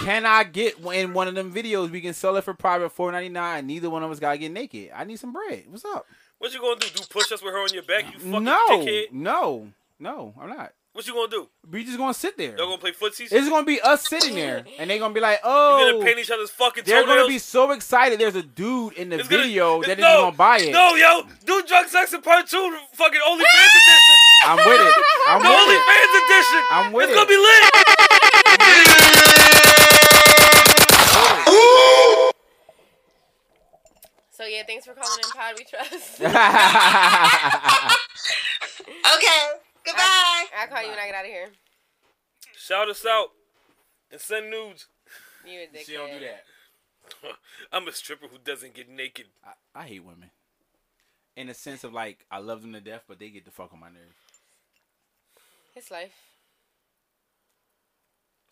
Can I get in one of them videos? We can sell it for private four ninety nine. Neither one of us gotta get naked. I need some bread. What's up?
What you gonna do? Do push-ups with her on your back? You fucking
no,
dickhead.
no, no. I'm not.
What you gonna do?
We just gonna sit there.
Y'all gonna play footsies?
It's gonna be us sitting there, and they gonna be like,
You're gonna
"Oh,
paint each other's fucking
they're gonna
toenails?
be so excited." There's a dude in the
It's gonna-
video
it's-
that is
no,
gonna buy it.
No, yo, do drug sex and part two, fucking OnlyFans edition.
I'm with it. I'm
The
with it.
OnlyFans edition.
I'm with it.
it's gonna be lit.
So yeah, thanks for calling in Pod We Trust.
Okay. Goodbye.
I'll call you when I get out of here.
Shout us out and send nudes.
You a dickhead.
she don't do that.
I'm a stripper who doesn't get naked.
I hate women. In the sense of like, I love them to death, but they get the fuck on my nerves.
It's life.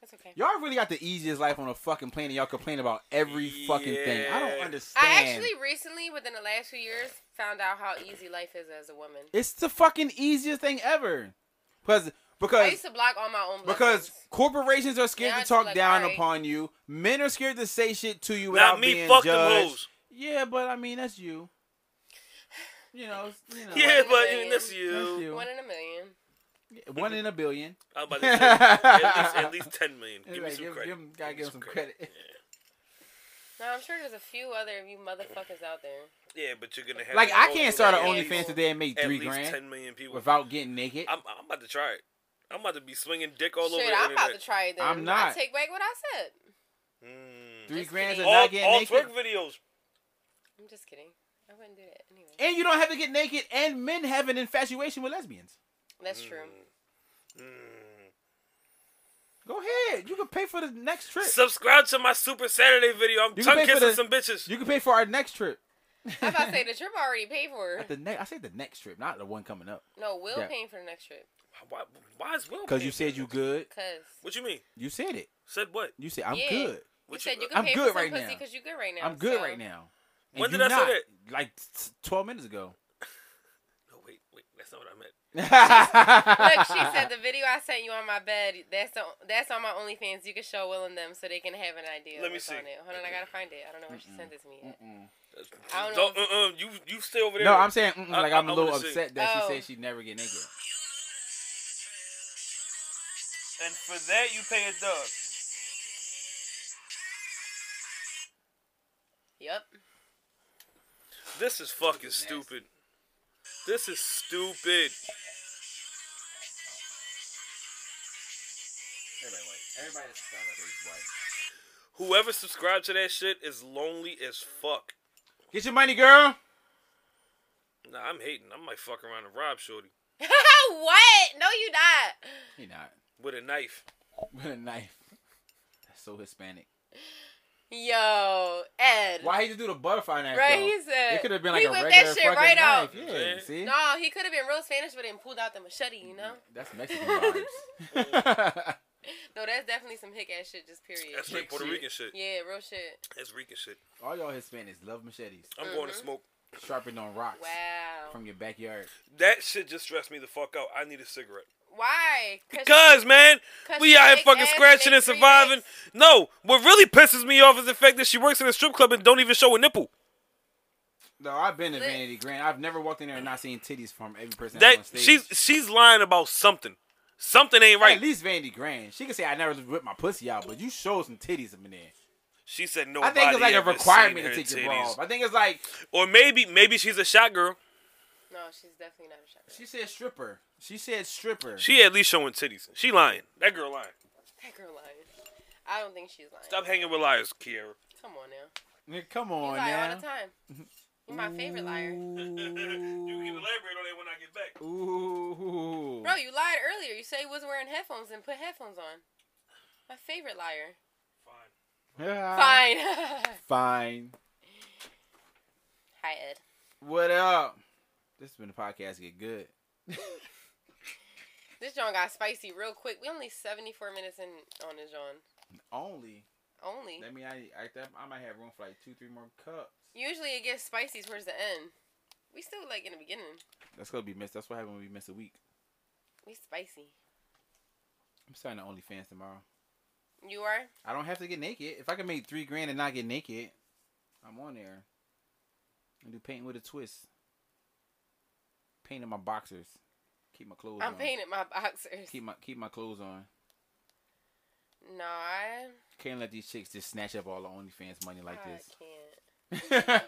That's okay.
Y'all really got the easiest life on a fucking planet. Y'all complain about every fucking thing. I don't
Yeah.
understand.
I actually recently, within the last few years, found out how easy life is as a woman.
it's the fucking easiest thing ever. Because
I
because
used to block all my own.
because
blessings.
corporations are scared
Now
to
it's
talk
like,
down
alright.
upon you. Men are scared to say shit to you without
Not me.
being
Fuck the
judged.
hoes.
Yeah, but I mean that's you. You know, it's- you know.
Yeah, but
One in a million.
that's
that's
you.
you.
one in a million.
One in a billion.
I'm about to say, at, least, at least 10 million. Give me
Like,
some
give-
credit.
give 'em- gotta
me
give 'em some credit.
Now I'm sure there's a few other of you motherfuckers out there.
Yeah, but you're gonna have
Like
to
I
go
can't
with
start an
at least-
OnlyFans today and make
at
three
least
grand
10 million people.
without getting naked.
I'm, I'm about to try it. I'm about to be swinging dick all over
Shit,
the
I'm about to
internet.
try it. Then.
I'm not.
I take back what I said.
Mm.
Three
Just
grand and
kidding.
All,
not getting
all
naked.
twerk videos.
I'm just kidding. I wouldn't do that anyway.
And you don't have to get naked, and men have an infatuation with lesbians.
That's true.
Mm. Go ahead. You can pay for the next trip.
Subscribe to my Super Saturday video. I'm
You can pay
tongue
for
kissing
the-
some bitches.
you can pay for our next trip.
I'm about to say the trip already paid for.
At the ne- I said the next trip, not the one coming up.
No, Will
Yeah.
paying for the next trip.
Why, why is Will?
Because
paying
you
for
said
it?
you good.
Cause
What you mean?
You said it.
Said what?
You said I'm
Yeah.
good. uh,
you
What
said you
you-
can
I'm
pay
good
for some
right
pussy
now.
because you're good right now.
I'm good
so-
right now. And
When
you
did I say
not.
that?
Like t- twelve minutes ago.
No, wait, wait. That's not what I meant.
Look, she said the video I sent you on my bed. That's on that's on my OnlyFans. You can show Will and them so they can have an idea. of
Let me
what's
see.
On it. Hold on, I gotta find it. I don't know where she sent it to me. Yet. I
I
don't
don't know. Uh, uh, you you stay over there.
no, I'm saying mm-mm,
I-
like
I-
I'm a
I
little
wanna see.
upset that
Oh.
she said she'd never get naked.
And for that, you pay a dub.
Yep.
This is fucking stupid. This is stupid. Whoever subscribed to that shit is lonely as fuck.
Get your money, girl.
Nah, I'm hating. I might fuck around and rob Shorty
what? No, you not.
He not
with a knife.
with a knife. That's so Hispanic.
Yo, Ed.
Why he just do the butterfly knife?
Right,
though?
he said-
it could have been like
he
a
whipped
regular
that shit
fucking
right
knife.
out.
Yeah, see,
No,
Mm,
he could have been real Spanish, but then pulled out the machete. You know.
that's Mexican vibes.
no, that's definitely some hick ass shit. Just period.
That's straight Puerto Rican shit.
Yeah, real shit.
That's Rican shit.
All y'all Hispanics love machetes.
I'm going to
Mm-hmm.
smoke.
Sharpened on rocks
Wow.
from your backyard.
That shit just stressed me the fuck out. I need a cigarette.
Why?
Because man,
Cause
we
she
out here
fake
fucking
ass
scratching
make
and surviving. No, what really pisses me off is the fact that she works in a strip club and don't even show a nipple.
No, I've been to
Lit.
Vanity Grand. I've never walked in there and not seen titties from every person that's
That
on stage.
she's she's lying about something. Something ain't right.
At least Vanity Grand. She can say I never whipped my pussy out, but you showed some titties up in there.
She said no.
I think it's like a requirement to take your bra off. I think it's like
Or maybe maybe she's a shot girl.
No, she's definitely not a shot.
she said stripper. She said stripper.
She at least showing titties. She lying. That girl lying.
That girl lying. I don't think she's lying.
Stop hanging with liars, Kiara.
Come on now.
Nigga, come
You
on
lie
now.
all the time. You're my favorite liar.
elaborate on that when I get back.
Ooh.
Bro, you lied earlier. You said you wasn't wearing headphones and put headphones on. My favorite liar.
Fine.
Fine.
Fine.
Hi, Ed.
What up? This has been the podcast. Get good.
This John got spicy real quick. We only 74 minutes in on this John.
Only.
Only.
That mean I I, that, I might have room for like two, three more cups.
Usually it gets spicy towards the end. We still like in the beginning.
That's gonna be missed. That's what happened when we miss a week.
We spicy.
I'm starting the OnlyFans tomorrow.
You are?
I don't have to get naked. If I can make three grand and not get naked, I'm on there. I do painting with a twist. Painting my boxers. Keep my clothes
I'm
on.
painting my boxers.
Keep my keep my clothes on.
No, I,
Can't let these chicks just snatch up all the OnlyFans money like
I
this.
can't.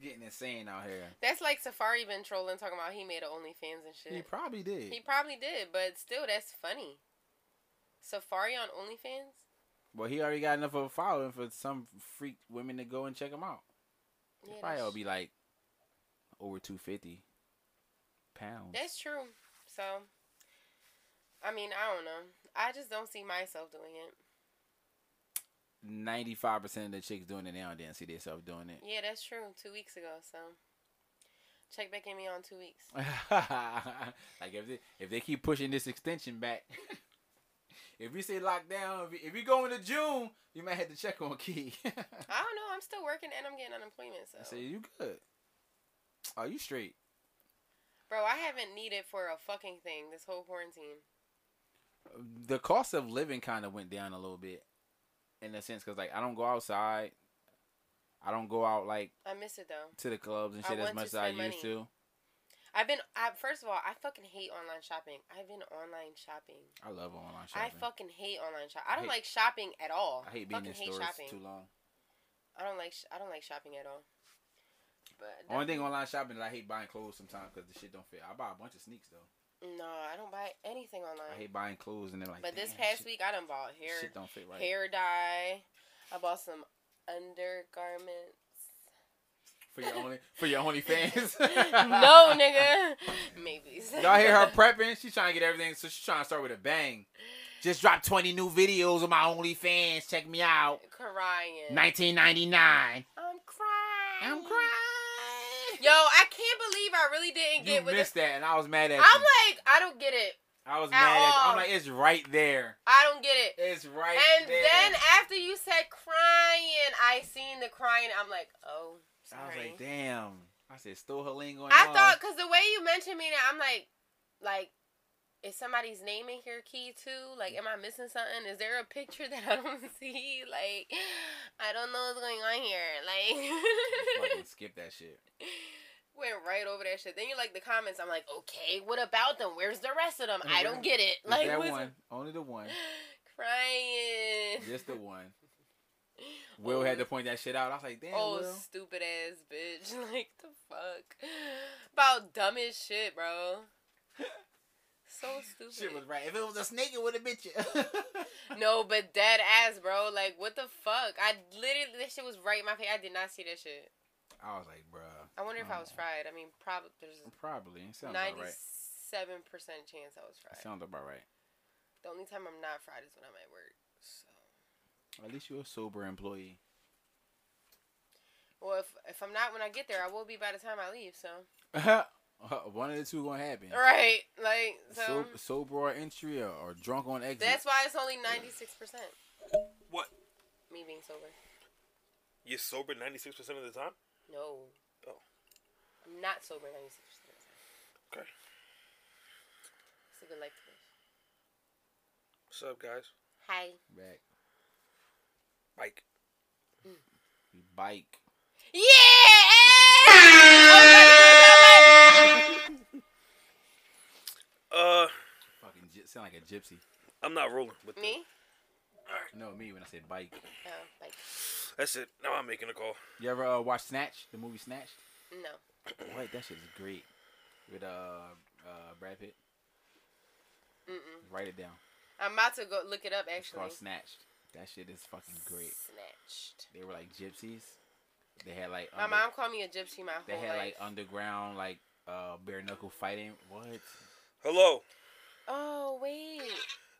Getting insane out here.
That's like Safari been trolling talking about he made a OnlyFans and shit.
He probably did.
He probably did, but still, that's funny. Safari on OnlyFans?
Well, he already got enough of a following for some freak women to go and check him out. It
Yeah,
probably
that's-
will be like over two fifty pounds.
That's true. So, I mean, I don't know. I just don't see myself doing it.
Ninety five percent of the chicks doing it now didn't see themselves doing it.
Yeah, that's true. Two weeks ago, so check back in me on two weeks.
like if they if they keep pushing this extension back, if we say lockdown, if we, if we go into June, you might have to check on Key.
I don't know. I'm still working and I'm getting unemployment. So,
I say you good. Are you straight?
bro, I haven't needed for a fucking thing this whole quarantine.
the cost of living kind of went down a little bit in a sense because like i don't go outside i don't go out like
I miss it though.
to the clubs and
I
shit as
want
much
to
as i
spend
used
money.
to
I've been. I, first of all, I fucking hate online shopping. I've been online shopping.
i love online shopping
I fucking hate online shopping. I don't
hate-
like shopping at all.
I hate being
fucking
in
hate
stores
shopping.
too long
I don't like sh- I don't like shopping at all. But
only thing online shopping is i hate buying clothes sometimes because the shit don't fit i buy a bunch of sneaks though
no, I don't buy anything online.
i hate buying clothes and they're like
but this
"Damn,
past
shit-
week I done bought hair
shit don't fit right
hair dye. I bought some undergarments.
for your only for your only fans
no, nigga. Maybe.
Y'all hear her prepping? She trying to get everything, so she's trying to start with a bang. Just dropped 20 new videos on my OnlyFans. Check me out.
crying.
1999.
I'm crying.
I'm crying.
Yo, I can't believe I really didn't
You
get with
missed
this.
that, and I was mad at
I'm
you.
like, I don't get it.
I was
at
mad at you.
all.
I'm like, it's right there.
I don't get it.
It's right
And
there.
then after you said crying, I seen the crying. I'm like, oh, sorry.
I was like, damn. I said, stole her lingo.
I thought because the way you mentioned me, now, I'm like, like, is somebody's name in here key too? Like, am I missing something? Is there a picture that I don't see? Like, I don't know what's going on here.
fucking
Like,
skip that shit.
went right over that shit. Then you like the comments. I'm like, okay, what about them? Where's the rest of them? I don't get it.
Just
Like,
Mm-hmm. that
what's-
one, only the one,
crying.
just the one. Will had to point that shit out. I was like, damn,
Oh,
Will.
stupid ass bitch. Like, the fuck? About dumb as shit, bro. So stupid.
Shit was right. If it was a snake, it would have bit you.
No, but dead ass, bro. Like, what the fuck? I literally, that shit was right in my face. I did not see that shit.
I was like, bruh.
I wonder if I was fried. I mean, probably there's a
Probably. It sounds about right.
97% chance I was fried.
Sounds about right.
The only time I'm not fried is when I'm at work. So,
At least you're a sober employee.
well, if if I'm not when I get there, I will be by the time I leave. So,
oh, One of the two gonna happen.
Right. Like so.
So, sober or entry or, or drunk on exit.
That's why it's only ninety six percent.
What?
Me being sober.
You're sober 96% of the time?
No.
Oh.
I'm not sober ninety six percent of the time.
Okay.
It's a good life to live.
What's up, guys?
Hi.
Back.
Mike.
We bike.
Yeah.
Uh,
Fucking gy- sound like a gypsy.
I'm not rolling with
Me?
No, me when I said bike.
Oh, like
that. That's it. Now I'm making a call.
You ever uh, watch Snatch? The movie Snatched?
no.
Wait, that shit is great. With uh, uh Brad Pitt.
Mm-mm.
Write it down.
I'm about to go look it up
It's
actually.
called Snatched. That shit is fucking great.
Snatched.
They were like gypsies. They had like
My
under-
mom called me a gypsy my whole
they had
life.
like underground like uh bare knuckle fighting. What?
Hello.
oh wait.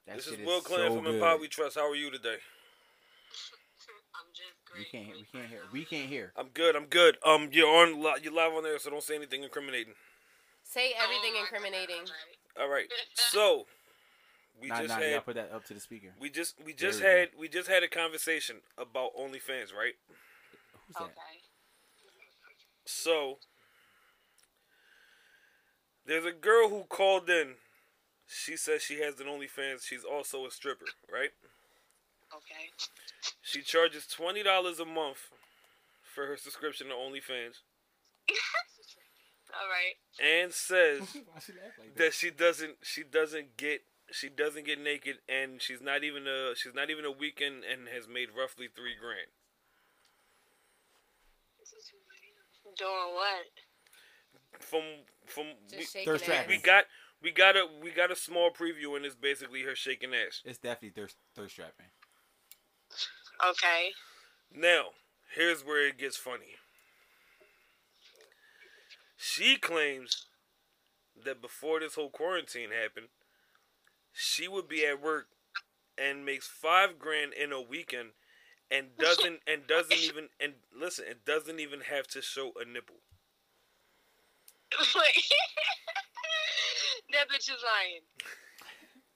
That
this
shit
is Will Clan
so
from
good.
Empire We Trust. How are you today?
I'm
We
just great.
can't hear. We can't hear. We can't hear.
I'm good. I'm good. Um, you're on. Li- you're live on there, so don't say anything incriminating.
Say everything
Oh my
incriminating.
God, right.
All right. So we
Nah,
just
nah. You gotta
had
put that up to the speaker.
we just we just
There we
had we just had a conversation about OnlyFans, right?
Who's that?
Okay.
So there's a girl who called in. She says she has an OnlyFans. She's also a stripper, right?
Okay.
She charges twenty dollars a month for her subscription to OnlyFans,
All right.
and says
Why she laugh like
that she doesn't she doesn't get she doesn't get naked and she's not even a she's not even a weekend and has made roughly three grand
Doing what?
from from we,
Just shaking
thirst
it.
trap.
we got we got a we got a small preview and it's basically her shaking ass
It's definitely thirst thirst trapping.
Okay.
now here's where it gets funny she claims that before this whole quarantine happened she would be at work and makes five grand in a weekend and doesn't and doesn't even and listen and doesn't even have to show a nipple
Wait. that bitch is lying.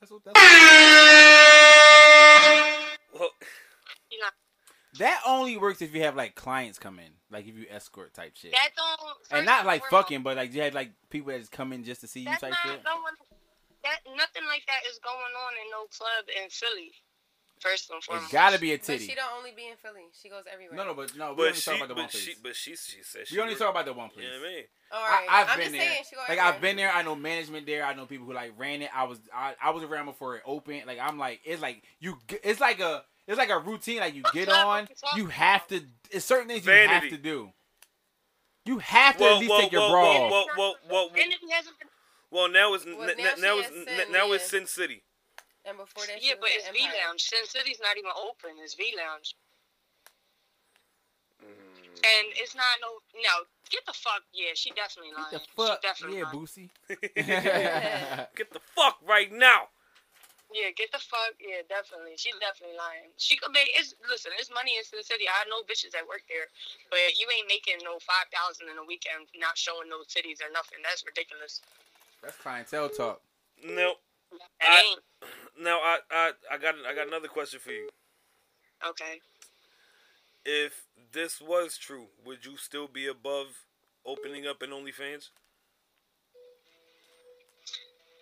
That's what, that's
well
You know
that only works if you have like clients come in, like if you escort type shit,
that don't.
and
first
not
of
like
all,
fucking, but like you had like people that just come in just to see you
That's
type
not
shit.
going. That nothing like that is going on in no club in Philly. First and foremost.
It's gotta be a
But she
titty.
don't only be in Philly. She goes everywhere.
No, no, but no. We
but
only
she
talk about the one
but she
place.
but she she said she
We only
worked-
talk about the one
you
place.
know what I mean
All
I,
right.
I've
am
been
just
there.
saying she go
like
everywhere.
I've been there. I know management there. I know people who like ran it. I was I, I was around before it opened. Like I'm like it's like you. g- It's like a it's like a routine. Like you get on. You have to. It's certain things you
Vanity.
have to do. You have to
Well,
at least
well,
take your
well,
bra
well,
off.
well, well, well, well,
And if he hasn't been,
well, now it's
Well,
n-
now
n- now
she
it's
has
n-
Sin,
now it's
yeah.
Sin City.
And before that,
yeah,
she was
but
in
it's V
Empire.
Lounge. Sin City's not even open. It's V Lounge.
Mm.
And it's not no no. Get the fuck. Yeah, she definitely lying.
What the fuck?
She definitely
Yeah,
lying.
Boosie.
Get the fuck right now.
Yeah, get the fuck. Yeah, definitely. She definitely lying. She could make. It's listen. It's money in the city. I know bitches that work there, but you ain't making no five thousand in a weekend, not showing no cities or nothing. That's ridiculous.
That's clientele talk.
No,
That
I-
ain't
now I, I I got I got another question for you.
okay.
If this was true, would you still be above opening up an OnlyFans?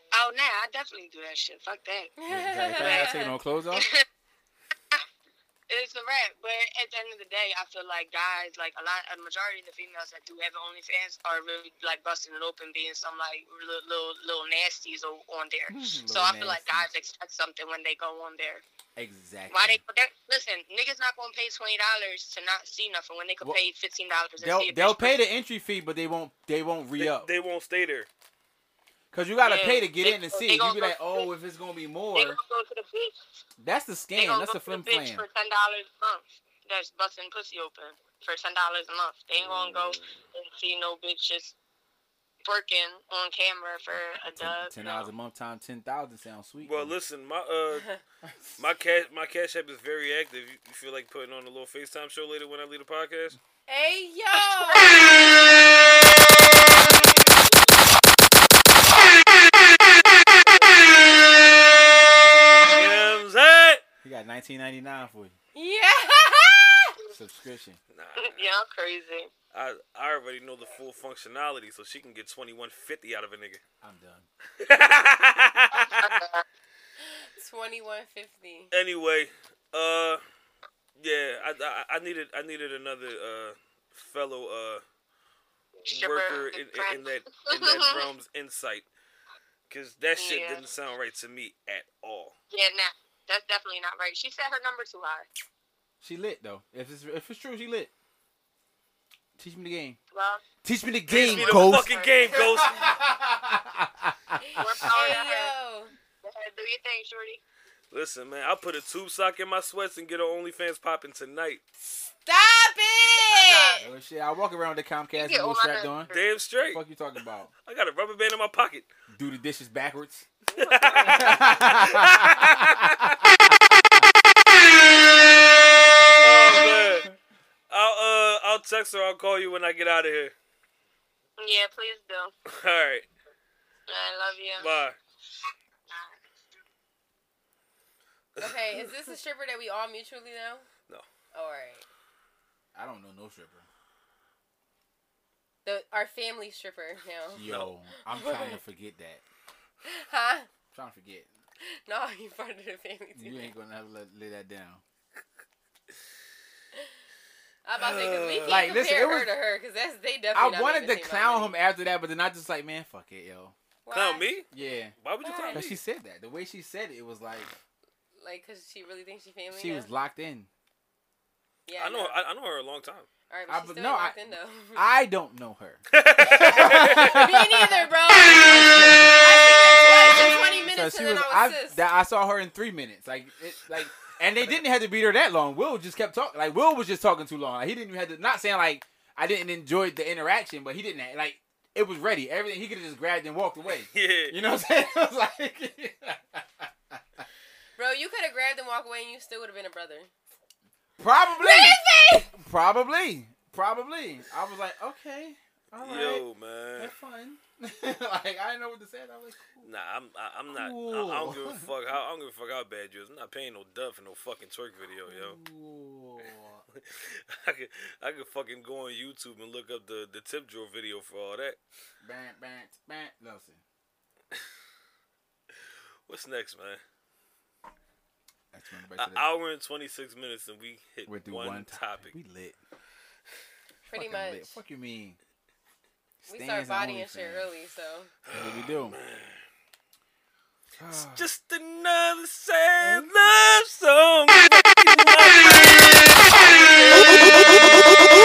Oh, nah, I definitely do that shit. Fuck that.
Yeah, if I ain't taking no clothes off.
It's a wrap, but at the end of the day, I feel like guys, like a lot, a majority of the females that do have OnlyFans are really like busting it open, being some like little little, little nasties o- on there. so
Little
I feel like guys
nasties.
expect something when they go on there.
Exactly.
Why they, they listen? Niggas not gonna pay twenty dollars to not see nothing when they could
Well,
pay fifteen dollars.
They'll they'll pay the entry fee, but they won't they won't re up.
They, they won't stay there.
Cause you gotta
Yeah,
pay to get
they-
in and
they
see. You
gonna
be
go-
like, oh, if it's gonna be
They
more,
gonna go to the beach.
that's the
They
scam.
gonna
That's
go
the flim
to the bitch
flam.
for ten dollars a month. That's busting pussy open for ten dollars a month. They ain't gonna go and see no bitch just working on camera for a dub.
Ten dollars a month time ten thousand sounds sweet.
Well,
man.
listen, my uh, my cash my cash app is very active. You, you feel like putting on a little FaceTime show later when I leave the podcast?
Hey yo.
nineteen ninety nine for you.
Yeah.
Subscription.
Nah,
yeah, I'm crazy.
I I already know the full functionality, so she can get twenty one fifty out of a nigga.
I'm done.
Twenty one fifty.
anyway, uh, yeah, I, I I needed I needed another uh fellow uh
Stripper
worker
and
in, in- in,
friend.
that in that realm's insight, cause that shit
Yeah.
didn't sound right to me at all.
Yeah, nah, that's definitely not right. She set her number too high.
She lit though. If it's if it's true, she lit. Teach me the game.
Well,
Teach me the
Give
game,
me the
Ghost.
fucking game, Ghost.
we're
Hey
following her.
yo.
Do your thing, shorty.
Listen, man, I'll put a tube sock in my sweats and get her OnlyFans popping tonight.
Stop it.
Oh, shit, I walk around with the Comcast
Get
and
all
no
my
strapped on.
nerves.
Damn straight.
Fuck you talking about?
I got a rubber band in my pocket.
Do the dishes backwards.
Oh, man. I'll uh I'll text her. I'll call you when I get out of here.
Yeah, please do.
All right,
I love you.
bye.
Okay, is this a stripper that we all mutually know?
No.
All right.
I don't know no stripper.
The our family stripper now.
Yo, I'm trying to forget that.
Huh?
I'm trying to forget.
No, you part of the family too.
You ain't gonna have to let, lay that down.
I'm about to say, 'cause we can't
Like,
compare
listen, it
her
was-
to her because that's they definitely.
I
not
wanted to
making the same
clown him
amount
after that, but then I just like, man, fuck it, yo.
of money.
Clown
Why?
me?
Yeah,
Why would you clown me?
but she said that. The way she said it, it was like
Like, cause she really thinks she family.
she
now?
was locked in.
Yeah.
I know. I, I know her a long time.
All right,
I
but she's still
be- no,
no,
I-
locked in though.
I don't know her.
me neither, bro. I seen her twice in 20
So
minutes
she
and then
was,
I
I,
was sis.
that- I saw her in three minutes. Like, it, like, and they didn't have to beat her that long. Will just kept talking. Like, Will was just talking too long. Like, he didn't even have to. Not saying like I didn't enjoy the interaction, but he didn't have- like. It was ready. Everything he could have just grabbed and walked away.
Yeah.
You know what I'm saying? I was like,
Bro, you could have grabbed and walked away and you still would have been a brother.
probably, probably, probably. I was like, okay, all right,
Yo, man.
have fun. like, I didn't know what to say. I was like,
Nah, I'm. I, I'm not. I, I
Cool.
don't give a fuck. How, I don't give a fuck how bad you is. I'm not paying no dub for no fucking twerk video, yo.
cool.
I could. I could fucking go on YouTube and look up the the tip drill video for all that.
bam, bam, bam. Listen,
What's next, man?
that's when we
An
back to the-
hour and twenty six minutes, and we hit
we're through
one, topic.
topic. We lit.
Pretty
Fucking
much.
Lit. Fuck you mean?
We
Stands
started
and
bodying shit
OnlyFans.
early, so.
What do we do?
It's just another sad
Oh.
love song.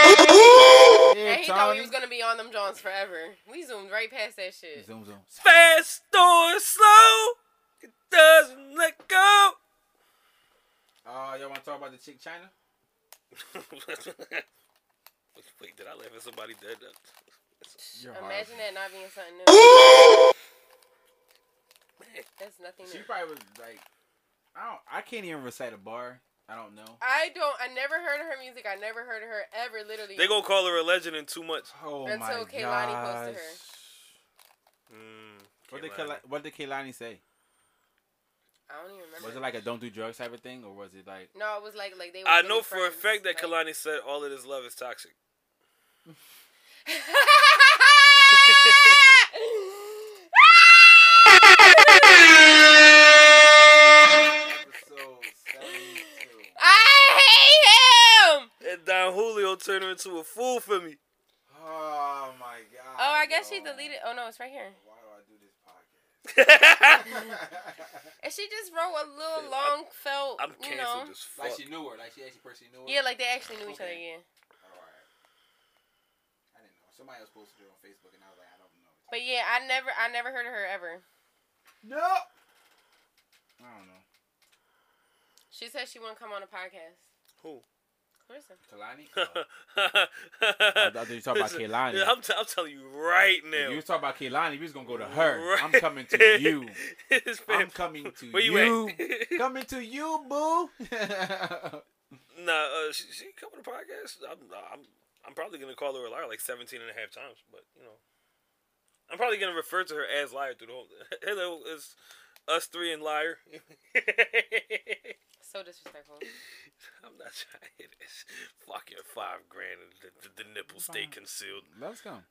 And
Yeah,
he thought we
Tony.
was gonna be on them Johns forever. We zoomed right past that shit.
Zoom zoom.
Fast or slow, it doesn't let go.
Uh, y'all want to talk about the chick China?
Wait, did I laugh at somebody dead? That-
You're
Imagine that not being something new. That's nothing
She
new.
probably was like, I don't. I can't even recite a bar. I don't know.
I don't. I never heard of her music. I never heard of her ever. Literally.
They gonna call her a legend in two months.
Oh
That's
my
so Kehlani posted
gosh.
her.
Mm,
What did
Kehlani.
Kehlani, what did Kehlani say?
I don't even remember.
Was it like a don't do drugs type of thing, or was it like
No, it was like like they. Were
I know
really
for a
friends,
fact that
like-
Kalani said all of this love is toxic.
episode seventy-two?
I hate him.
And Don Julio turned her into a fool for me.
Oh my god.
Oh, I guess she deleted. Oh no, it's right here.
Why do I do this podcast?
And she just wrote a little long felt.
I'm
you know.
canceled as fuck.
like she knew her. Like she actually personally knew her.
Yeah, like they actually knew each other. Yeah.
Alright. I didn't know. Somebody else posted it on Facebook, and I was like, I don't know.
But yeah, I never, I never heard of her ever.
No. I don't know.
She said she wouldn't come on the podcast.
Who?
Clarissa.
Kalani.
I
thought you were talking about Kehlani.
Oh. Yeah, I'm, t- I'm telling you right now.
you was talking about Kalani. You was gonna go to her. I'm
Right.
coming to you.
It's
I'm
been-
coming to
Where you
you.
at?
coming to you, boo.
Nah, uh, she, she come on the podcast. I'm, I'm, I'm probably gonna call her a liar like 17 and a half times, but you know, I'm probably gonna refer to her as liar through the whole. Hello, it's us three and liar.
so disrespectful.
I'm not trying to hit this. Fuck your five grand and the, the, the nipple stay concealed.
Let us come.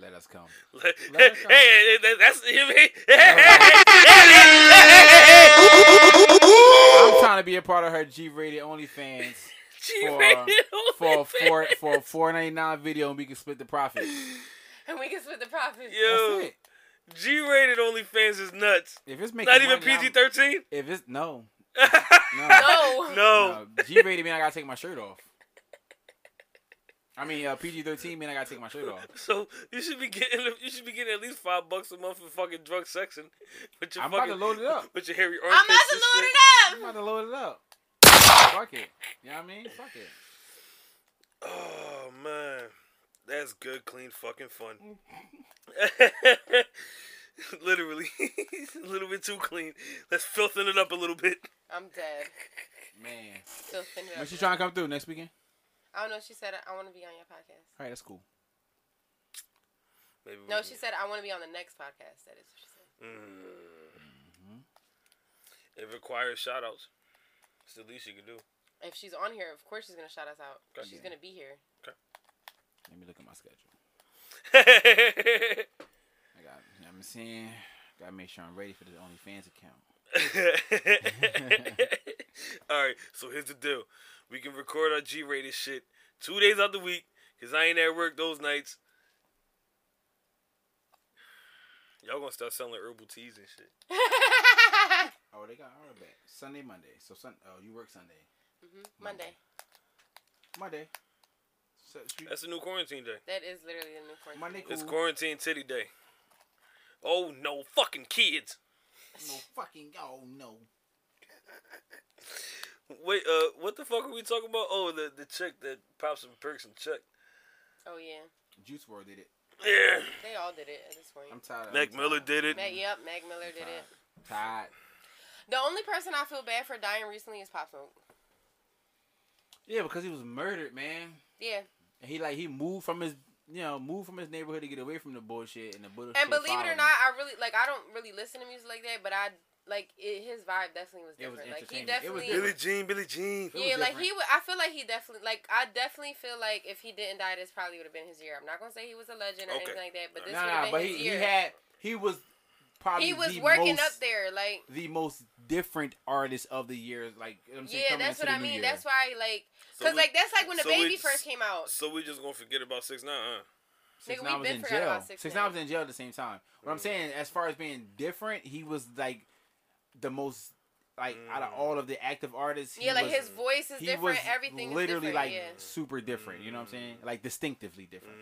Let us come.
hey,
Let us go.
hey, that- that's him. Hey,
I'm trying to be a part of her G rated OnlyFans for for for four ninety nine video, and we can split the profit.
And we can split the profits.
That's
Yo,
it.
G-rated OnlyFans is nuts.
If it's making
Not even
money, I'm-
PG-13.
If it's no, no,
No.
No,
G rated mean I gotta take my shirt off. I mean uh, PG thirteen mean I gotta take my shirt off.
so you should be getting you should be getting at least five bucks a month for fucking drug sexing. With your
I'm about
fucking,
to load it up.
With your hairy
I'm
armpits.
about to
and
load
shit.
it
I'm
up.
about to load it up. Fuck it. You know what I mean? Fuck it.
Oh man, that's good, clean, fucking fun. Literally, a little bit too clean. Let's filthen it up a little bit.
I'm dead.
Man.
Still thinking
When
about
she
that.
trying to come through next weekend?
I don't know. Oh, She said I want to be on your podcast.
Alright, that's cool.
Maybe we
No,
can- mm.
she said I want to be on the next podcast. That is what she said.
Mm-hmm.
it requires shout outs. It's the least you can do.
If she's on here, of course she's gonna shout us out.
Okay.
She's gonna be here.
Let me look at my schedule. I got you know what I'm saying? Gotta make sure I'm ready for the OnlyFans account.
All right, so here's the deal: we can record our G-rated shit two days out the week because I ain't at work those nights. Y'all gonna start selling herbal teas and shit.
Oh, they got all of that. Sunday, Monday. So sun oh you work Sunday.
Monday.
Monday. So, should we-
That's the new quarantine day.
That is literally the new quarantine.
Monday cool.
It's quarantine titty day. Oh no, fucking kids!
No fucking oh no.
Wait, uh, what the fuck are we talking about? Oh, the the chick that pops and perks and check.
Oh yeah,
Juice World did it.
Yeah,
they all did it at this point.
I'm tired of
Mac
I'm
Miller
tired.
did it.
Mac, yep, Mac Miller did it.
Tired.
The only person I feel bad for dying recently is Pop Smoke.
Yeah, because he was murdered, man.
Yeah,
And he like he moved from his you know, moved from his neighborhood to get away from the bullshit and the bullshit.
and believe
followed
it or
him.
not, I really like. I don't really listen to music like that, but I like it, his vibe. Definitely was
It was
different. like he
entertaining. It was
definitely.
Billy Jean, Billy Jean.
It was
yeah, like
different.
he would. I feel like he definitely, like I definitely feel like if he didn't die, this probably would have been his year. I'm not gonna say he was a legend or
Okay.
anything like that, but this
Nah,
would
nah,
have
but
been
he,
his
he
year.
had he was probably
he was
the
working up
most,
there, like
the most different artist of the year. Like you know what I'm saying,
yeah,
coming
that's
into
what I
the
mean.
new year.
That's why, like,
So
cause
we-
like that's like when the
so
baby
we-
first came out.
So we just gonna forget about six nine. Huh?
Six
Nigga,
Nine
we
was
been
in
forgot about
jail.
Six
Six
Nine.
Nine was in jail at the same time. What
Mm.
I'm saying, as far as being different, he was like the most like out
Mm.
of all of the active artists. he
Yeah, like
was-
his voice is
he
different.
was
Everything
literally
is different.
like
yeah,
super different. You know what I'm
Mm.
saying? Like distinctively different.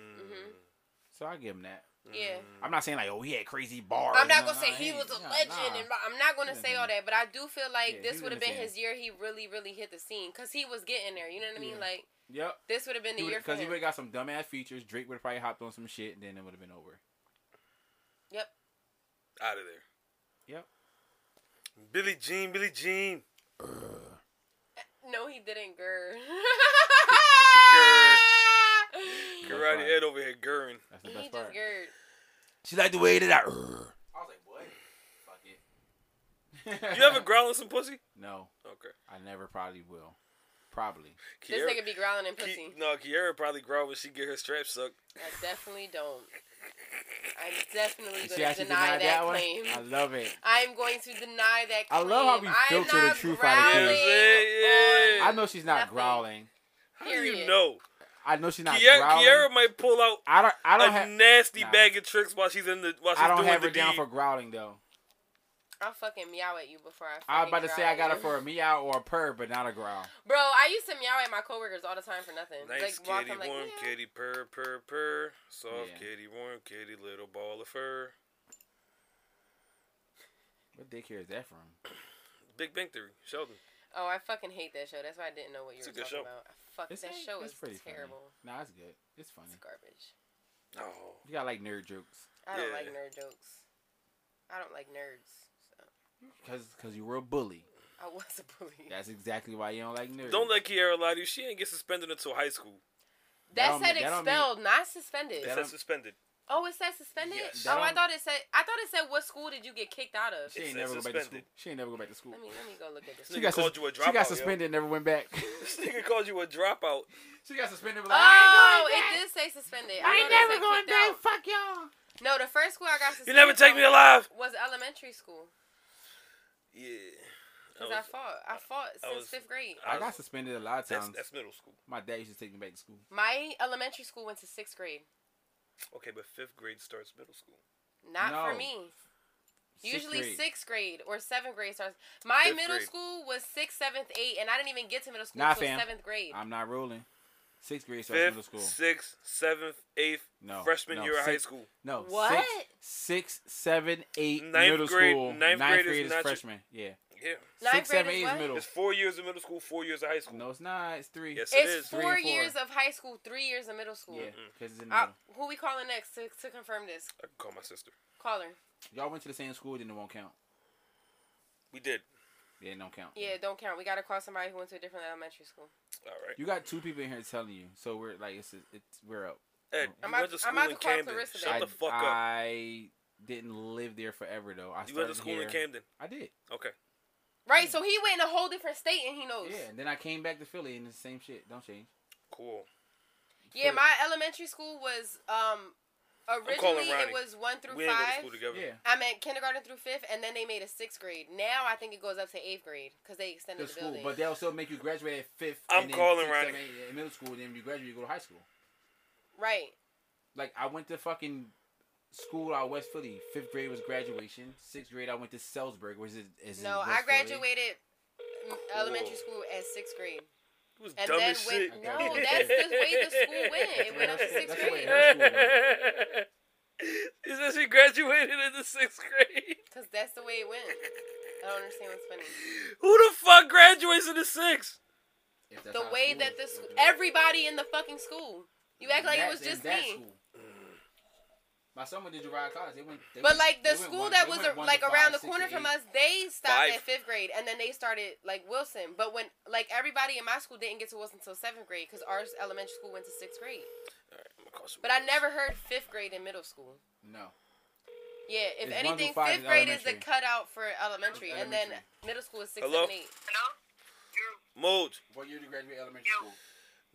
So I give him that.
Mm-hmm. yeah.
I'm not saying like oh he had crazy bars.
I'm not
No,
gonna
no,
say he was a
nah,
legend,
nah.
and I'm not gonna
Yeah,
say
man.
all that, but I do feel like
Yeah,
this
he's
would have been
understand.
his year. He really, really hit the scene because he was getting there. You know what I mean?
Yeah.
Like
Yep.
this would have been the year for
Because he
him.
would have got some dumbass features. Drake would have probably hopped on some shit, and then it would have been over.
Yep.
Out of there.
Yep.
Billy Jean, Billy Jean.
No, he didn't. Grr.
Karate Ed over here gurring.
That's the
He
best
just
part.
gird.
She like the way that I. I was like, what? Fuck it.
You ever growl at some pussy?
No,
Okay.
I never probably will. Probably.
This
Kiara-
nigga be growling and
Ki-
pussy.
no, Kiara probably growl when she get her strap sucked.
I definitely don't. I'm definitely
She
going to
actually
deny
denied
that
that one.
claim.
I love it.
I'm going to deny that claim.
I love how we
I'm
filter the
not
truth out of
growling.
kids.
Yeah, yeah,
I
on-
know she's not
Nothing.
growling.
How do you
Period.
know?
I know she's not
Kiara,
growling.
Kiara might pull out
I don't. I
a
don't have.
nasty
nah.
bag of tricks while she's in the while she's
I don't
doing
have
the
her down
deed.
for growling though.
I'll fucking meow at you before I.
I
fucking
was about to
growl
say I
at
got her
you.
for a meow or a purr, but not a growl.
Bro, I used to meow at my coworkers all the time for nothing.
Nice
like walk,
kitty,
I'm like,
warm
meow.
kitty, purr, purr, purr. Soft
Yeah.
kitty, warm kitty, little ball of fur.
What daycare is that from?
Big Bang Theory, Sheldon.
Oh, I fucking hate that show. That's why I didn't know what you
It's a
were
good
talking
show.
about. Fuck
It's
that
ain't-
show
it's
is
pretty funny.
terrible.
Nah, it's good. It's funny.
It's garbage.
Oh,
You got like nerd jokes
I don't
Yeah.
like nerd jokes. I don't like nerds. So.
because because you were a bully.
I was a bully.
That's exactly why you don't like nerds.
don't let Kiara lie to you. She ain't get suspended until high school.
That
That
don't
said
mean- that don't mean-
expelled, not suspended.
It said suspended.
Oh, it says suspended.
Yes.
Oh, I thought it said. I thought it said what school did you get kicked out of?
She
It
ain't
says
never go back to school.
suspended.
She ain't never go back to school.
Let me let me go look at this.
Nigga
She got,
called
sus-
you a
she
dropout, yo.
got suspended and never went back.
This nigga called you a dropout.
she got suspended. was Like,
Oh, it did say suspended. I,
I ain't
know they
never
said
going
kicked
back.
out.
Fuck y'all.
No, the first school I got
You
suspended.
never take me
from
alive.
Was elementary school
Yeah.
because
I
I
was-
fought. I fought since
was-
fifth grade.
I got suspended a lot of
That's,
times.
that's middle school.
My dad used to take me back to school.
My elementary school went to sixth grade.
Okay, but fifth grade starts middle school.
Not for
No.
me.
Sixth
Usually
grade.
sixth grade or seventh grade starts. My
Fifth
middle
grade.
school was sixth, seventh, eighth, and I didn't even get to middle school
Nah,
until
fam. Uh,
seventh grade.
I'm not rolling. Sixth grade starts middle
Fifth,
school.
sixth, seventh, eighth,
No,
freshman
no,
year of high
sixth-
school.
No.
What?
Six, six, seven, eight.
Ninth
middle
grade-
school.
ninth
Ninth,
grade is
grade is,
not your-
freshman. Yeah.
Yeah.
Ninth
six,
grade
seven,
is
eight is
what?
middle.
It's four years of middle school, four years of high school.
No, it's not. It's three.
Yes, it
It's
is.
Three
four,
and four.
years of high school, three years of middle school.
Yeah, because it's in the
Uh,
middle.
who we calling next to, to confirm this?
I can call my sister.
Call her.
Y'all went to the same school, then it won't count.
We did.
Yeah, it don't count.
Yeah, don't count. We gotta call somebody who went to a different elementary school.
All right.
You got two people in here telling you, so we're like, it's it's we're up.
Ed,
I'm
you
about
went
to-
to
I'm
school
about
in
to call
Camden.
Clarissa
Shut
I,
the fuck up.
I didn't live there forever though. I
You went to
started
school
here.
in Camden.
I did.
Okay.
Right, so he went in a whole different state and he knows.
Yeah, and then I came back to Philly and it's the same shit. Don't change.
Cool.
Yeah, my elementary school was um originally it
Ronnie.
was one through
We ain't going to
five.
school together.
Yeah.
I'm at kindergarten through fifth, and then they made a sixth grade. Now I think it goes up to eighth grade because they extended
The
the,
school,
building.
but they'll still make you graduate at fifth.
I'm
and then
calling
sixth,
Ronnie.
seventh, eighth, in middle school, and then you graduate, you go to high school.
right.
Like I went to fucking school out West Philly. Fifth grade was graduation. Sixth grade I went to Selzberg, which is, is in
No, I
West Philly.
graduated mm, elementary school at sixth grade.
It was
And
dumb
then
as
went,
shit.
no,
I got you.
that's the way the school went. It went up to
That's
sixth
the way
grade.
it is.
He said she graduated in the sixth grade.
Because that's the way it went. I don't understand what's funny.
Who the fuck graduates in the sixth?
If that's
The
how
way
school is,
that
we'll
the school,
do it.
everybody in the fucking school. You act like it
That-
was
in
just
that
me.
school. My son went to Girard College. They went, they
But
went-
like
they went
the school
one- they
that was
went
a,
one
like
to five,
around the
six to
corner from
eight.
us, they
Five.
stopped at fifth grade, and then they started like Wilson. But when like everybody in my school didn't get to Wilson until seventh grade, because ours elementary school went to sixth grade.
Alright, I'm gonna call
But I never heard fifth grade in middle school.
No.
Yeah,
It's one
if
through
anything,
five is
fifth grade is the
elementary.
cutout for elementary, and then
Elementary.
middle school is six,
Hello?
seven, eight.
Modes,
What year did you graduate elementary school?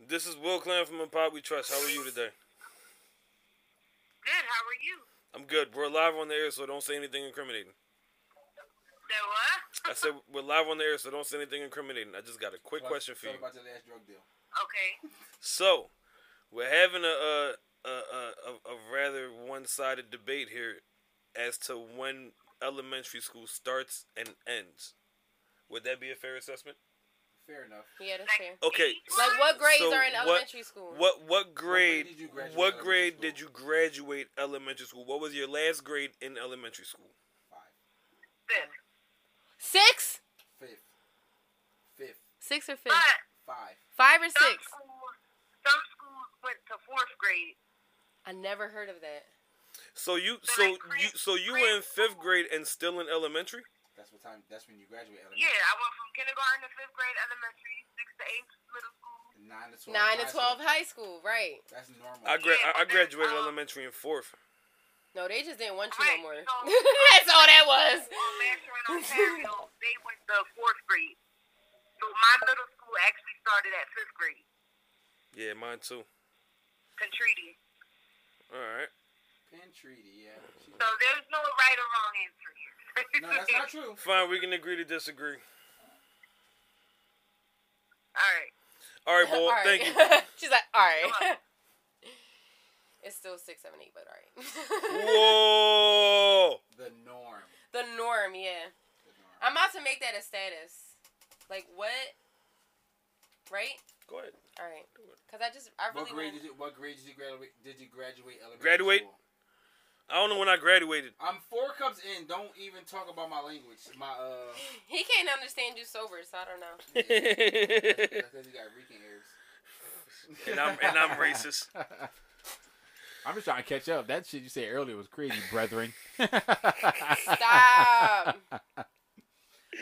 this is Will Clan from Impop We Trust. How are you today?
Good. How are you?
I'm good. We're live on the air, so don't say anything incriminating.
The what?
I said we're live on the air, so don't say anything incriminating. I just got a quick question for you.
about your last drug deal.
Okay.
So, we're having a a, a, a, a rather one sided debate here as to when elementary school starts and ends. Would that be a fair assessment?
Fair enough.
Yeah, that's fair.
Okay.
Like what grades
So
are in
what-
elementary school?
What what grade
did you graduate
what
elementary
grade
school?
did you graduate elementary school? What was your last grade in elementary school?
Fifth.
Six,
Fifth. Fifth.
six or fifth?
But
Five.
Five or
some
six?
schools, some schools went to fourth grade.
I never heard of that.
So you
But
so
I
you
grad-
so you were in 5th grade and still in elementary?
That's what time. That's when you graduate elementary.
Yeah, I went from kindergarten to fifth grade, elementary, sixth to eighth, middle school.
Nine to twelve.
Nine
high
to
school.
twelve high school, right?
That's normal.
I gra- I,
Yeah,
I
but then,
graduated
um,
elementary in 4th.
No, they just didn't want you no
Right,
more.
so-
That's all that was.
Well, Master in Ontario, they went to fourth grade. So my middle school actually started at fifth grade,
Yeah, mine too.
Contriti.
All right.
Penn Treaty. Yeah. She-
So there's no right or wrong answer here.
no, that's not true.
Fine, we can agree to disagree.
All right.
All right, well,
all right.
thank you.
She's like, all right.
Come
it's still six, seven, eight, but all right.
Whoa!
The norm.
the norm, yeah. I'm about to make that a status. Like what? Right?
Go ahead.
All right. Cause I just, I
What
really.
grade
wanna-
did you? What grade did you graduate? Did you graduate elementary?
Graduate?
School?
I don't know when I graduated.
I'm four cups in. Don't even talk about my language. My uh.
He can't understand you sober, so I don't know.
yeah,
and
that's 'cause you got reeking ears.
I'm and I'm racist.
I'm just trying to catch up. That shit you said earlier was crazy, brethren.
Stop.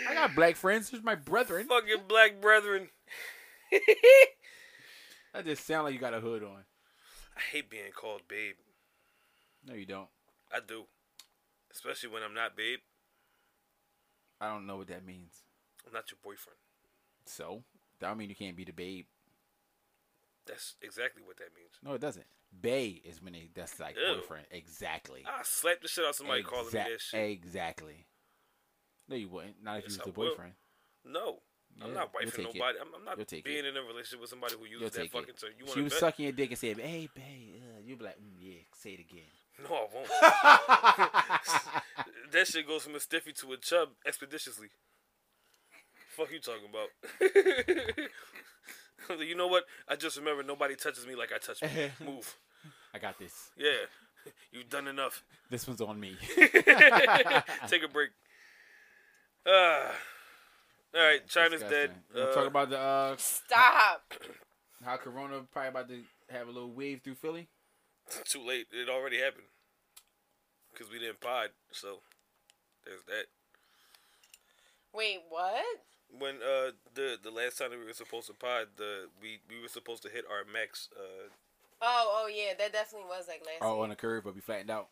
I got black friends. There's my brethren.
Fucking black brethren.
That just sound like you got a hood on.
I hate being called babe.
No, you don't.
I do, especially when I'm not babe.
I don't know what that means.
I'm not your boyfriend.
So that don't mean you can't be the babe.
That's exactly what that means.
No, it doesn't. Bay is when they, that's like
Ew.
boyfriend. Exactly.
I slapped the shit out of somebody calling me
Exac-
that shit.
Exactly. No, you wouldn't. Not if
Yes,
you was
I
the
will.
boyfriend.
No, I'm
Yeah,
not
you'll
wifing
take it.
nobody. I'm, I'm not
You'll take
being in a relationship with somebody who
You'll
uses that
take
fucking
it.
term. You
She
want
was
to
sucking your dick and said, "Hey, babe," uh, you'd be like, mm, "Yeah, say it again."
No, I won't. that shit goes from a stiffy to a chub expeditiously. Fuck you talking about? I'm like, you know what? I just remember nobody touches me like I touch me. Move.
I got this.
Yeah. You've done enough.
This one's on me.
Take a break. Uh, all right, China's dead.
Disgusting. You wanna
Uh,
talk about the uh,
Stop.
how Corona probably about to have a little wave through Philly.
too late. It already happened because we didn't pod. So there's that.
Wait, what?
When uh the the last time that we were supposed to pod, the we we were supposed to hit our max. Uh,
Oh, oh yeah, that definitely was like last
Oh,
week.
on a curve, but we flattened out.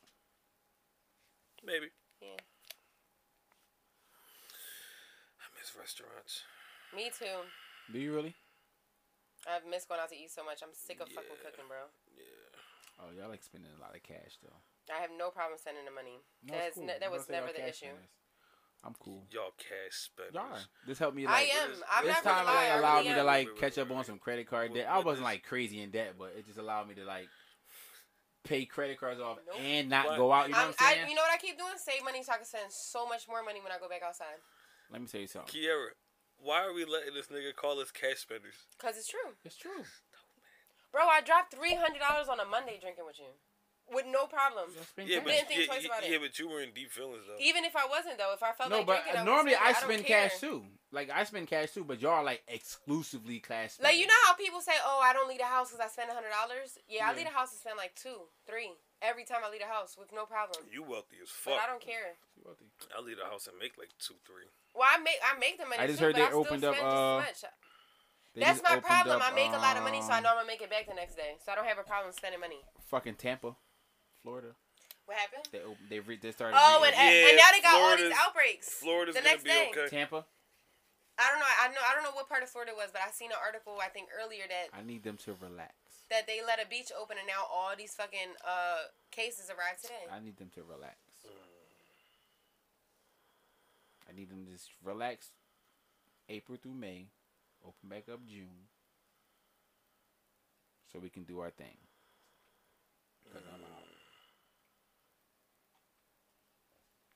maybe.
Yeah.
I miss restaurants.
Me too.
Do you really?
I've missed going out to eat so much. I'm sick of fucking
Yeah.
cooking, bro.
Oh, y'all like spending a lot of cash though.
I have no problem sending the money.
No, it's
That's
cool.
ne-
I
that
don't
was
think
never
y'all
the
cash
issue.
spenders. I'm cool.
Y'all cash spenders.
Y'all are. This helped me.
I
Like,
am.
is-
I'm
this
not
time
gonna lie.
it
I
allowed
really
me to
am.
like
Wait, wait,
catch
wait,
up on
wait.
some credit card
What-
debt. I
what
wasn't
this-
like crazy in debt, but it just allowed me to like pay credit cards off
Nope.
and not
What?
go out. You know
I'm,
what I'm
I,
saying?
you know what I keep doing? Save money so I can send so much more money when I go back outside.
Let me tell you something.
Kiera, why are we letting this nigga call us cash spenders?
Cause it's true,
It's true.
bro. I dropped three hundred dollars on a Monday drinking with you, with no problem.
Y'all spend
Yeah,
cash.
but
Didn't think
yeah,
twice
yeah,
about it.
yeah, but you were in deep feelings though.
Even if I wasn't though, if I felt
no,
like
but
drinking, I would
Uh, normally
spend it.
I
I don't
spend
care.
cash too. Like I spend cash too, but y'all are like exclusively cash.
Like you
spenders.
know how people say, "Oh, I don't leave the house because I spend hundred dollars." Yeah, I
Yeah.
leave the house and spend like two, three every time I leave the house with no problem.
You wealthy as fuck.
But I don't care.
I leave the house and make like two, three.
Well, I make I make the money.
I just
too,
heard
but
they
I still
opened up,
spend just
uh,
as much.
They
That's
just
my
opened
problem.
up,
I make a lot of money, so I
um,
know I'm gonna make it back the next day. So I don't have a problem spending money.
Fucking Tampa, Florida.
What happened?
They opened, they re- they started.
Oh, and,
reopening-
Yeah,
and now they got all
Florida's-
these outbreaks.
Florida's
the
gonna
next
be
day.
okay.
Tampa.
I don't know. I know. I don't know what part of Florida it was, but I seen an article I think earlier that
I need them to relax.
that they let a beach open and now all these fucking uh cases arrived today.
I need them to relax. I need them to just relax. April through May, open back up June, so we can do our thing. 'Cause I'm out.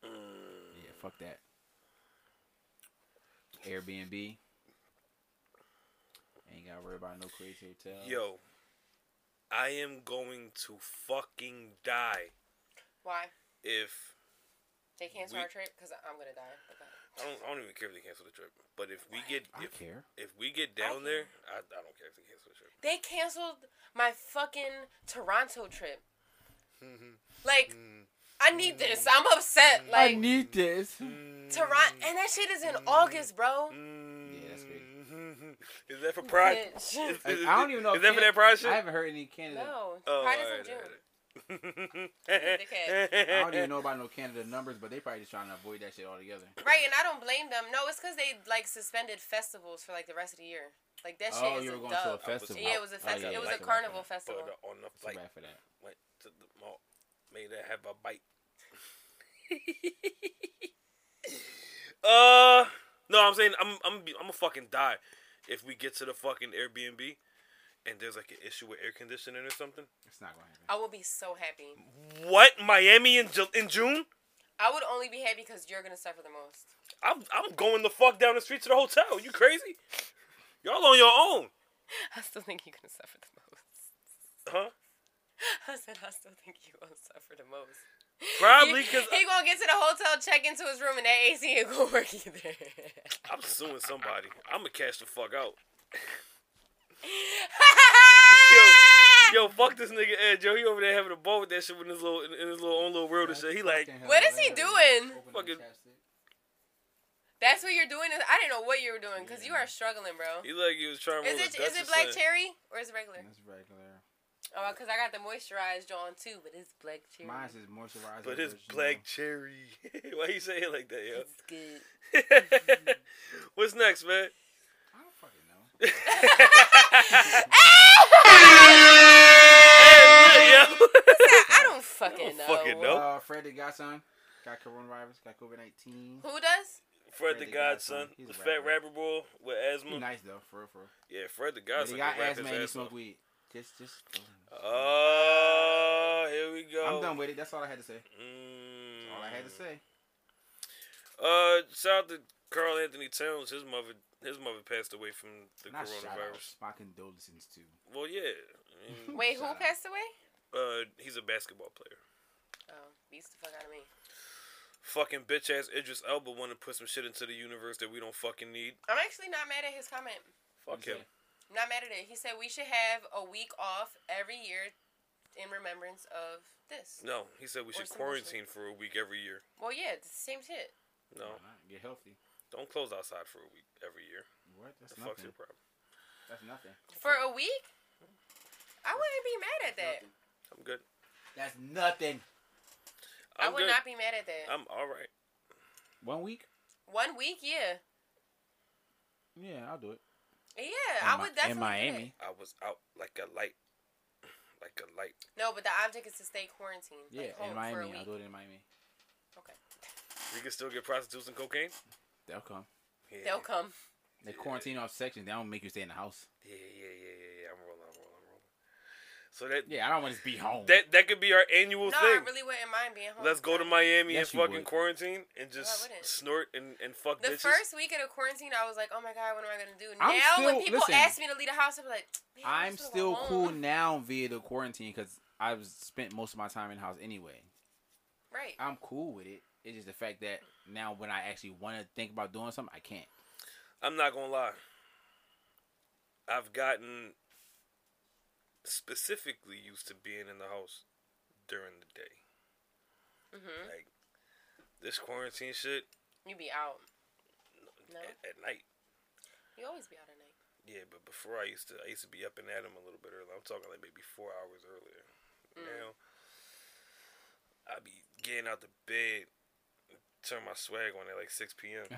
Yeah, fuck that. Airbnb. Ain't gotta worry about no crazy hotel.
Yo, I am going to fucking die
Why?
if
They cancel
We-
our trip because I'm gonna die. Okay.
I don't. I don't even care if they cancel the trip. But if we get
I don't
if,
care.
if we get down there, I, I don't care if they cancel the trip.
They canceled my fucking Toronto trip.
Mm-hmm.
like, I need this. I'm upset. Like,
I need Mm-hmm. this.
Toronto, and that shit is in August, bro.
Yeah, that's crazy.
Mm-hmm. Is that for pride? Is-
Bitch.
I
is-
I don't even know.
Is that for
Can-
that pride shit?
I haven't heard any Canada.
No,
Oh,
Pride is in
alright,
June.
alright.
I don't even know about no Canada numbers, but they probably just trying to avoid that shit altogether.
Right, and I don't blame them. No, it's because they like suspended festivals for like the rest of the year. Like that shit
Oh,
is
you
a
were going to a
dub.
festival. Oh,
yeah, it was a festival.
yeah,
it was
yeah,
a
yeah.
carnival
But
festival.
on the
Too
flight
bad for that.
went to the mall, made her have a bite. uh, no, I'm saying I'm I'm be- I'm gonna fucking die if we get to the fucking Airbnb and there's like an issue with air conditioning or something.
It's not going to happen.
I will be so happy.
What Miami in Ju- in June?
I would only be happy because you're gonna suffer the most.
I'm I'm going the fuck down the street to the hotel. You crazy? Y'all on your own,
I still think you're gonna suffer the most.
huh?
I said I still think you're gonna suffer the most.
Probably because
he gonna get to the hotel, check into his room, and that AC ain't gonna work either.
I'm suing somebody. I'm gonna cash the fuck out. Yo, yo, fuck this nigga Ed. Yo, he over there having a ball with that shit in his little in, in his little own little world and shit. He like,
what is he doing?
Fucking-
That's what you're doing. I didn't know what you were doing because you are struggling, bro.
he like he was trying to. roll
Is
a
it
Dutch
is
or
it black
something.
cherry or is it regular?
That's regular.
Oh, because I got the moisturized on too, but it's black cherry.
Mine is moisturized.
But it's black cherry. Why you say it like that, yo?
It's good.
What's next, man?
I don't fucking know.
Hey, yo.
I don't fucking know.
fucking know. Nope.
Uh, Fred that got some. Got coronavirus. Got COVID nineteen.
Who does?
Fred the Godson,
He's
the
a
fat
rapper.
rapper boy with asthma.
Nice though, for real, for real.
Yeah, Fred the
But
Godson.
He
can
got
rap
asthma
his
and he
ass Uh, off.
smoked weed. Just, just.
Oh, here we go.
I'm done with it. That's all I had to say.
Mm.
That's all I had to say.
Uh, shout out to Carl Anthony Towns. His mother, his mother passed away from the
Not shout
coronavirus.
outs. My condolences to.
Well, yeah. I mean,
Wait, who
Shout out.
passed away?
uh, he's a basketball player.
Oh, beats the fuck out of me.
Fucking bitch ass Idris Elba wanted to put some shit into the universe that we don't fucking need.
I'm actually not mad at his comment.
Fuck him.
I'm not mad at it. He said we should have a week off every year in remembrance of this.
No, he said we
Or
should
some
quarantine for a week every year.
Well, yeah, it's the same shit.
No,
Why not? Get healthy.
don't close outside for a week every year.
What? That's
The fuck's
nothing.
your problem?
That's nothing.
For a week? I wouldn't be mad at that.
I'm good.
That's nothing.
I
I'm
would
good.
not be mad at that.
I'm all right.
One week.
One week, yeah.
Yeah, I'll do it.
Yeah,
In
I
Mi-
would definitely.
In
do
Miami.
I was out like a light, like a light.
that. No, but the object is to stay quarantined.
Yeah,
like home
in
For a
Miami. I'll
week.
do it in Miami.
Okay.
We can still get prostitutes and cocaine.
They'll come.
Yeah,
They'll come.
They quarantine off sections. They don't make you stay in the house.
Yeah, yeah, yeah, yeah, yeah. I'm rolling, I'm rolling, I'm rolling. So that
Yeah, I don't want to be home.
that that could be our annual
No, I
thing.
really wouldn't mind being home.
Let's go to Miami
Yes,
and
you
fucking
would.
quarantine and just
wouldn't.
snort and, and fuck
The
bitches.
first week of the quarantine, I was like, "Oh my god, what am I gonna do?"
I'm
now, when
still-
people
listen.
ask me to leave the house, I'm like, "Man, I
I'm
just wanna
still
go
cool
home."
now via the quarantine because I've spent most of my time in the house anyway.
Right?
I'm cool with it. It's just the fact that now when I actually want to think about doing something, I can't.
I'm not gonna lie. I've gotten specifically used to being in the house during the day.
hmm
Like this quarantine shit
You be out. No,
at, at night.
you always be out at night.
Yeah, but before I used to, I used to be up and at 'em a little bit earlier. I'm talking like maybe four hours earlier.
Mm.
Now I be getting out the bed, turn my swag on at like 6 p.m.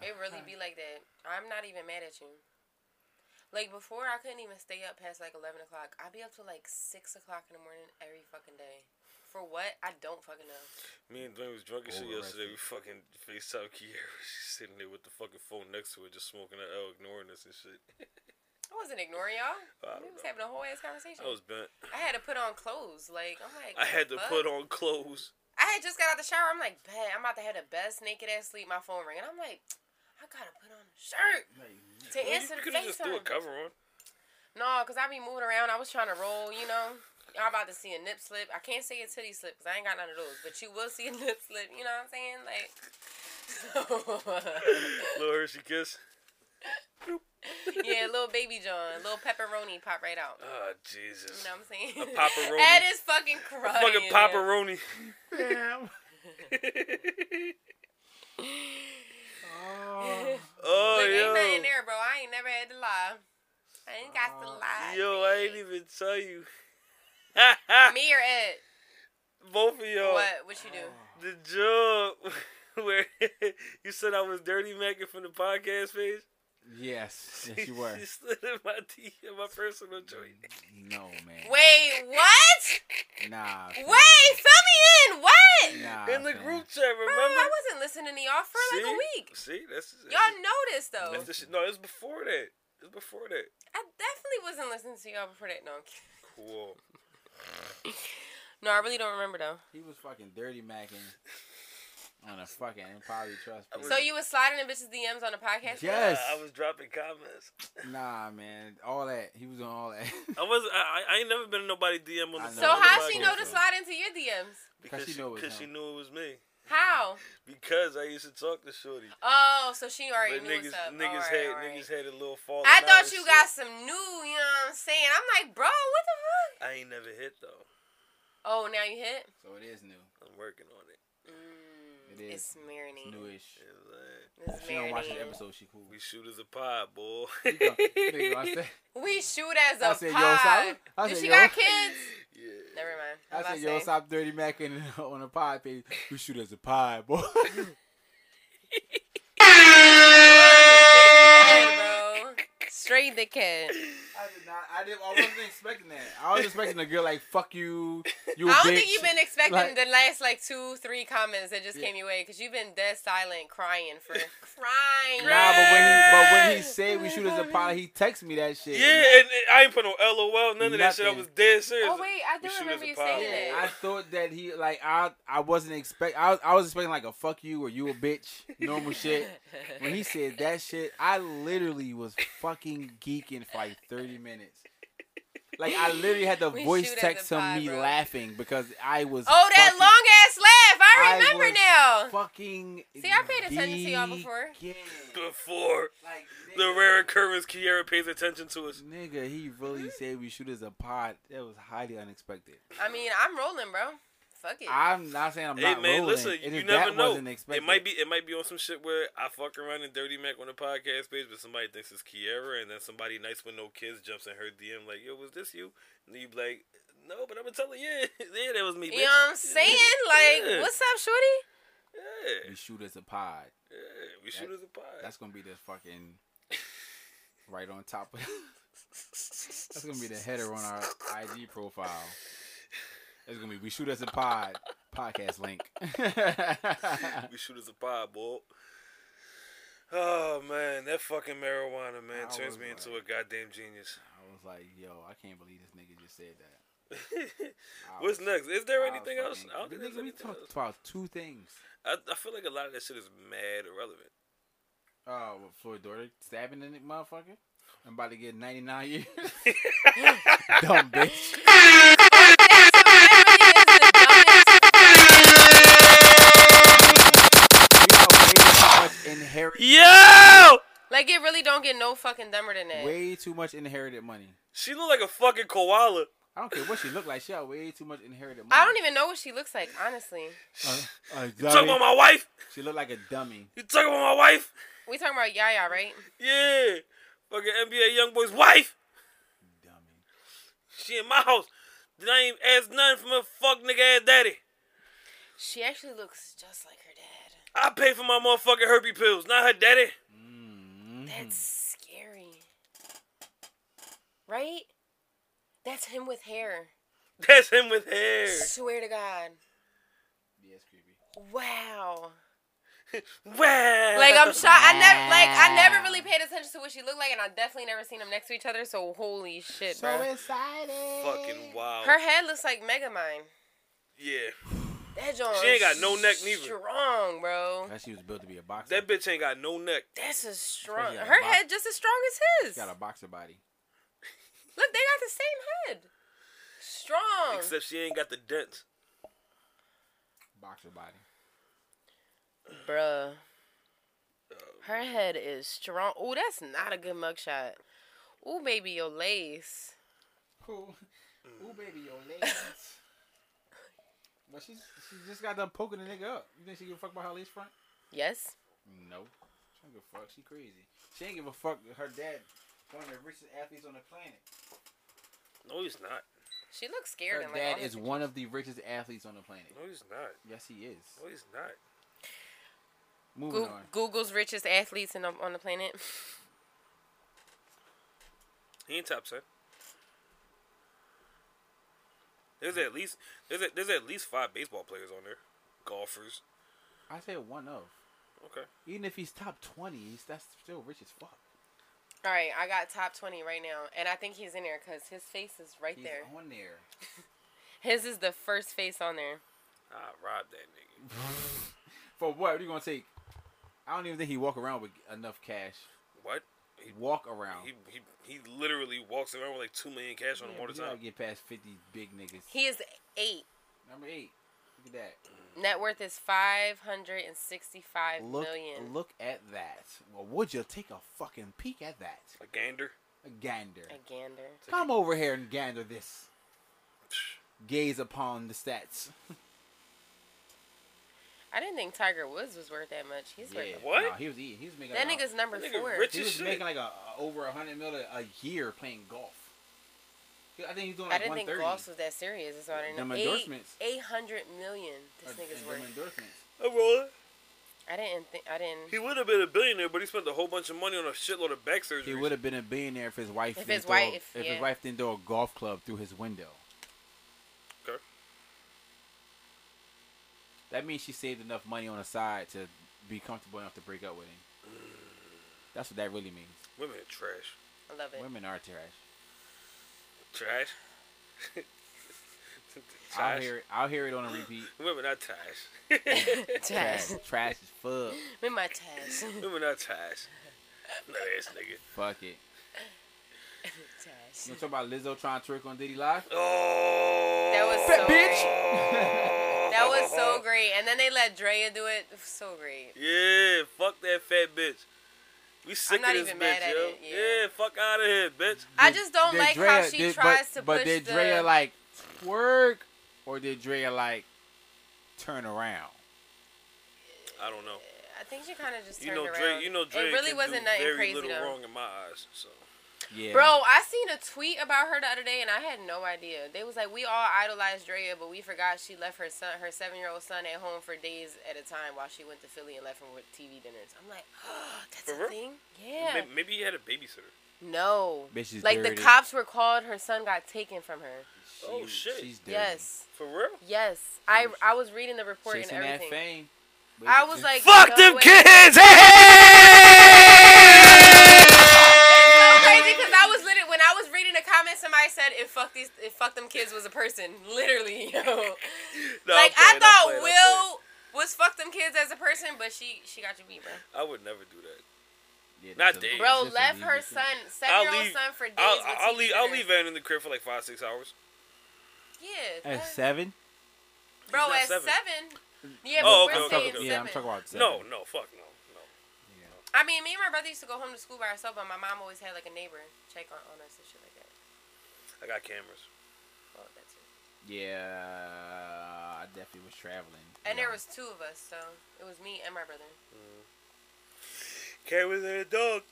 It really be like that. I'm not even mad at you. Like before, I couldn't even stay up past like eleven o'clock. I'd be up till like six o'clock in the morning every fucking day. For what? I don't fucking know.
Me and Dwayne was drunk as shit
Overrested.
yesterday. We fucking FaceTime Kiara. She's sitting there with the fucking phone next to her, just smoking an L, ignoring us and shit.
I wasn't ignoring y'all.
I don't
We was
know.
having a whole ass
I
conversation.
was bent.
I had to put on clothes. Like I'm like.
I had to put
"Fuck."
on clothes.
I had just got out the shower. I'm like, bet I'm about to have the best naked ass sleep. My phone ringing. I'm like, I gotta put on a shirt to
Well, you
answer the
could have just threw a
FaceTime.
cover on.
No, cause I be moving around. I was trying to roll, you know. Y'all about to see a nip slip. I can't say a titty slip because I ain't got none of those. But you will see a nip slip. You know what I'm saying? Like,
Little Hershey kiss.
yeah, little baby John, little pepperoni pop right out.
Oh, Jesus.
You know what I'm saying?
A pepperoni.
that is fucking
fucking
crazy.
pepperoni.
Damn.
Oh,
Look, ain't
yo.
nothing there, bro. I ain't never had to lie. I ain't got to lie.
Oh, Yo, I ain't even tell you.
Me or Ed?
Both of y'all.
What? What you do?
The job where you said I was dirty macking from the podcast page.
yes, yes, you were.
you slid in my D in my personal joint.
No man.
Wait, what?
Nah.
Wait,
fam.
fill me in. What?
Nah.
in the
fam.
group chat,
Bro,
remember?
I wasn't listening to y'all for like a week.
See, that's
Y'all know this
that's
though.
the shit. No, it's before that. It's before that.
I definitely wasn't listening to y'all before that. No, I'm kidding.
Cool.
no, I really don't remember though.
He was fucking dirty macking on a fucking Empire Trust. page.
So you was sliding in bitches DMs on the podcast?
Yes.
I was dropping comments.
Nah, man. All that. He was on all that.
I was I, I ain't never been in nobody DM on
I
the
know.
So
on the
how she
podcast.
know to slide into your DMs?
Because
she
she,
know it was
because she
him.
knew it was me.
How?
Because I used to talk to Shorty.
Oh, so she already
But
knew
niggas,
what's up.
niggas
All right,
had
all right.
niggas had a little fall.
I thought you got some new. You know what I'm saying? I'm like, bro, what the fuck?
I ain't never hit though.
Oh, now you hit.
so it is new.
I'm working on it.
Mm.
It is.
It's Marini.
newish.
It's like,
It's
She don't watch the
Marini.
episode. She cool.
we shoot as a pod, boy.
Nigga, I said,
We shoot as
I
a
said, yo,
pod.
stop. I
If
said,
she
yo.
got kids.
yeah.
Never mind.
I
What
said,
was
yo,
saying?
stop dirty Mac in, on a pod page. We shoot as a pod, boy.
Hey, bro. Straight the kid.
I did not. I didn't. I wasn't expecting that. I was expecting a girl like "fuck you, you a
I
bitch."
don't think you've been expecting
Like-
the last like two, three comments that just
Yeah.
came your way because you've been dead silent, crying for crying.
Nah, but when he but when he said we shoot as a pilot, he texted me that shit.
Yeah, and and I ain't put no LOL, none of that shit. I
Nothing.
was dead serious.
oh wait, I
We
do
shoot as
remember
a
you
pod.
saying
Yeah, I
that.
thought that he like I I wasn't expect I was, I was expecting like a fuck you or you a bitch normal shit. When he said that shit, I literally was fucking geeking for like thirty minutes. Like I literally had the
We
voice
shoot as a
text of
pod,
me
bro.
laughing because I was
oh, that
fucking-
long ass laugh. I remember
was
now.
Fucking
See, I paid attention to y'all before.
geeking.
Before
Like,
the
nigga.
rare occurrence, Kiara pays attention to us.
Nigga, he
Mm-hmm.
really said we shoot as a pod. That was highly unexpected.
I mean, I'm rolling, bro. Fuck it.
I'm not saying I'm
Hey
not
man,
rolling.
listen,
It
you
just-
never
that
know.
Wasn't expected.
It might be it might be on some shit where I fuck around in Dirty Mac on the podcast page, but somebody thinks it's Kiara, and then somebody nice with no kids jumps in her DM like, "Yo, was this you?" And you be like, "No," but I'm gonna tell her, "Yeah, yeah, that was me." Bitch.
you know what I'm saying? Like,
Yeah.
what's up, shorty?
Yeah,
We shoot as a pod.
yeah, we shoot as a pod.
That's gonna be the fucking right on top. of That's gonna be the header on our IG profile. It's gonna be we shoot as a pod podcast link.
we shoot as a pod, boy. Oh man, that fucking marijuana man
I
turns
was
me into a
like-
goddamn genius.
I was like, yo, I can't believe this nigga just said that. I
What's
was-
next? Is there
I was
anything else?
fucking-
I don't think
Nigga,
there's
we
anything
talked
else.
about two things.
I, I feel like a lot of that shit is mad irrelevant.
Oh, what, Floyd Dort stabbing the motherfucker. I'm about to get 99 years. Dumb bitch. You know, way too much inherited.
Yo!
Like, it really don't get no fucking dumber than that.
Way too much inherited money.
She look like a fucking koala.
I don't care what she look like. She got way too much inherited money.
I don't even know what she looks like, honestly.
You talking about my wife?
She look like a dummy.
You talking about my wife?
We talking about Yaya, right?
Yeah. Fucking NBA young boy's wife.
Dummy.
She in my house. Did I ain't ask nothing from a fuck nigga ass daddy?
She actually looks just like her dad.
I pay for my motherfucking herpes pills, not her daddy.
That's scary. Right? That's him with hair.
That's him with hair.
Swear to God.
Yeah, it's creepy.
Wow.
Wow.
Like I'm shocked. I never like I never really paid attention to what she looked like and I definitely never seen them next to each other, so holy shit, bro.
excited.
fucking wow.
Her head looks like Megamind.
yeah.
That joint
She ain't got
is
no neck neither.
Strong, bro.
That she was built to be a boxer.
That bitch ain't got no neck.
That's a strong.
got a
Her
box-
head just as strong as his.
She got a boxer body.
Look, they got the same head. Strong.
Except she ain't got the dents.
Boxer body.
Bruh. Her head is strong. Oh, that's not a good mugshot. Ooh, baby, your lace. Mm.
Cool. Ooh, baby, your legs. but she's she just got done poking the nigga up. You think she give a fuck about her lace front?
Yes.
No. She don't give a fuck. She crazy. She ain't give a fuck. that Her dad, one of the richest athletes on the planet.
No, he's not.
She looks
Her
scared. and, like,
dad
all
is
this-
one of the richest athletes on the planet.
No, he's not.
Yes, he is.
No, he's not.
Moving
Goo-
on.
Google's richest athletes in, on the planet.
He ain't top ten. There's at least there's at, there's at least five baseball players on there, golfers.
I said one of.
Okay.
Even if he's top twenty, he's, that's still rich as fuck.
All right, I got top 20 right now. And I think he's in there because his face is right
He's
there.
on there.
His is the first face on there.
I robbed that nigga.
For what? What are you gonna take? I don't even think he walk around with enough cash.
What? He
Walk around.
he he, he literally walks around with like two million cash on him all the
You gotta
time.
get past fifty big niggas.
He is eight.
Number eight. Look at that.
Net worth is five hundred and sixty-five million.
Look. Look at that. Well, would you take a fucking peek at that?
A gander.
A gander.
A gander.
Come over here and gander this. Gaze upon the stats.
I didn't think Tiger Woods was worth that much. He's worth.
Yeah,
What?
no, he was eating. He was making.
That
like,
nigga's number
That nigga
four.
rich.
He was
Shit.
making like a, a- over a hundred mil a, a year playing golf. I think he's doing
I
like
didn't
one
think
thirty.
golf was that serious. That's why I didn't
Them
know.
endorsements.
Eight hundred million. This nigga's worth.
endorsements.
A roller.
I didn't think. I didn't.
Oh, He would have been a billionaire, but he spent a whole bunch of money on a shitload of back surgery.
He would have been a billionaire if his wife
If
didn't
his
throw, a-
wife,
if
yeah.
his wife didn't throw a golf club through his window.
Okay.
That means she saved enough money on the side to be comfortable enough to break up with him. That's what that really means.
Women are trash.
I love it.
Women are trash.
Trash.
I'll
trash.
hear it. I'll hear it on a repeat.
Women are trash.
trash,
Tash.
trash is fuck.
With my tash.
Women are trash. Nut ass nigga.
Fuck it.
Tash.
You talk about Lizzo trying to twerk on Diddy live?
Oh.
That was so. Bitch. that was so great. And then they let Drea do it. It was so great.
Yeah, fuck that fat bitch. We sick
not
of this
even
bitch,
mad at
yo.
it, yeah.
fuck out of here, bitch.
I just don't
Did
like how
Drea-
she
did-
tries
but,
to
but
push
did
the.
Drea like twerk or did Drea like turn around?
I don't know.
I think she kind of just
You know,
turned around.
Dre. You know, Dre
it really
can
wasn't
do
nothing
very
crazy
little
though.
wrong in my eyes. So
Yeah,
Bro, I seen a tweet about her the other day, and I had no idea. They was like, we all idolized Drea, but we forgot she left her son, her seven year old son, at home for days at a time while she went to Philly and left him with TV dinners. I'm like, oh, that's
For
a
real?
thing. Yeah.
maybe, maybe he had a babysitter.
No.
Bitch is
like
dirty.
the cops were called. Her son got taken from her.
She-
Oh, shit.
She's dirty.
Yes.
For real?
Yes. I I was reading the report
chasing
and
that
everything.
fame. But
I
it-
was
it-
like,
Fuck
no
them
way.
kids!
so crazy because I was lit when I was reading the comments, somebody said if fuck these if fuck them kids was a person, literally, yo.
No, I'm playing,
like I
I'm
thought
playing, I'm
Will was fuck them kids as a person, but she she got you beat, bro.
playing. I would never do that.
yeah,
not
that's a-
dating.
Bro
that's a
left
legal
her
thing.
son,
I'll
seven year old
leave-
son, for days.
I'll,
with
I'll leave. I'll
TV
leave Van in the crib for like five, six hours.
dinners. Yeah,
At
that-
seven?
bro,
not
at
seven.
seven. Yeah, but
Oh, okay, okay,
we're saying
okay.
seven.
Yeah, I'm talking about seven.
No, no, fuck no, no.
I mean, me and my brother used to go home to school by ourselves, but my mom always had like a neighbor check on, on us and shit like that.
I got cameras.
Well, that's it.
Yeah, I definitely was traveling.
And
Yeah.
there was two of us, so it was me and my brother.
Cameras and a dog.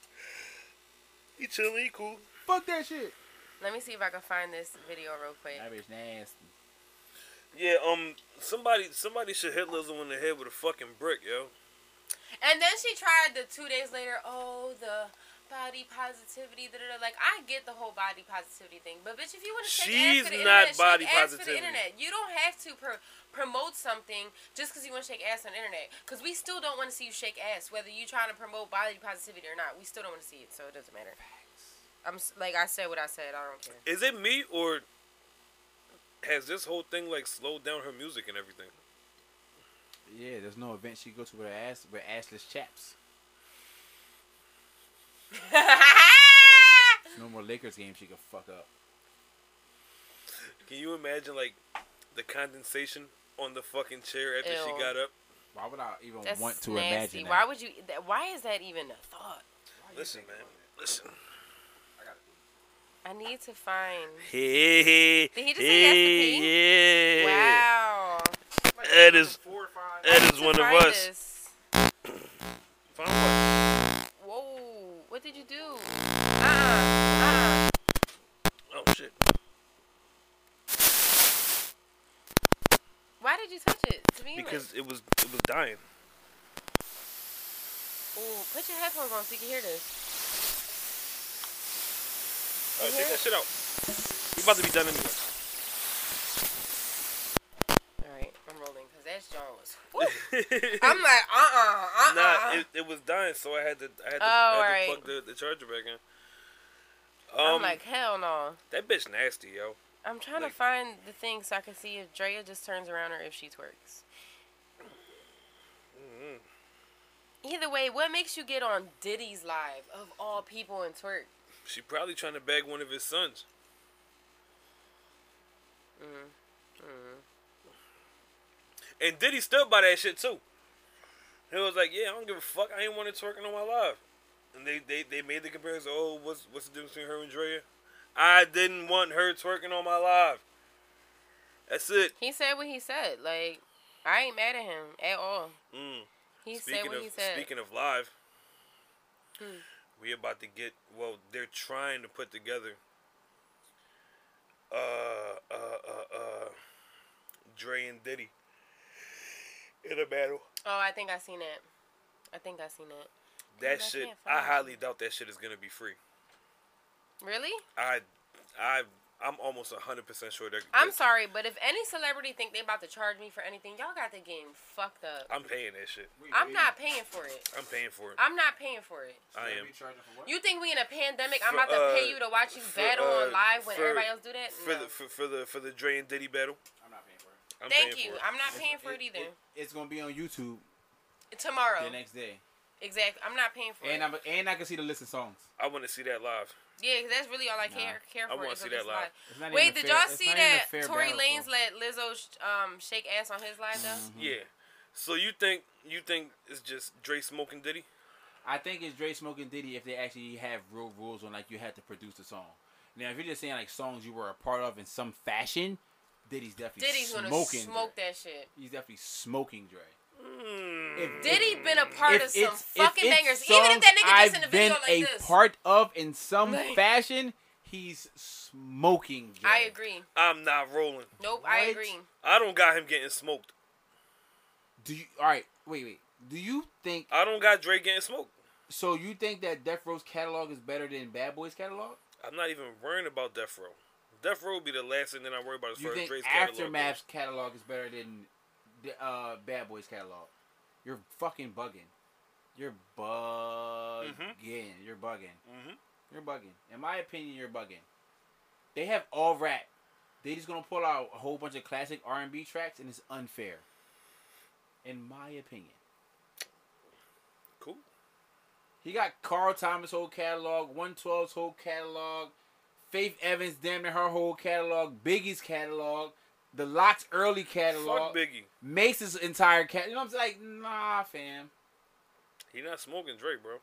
He chilling, he cool.
fuck that shit.
Let me see if I can find this video real quick.
That bitch nasty.
Yeah, um, somebody, somebody should hit Lizzo in the head with a fucking brick, yo.
And then she tried the two days later, oh, the body positivity. Da, da, da. Like, I get the whole body positivity thing. But, bitch, if you want to shake
She's
ass for the
not
internet, shake
body
ass for
positivity.
the internet. You don't have to pro- promote something just because you want to shake ass on the internet. Because we still don't want to see you shake ass, whether you're trying to promote body positivity or not. We still don't want to see it, so it doesn't matter. I'm s- Like, I said what I said. I don't care.
Is it me or has this whole thing like slowed down her music and everything?
Yeah, there's no event she go to with her ass with assless chaps. No more Lakers game she could fuck up.
Can you imagine like the condensation on the fucking chair after she
Ew.
got up?
Why would I even
That's
want to
nasty.
imagine that?
Why would you? That, why is that even a thought?
Listen, man. Listen.
I need to find.
Hey, hey,
Did he just say yes to pee?
yeah.
Wow.
That is that is
To
one of
find
us.
this.
Find what?
Whoa. What did you do? Uh-uh. uh
Oh shit.
Why did you touch it? To me,
Because it was it was dying.
Ooh, put your headphones on so you can hear this.
Oh, take that shit out. We about to be done anyway.
All right, I'm rolling because that's Jones. I'm like, uh-uh, uh-uh.
Nah, it, it was dying, so I had to I had to, I
Oh,
had to
right.
plug the, the charger back in. Um,
I'm like, hell no.
that bitch nasty, yo.
I'm trying
like-
to find the thing so I can see if Drea just turns around or if she twerks.
Mm-hmm.
Either way, what makes you get on Diddy's live of all people and twerk?
She probably trying to bag one of his sons. And Diddy stood by that shit too. He was like, "Yeah, I don't give a fuck. I ain't want to twerking on my live." And they, they they made the comparison. Oh, what's what's the difference between her and Drea? I didn't want her twerking on my live. That's it.
He said what he said. Like, I ain't mad at him at all.
Mm.
He said
Speaking
what
of
he said.
speaking of live,
Hmm.
we about to get. Well, they're trying to put together. Uh, uh, uh, uh, Dre and Diddy in a battle.
oh, I think I seen it. I think I seen it.
That
I
shit,
can't
I
find it.
highly doubt that shit is gonna be free.
Really?
I, I, I'm almost hundred percent sure that.
I'm
that-
sorry, but if any celebrity think they about to charge me for anything, y'all got the game fucked up.
I'm paying that shit.
I'm not paying for it.
I'm paying for it.
I'm not paying for it.
I am.
You think we in a pandemic? I'm
For,
about to
uh,
pay you to watch you
for,
battle
uh,
on live when
for-
everybody else do that?
For
No.
the for, for the for the Dre and Diddy battle.
I'm not paying for it.
I'm
Thank
paying
you.
For it.
I'm not paying for it either.
It's gonna be on YouTube
Tomorrow,
the next day,
exactly. I'm not paying for
and
it.
I'm and I can see the list of songs.
I want to see that live.
Yeah, 'cause that's really all I care care
I
for.
wanna
is
see
if
that
it's
live.
It's not
Wait,
even
did
fair-
y'all
it's
see
not even a
that
fair
Tory
battle, Mm-hmm.
Lanez
bro.
let Lizzo sh- um shake ass on his live though?
Yeah. So you think you think it's just Dre smoking Diddy?
I think it's Dre smoking Diddy if they actually have real rules on like you had to produce the song. Now, if you're just saying like songs you were a part of in some fashion, Diddy's definitely
Diddy's gonna
smoking.
smoke
Dre.
that shit.
He's definitely smoking Dre.
Hmm.
If-
Diddy been a part of some
Mm-hmm. it's-
fucking
it's
bangers, even if
songs
that nigga just in a video
I've been
like
a
this.
part of in some
Like-
fashion, he's smoking. Dre.
I agree.
I'm not rolling.
Nope, I
What?
agree.
I don't got him getting smoked.
Do you? All right, wait, wait. Do you think
I don't got Dre getting smoked.
so? You think that Death Row's catalog is better than Bad Boy's catalog?
I'm not even worrying about Death Row. Death Row would be the last thing that I worry about as
You
far as
think
Dre's catalog.
Aftermath's catalog, is better than the, uh, Bad Boys catalog? You're fucking bugging. You're bugging. You're bugging.
Mhm.
You're bugging. In my opinion, you're bugging. They have all rap. They just gonna pull out a whole bunch of classic R and B tracks, and it's unfair. In my opinion,
goes. Cool.
he got Carl Thomas whole catalog, 112's whole catalog, Faith Evans damn near her whole catalog, Biggie's catalog, The Locks early catalog.
Fuck Biggie.
Mace's entire cat. You know what I'm saying? Like, nah, fam.
He not smoking Dre, bro.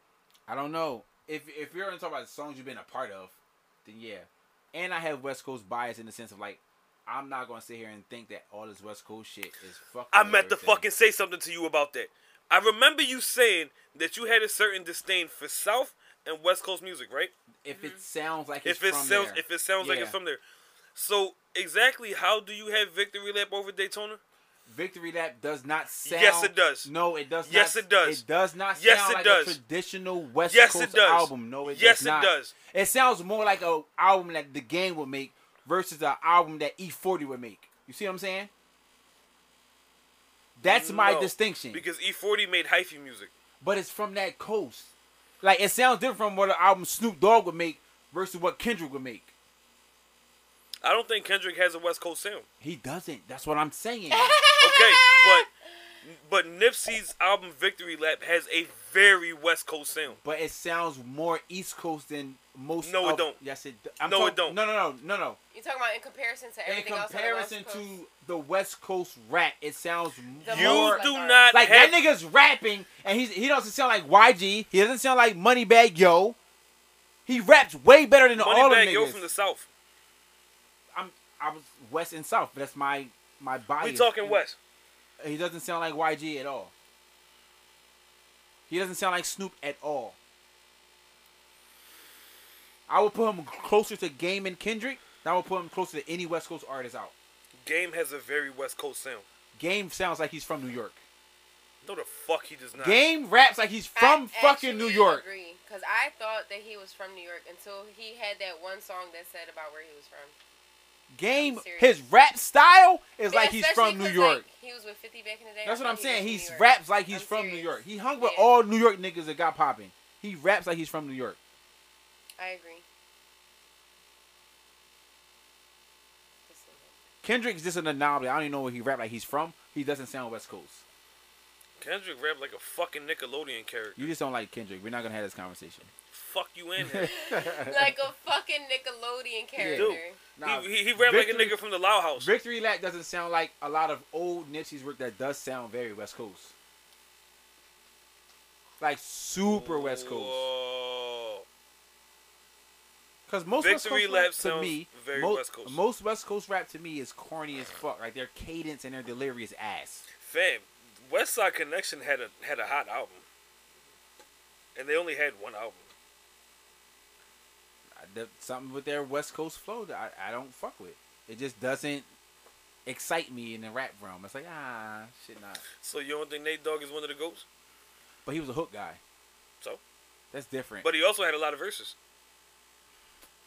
I don't know. If if you're gonna talk about songs you've been a part of, then yeah. And I have West Coast bias in the sense of like, I'm not gonna sit here and think that all this West Coast shit is fucking.
I meant to
everything.
fucking say something to you about that. I remember you saying that you had a certain disdain for South and West Coast music, right?
If it sounds like it's
if it
from
sounds
there.
if it sounds like
Yeah.
it's from there. So exactly how do you have victory lap over Daytona?
Victory Lap does not sound.
Yes, it does.
No, it does.
Yes,
not,
it does.
It does not sound
Yes, it
like
does.
a traditional West
Yes, it
Coast
does.
album. No, it
Yes,
does
it
not.
does.
It sounds more like a album that the game would make versus an album that E40 would make. You see what I'm saying? That's my
No,
distinction.
Because E40 made hyphy music.
but it's from that coast. Like it sounds different from what an album Snoop Dogg would make versus what Kendrick would make.
I don't think Kendrick has a West Coast sound.
He doesn't. That's what I'm saying.
Okay, but but Nipsey's album Victory Lap has a very West Coast sound.
but it sounds more East Coast than most.
No, it
of-
don't.
Yes, it. do- I'm
No, it
talk-
don't.
No, no, no, no, no.
You talking about in comparison to
In
everything else? on the
comparison
West Coast?
to the West Coast rap, it sounds
The
more
You
most
do
like
not
like
have,
that nigga's rapping and he's he doesn't sound like YG. He doesn't sound like Moneybag Yo. He raps way better than all of
Moneybag
niggas.
Yo from the South.
I'm I was West and South, but that's my my bias.
We talking West.
He doesn't sound like YG at all. He doesn't sound like Snoop at all. I would put him closer to Game and Kendrick. Than I would put him closer to any West Coast artist out.
Game has a very West Coast sound.
Game sounds like he's from New York.
No, the fuck he does not.
Game raps like he's from
I
fucking New
actually
York.
Agree, because I thought that he was from New York until he had that one song that said about where he was from.
Game,
I'm serious.
his rap style is
Yeah,
like he's
especially
from New
'cause,
York.
like, he was with Fifty back in the day.
That's
I
what I'm
thought he
saying.
was
He
from New York.
raps like he's
I'm
from New
serious.
York. He hung with
Yeah.
all New York niggas that got popping. He raps like he's from New York.
I agree. Listen,
Kendrick's just an anomaly. I don't even know where he rap like he's from. He doesn't sound West Coast.
Kendrick rap like a fucking Nickelodeon character.
You just don't like Kendrick. We're not gonna have this conversation.
Fuck you in there.
like a fucking Nickelodeon character.
Nah,
he, he, he rap
Victory-
like a nigga from the Loud House.
Victory Lap doesn't sound like a lot of old Nipsey's work that does sound very West Coast. Like super West Coast.
Whoa.
Because most
Victory Lap
West Coast rap to
sounds
me,
very
mo-
West Coast.
most West Coast rap to me is corny as fuck. Like their cadence and their delirious ass.
Fam, West Side Connection had a had a hot album, and they only had one album.
I- that- something with their West Coast flow that I, I don't fuck with. It just doesn't excite me in the rap realm. It's like ah shit not.
So you don't think Nate Dogg is one of the goats?
But he was a hook guy,
So?
that's different.
But he also had a lot of verses.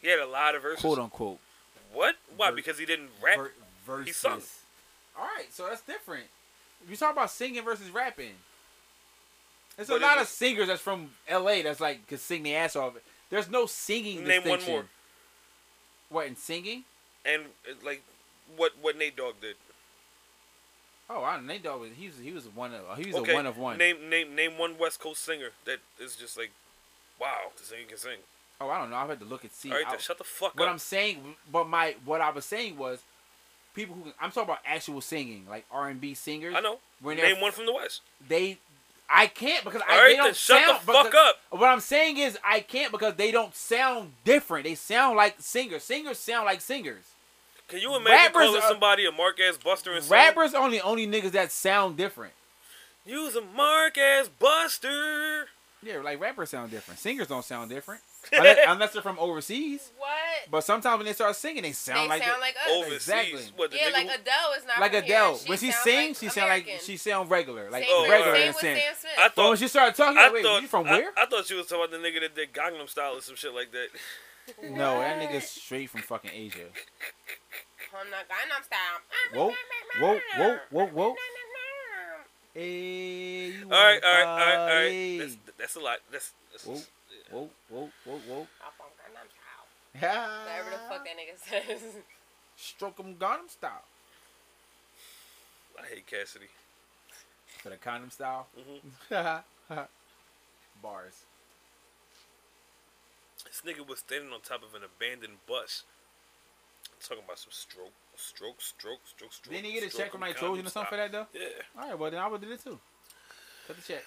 He had a lot of verses.
quote unquote
What? Why?
Ver-
because he didn't rap.
ver- versus.
He sung.
All right, so that's different. If you talk about singing versus rapping, there's a
But it
lot of
was-
singers that's from L.A. that's like could sing their ass off. There's no singing
Name one
distinction.
more.
What in singing?
and uh, like what what Nate Dogg did.
Oh, I don't know. Nate Dogg was he was he was one of he was
okay.
a one of one.
Name name name one West Coast singer that is just like, wow, this singer can sing.
oh, I don't know. I had to look and see.
All right,
I-
then shut the fuck
what
up.
I'm saying, but my what I was saying was people who can- I'm talking about actual singing, like R&B singers.
I know.
When they're
name one from the West.
they I can't because I
All right,
they don't
then shut the
sound
fuck
because-
up.
What I'm saying is I can't because they don't sound different. They sound like singers. Singers sound like singers.
Can you imagine
Rappers
calling
are-
somebody a mark ass buster and song?
Rappers only only niggas that sound different.
Use a mark ass buster.
Yeah, like rappers sound different. Singers don't sound different unless, unless they're from overseas.
What?
But sometimes when they start singing, they sound
they
like
sound
it-
like us.
Overseas.
Exactly.
What the
yeah,
nigga
like
who-
Adele is not
like
from here.
Adele. when she
sounds
sings, she sound like
American.
she sound regular, like
same
with-
regular
same
and
with
sing.
Sam Smith.
I
But when
thought
Oh, she started talking,
I
like, wait,
thought
you from
I-
where?
I, thought you was talking about the nigga that did Gangnam Style or some shit like that.
no, that nigga's straight from fucking Asia.
I'm not Gangnam Style.
Whoa, whoa, whoa, whoa, whoa. Hey, you
all right, all right,
wanna
all right, all right.
party?
That's, that's a lot. That's, that's
Whoa, whoa, whoa, whoa, whoa.
I'm from Gangnam Style. Whatever the
Ah.
fuck that nigga says.
Stroke 'em, Gangnam style.
I hate Cassidy.
For the condom style.
Mm-hmm.
Bars.
This nigga was standing on top of an abandoned bus. Talking about some stroke, stroke, stroke, stroke, stroke.
Didn't he get a
stroke
check from
and
like Trojan
condom
or something for
style.
that though?
Yeah.
All right, well then I would do it too. Cut the check.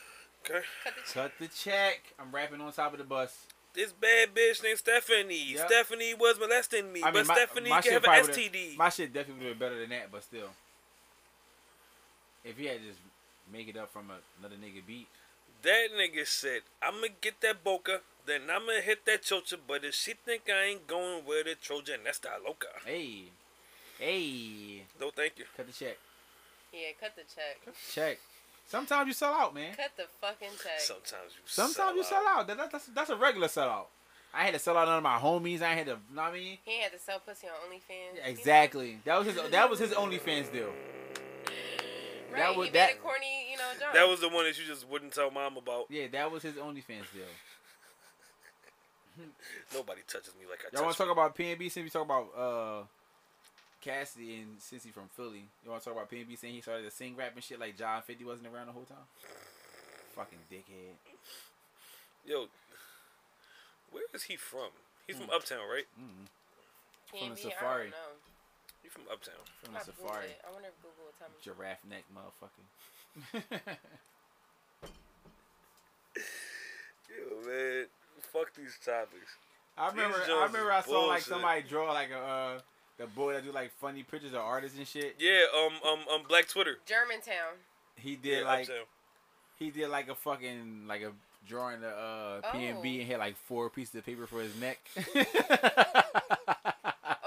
Okay.
Cut the
Cut the check. I'm rapping on top of the bus.
This bad bitch named Stephanie.
Yep.
Stephanie was molesting me,
I mean,
but
my-
Stephanie
my
can have
shit
an
probably would've-
STD.
My shit definitely would have been better than that, but still. If he had just make it up from a- another nigga beat,
That nigga said, I'ma get that boca, then I'ma hit that chocha, but if she think I ain't going with a Trojan, that's the loca.
hey, hey,
No, thank you.
cut the check.
Yeah, cut the check.
Check. Sometimes you sell out, man.
Cut the fucking check.
Sometimes you
Sometimes you
uh,
sell out. That, that- that's that's a regular sell out. I had to sell out none of my homies. I had to, know what I mean?
he had to sell pussy on OnlyFans.
Exactly. That was his. That was his OnlyFans deal.
Right,
That was
he
that.
made a corny, you know, joke.
That was the one that you just wouldn't tell mom about.
Yeah, that was his OnlyFans deal.
Nobody touches me like I
Y'all want
touch
to talk about PNB since we talk about uh Cassidy and since he from Philly. You want to talk about PNB saying he started to sing rap and shit like John Fifty wasn't around the whole time. Fucking dickhead.
Yo, where is he from? He's
Hmm.
from Uptown, right?
He
from
ain't
the
be- I don't
safari.
know.
He's from Uptown.
From
I'm about
the
to Google
safari,
it. I wonder if Google will tell me.
giraffe neck motherfucker.
Yo, man, fuck these topics.
I remember. I
Jones
remember.
is
I saw like
bullshit.
somebody draw like a uh, the boy that do like funny pictures of artists and shit.
Yeah, um, um, um, Black Twitter.
Germantown.
He did
Yeah,
like
Uptown.
he did like a fucking like a drawing of uh, PNB
Oh.
and had like four pieces of paper for his neck.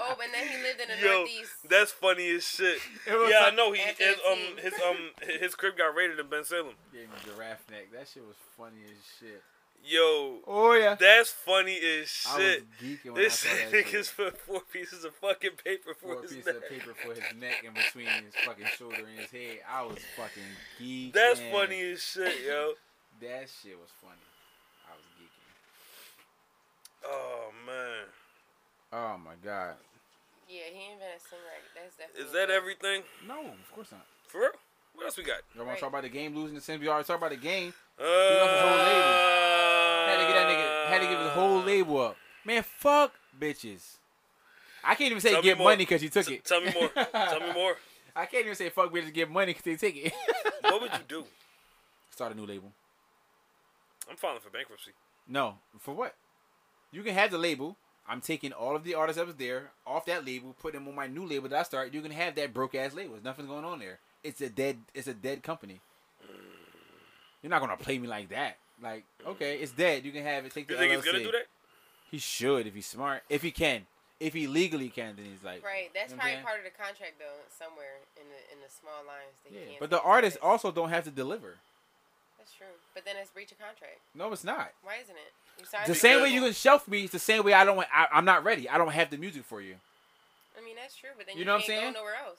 Oh, and then he lived in the
Yo,
Northeast.
that's funny as shit.
It was
yeah, I
like-
know he
After
his
the
um
team.
his um his crib got raided in Ben Salem.
Gave him a giraffe neck. That shit was funny as shit.
Yo,
Oh yeah.
that's funny as
I was
shit.
geeking when
This
I saw that shit.
nigga's put four pieces of fucking paper for
Four
his
pieces
neck.
of paper for his neck and between his fucking shoulder and his head. I was fucking geeking.
That's funny as shit, yo.
That shit was funny. I was geeking.
Oh man,
Oh my god.
Yeah, he invented singwriting. That's definitely.
is that everything
No, of course not.
for real? What else we got?
Y'all want
Right.
to talk about the game losing? Since we already talked about the game,
Uh,
lost his whole label. had to get that nigga, had to give his whole label up. Man, fuck bitches. I can't even say
Tell me
get
more.
money because you took
T-
it.
tell me more. tell me more.
I can't even say fuck bitches get money because they take it.
What would you do?
Start a new label.
I'm filing for bankruptcy.
No, for what? You can have the label. I'm taking all of the artists that was there off that label, putting them on my new label that I start. You can have that broke ass label. Nothing's going on there. it's a dead it's a dead company. You're not gonna play me like that. Like, okay, it's dead. You can have it. Take the
You think he's
LLC.
gonna do that?
He should if he's smart. If he can. If he legally can, then he's like
Right, that's
You know what
probably
I'm
part of the contract though, somewhere in the in the small lines. That
Yeah.
you can't
But the
do
artists
this.
also don't have to deliver.
That's true. But then it's breach of contract.
No, it's not.
Why isn't it? You signed
The
it-
same way you can shelf me, it's the same way I don't. I, I'm not ready. I don't have the music for you.
I mean, that's true. But then
You
you,
know what I'm
can't
saying?
go nowhere else.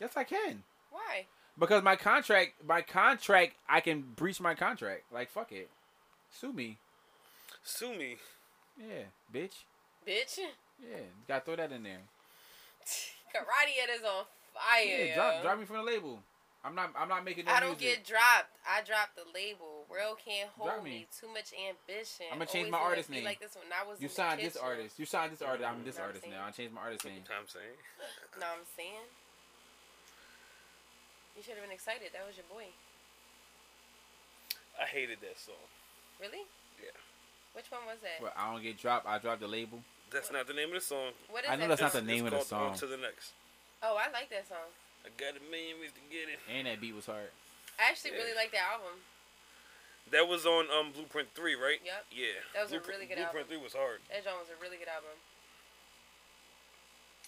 Yes, I can.
Why?
Because my contract, my contract, I can breach my contract. Like fuck it, sue me.
Sue me.
Yeah, bitch.
Bitch,
Yeah, gotta throw that in there.
karate it is on fire.
Yeah,
yo.
drop, drop me from the label. I'm not. I'm not making. No
I don't
music.
get dropped. I dropped the label. World can't hold
Drop me.
me. Too much ambition.
I'ma
Always
change my
wanna
artist
be
name.
Like this when I was
You
in the
signed this
kitchen.
artist. You signed this artist. I'm
Know what
this
I'm
artist
saying?
now. I changed my artist
You
name.
know what I'm saying.
No, I'm saying. You should have been excited. That was your boy.
I hated that song.
Really?
Yeah.
Which one was that?
Well, I don't get dropped. I dropped the label.
That's not the name of the song.
What is
I know
that
that's not
song?
the name of the
called
song.
On to the next.
Oh, I like that song.
I got a million ways to get it.
And that beat was hard.
I actually
Yeah.
really like that album.
That was on um Blueprint Three, right?
Yep.
Yeah.
That was a
Blueprint,
really good
Blueprint Three
album.
was hard.
That song was a really good album.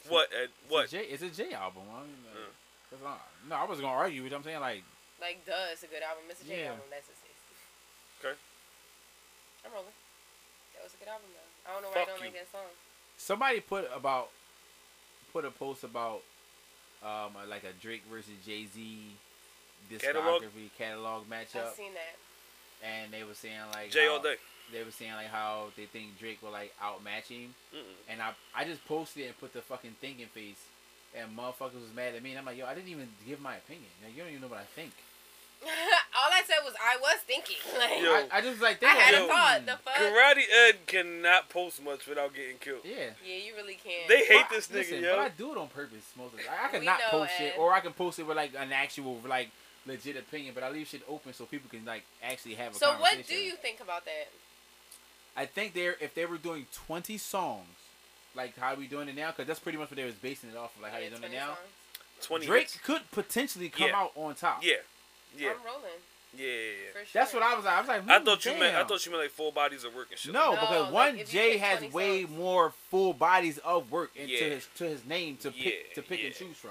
What? Ed, what?
It's a J, it's a J album. I mean, like, 'cause I- no, I was gonna argue with you. I'm saying like
Like, duh, it's a good album. It's a J
Yeah.
album. That's it.
Okay.
I'm rolling. That was a good album, though. I don't know why
Fuck
I don't
you.
like that song.
somebody put about put a post about um like a Drake versus Jay Z
Catalog?
discography catalog, matchup,
I've seen that.
and they were saying like
J all
how-
day.
They were saying like how they think Drake will like outmatch him,
Mm-mm.
and I I just posted and put the fucking thinking face, and motherfuckers was mad at me, and I'm like yo I didn't even give my opinion. Like you don't even know what I think.
All I said was I was thinking. Like,
Yo,
Oh, I, I just like
I had
yo.
a thought. The fuck?
Karate Ed cannot post much without getting killed.
Yeah.
Yeah, you really can't.
They hate
But I-
this nigga,
listen,
yo.
But I do it on purpose most of the time. I could
We
not
know,
post
Ed.
shit, or I can post it with like an actual like legit opinion. But I leave shit open so people can like actually have a
so
conversation.
what do you think about that?
I think they're if they were doing twenty songs, like how we doing it now, because that's pretty much what they was basing it off of, like how
Yeah,
they doing it
20
now.
songs.
Twenty.
Drake
hits.
could potentially come
Yeah.
out on top.
Yeah. Yeah.
I'm rolling.
Yeah. yeah,
For sure.
that's what I was like. I was like,
yeah. I
hmm,
thought you meant. I
damn.
thought you meant like full bodies of work and shit. like
No,
that.
because
like,
one
if you
Jay
pick
has
20
way
songs.
more full bodies of work into
Yeah.
his to his name to pick
Yeah,
to pick and
yeah.
choose from.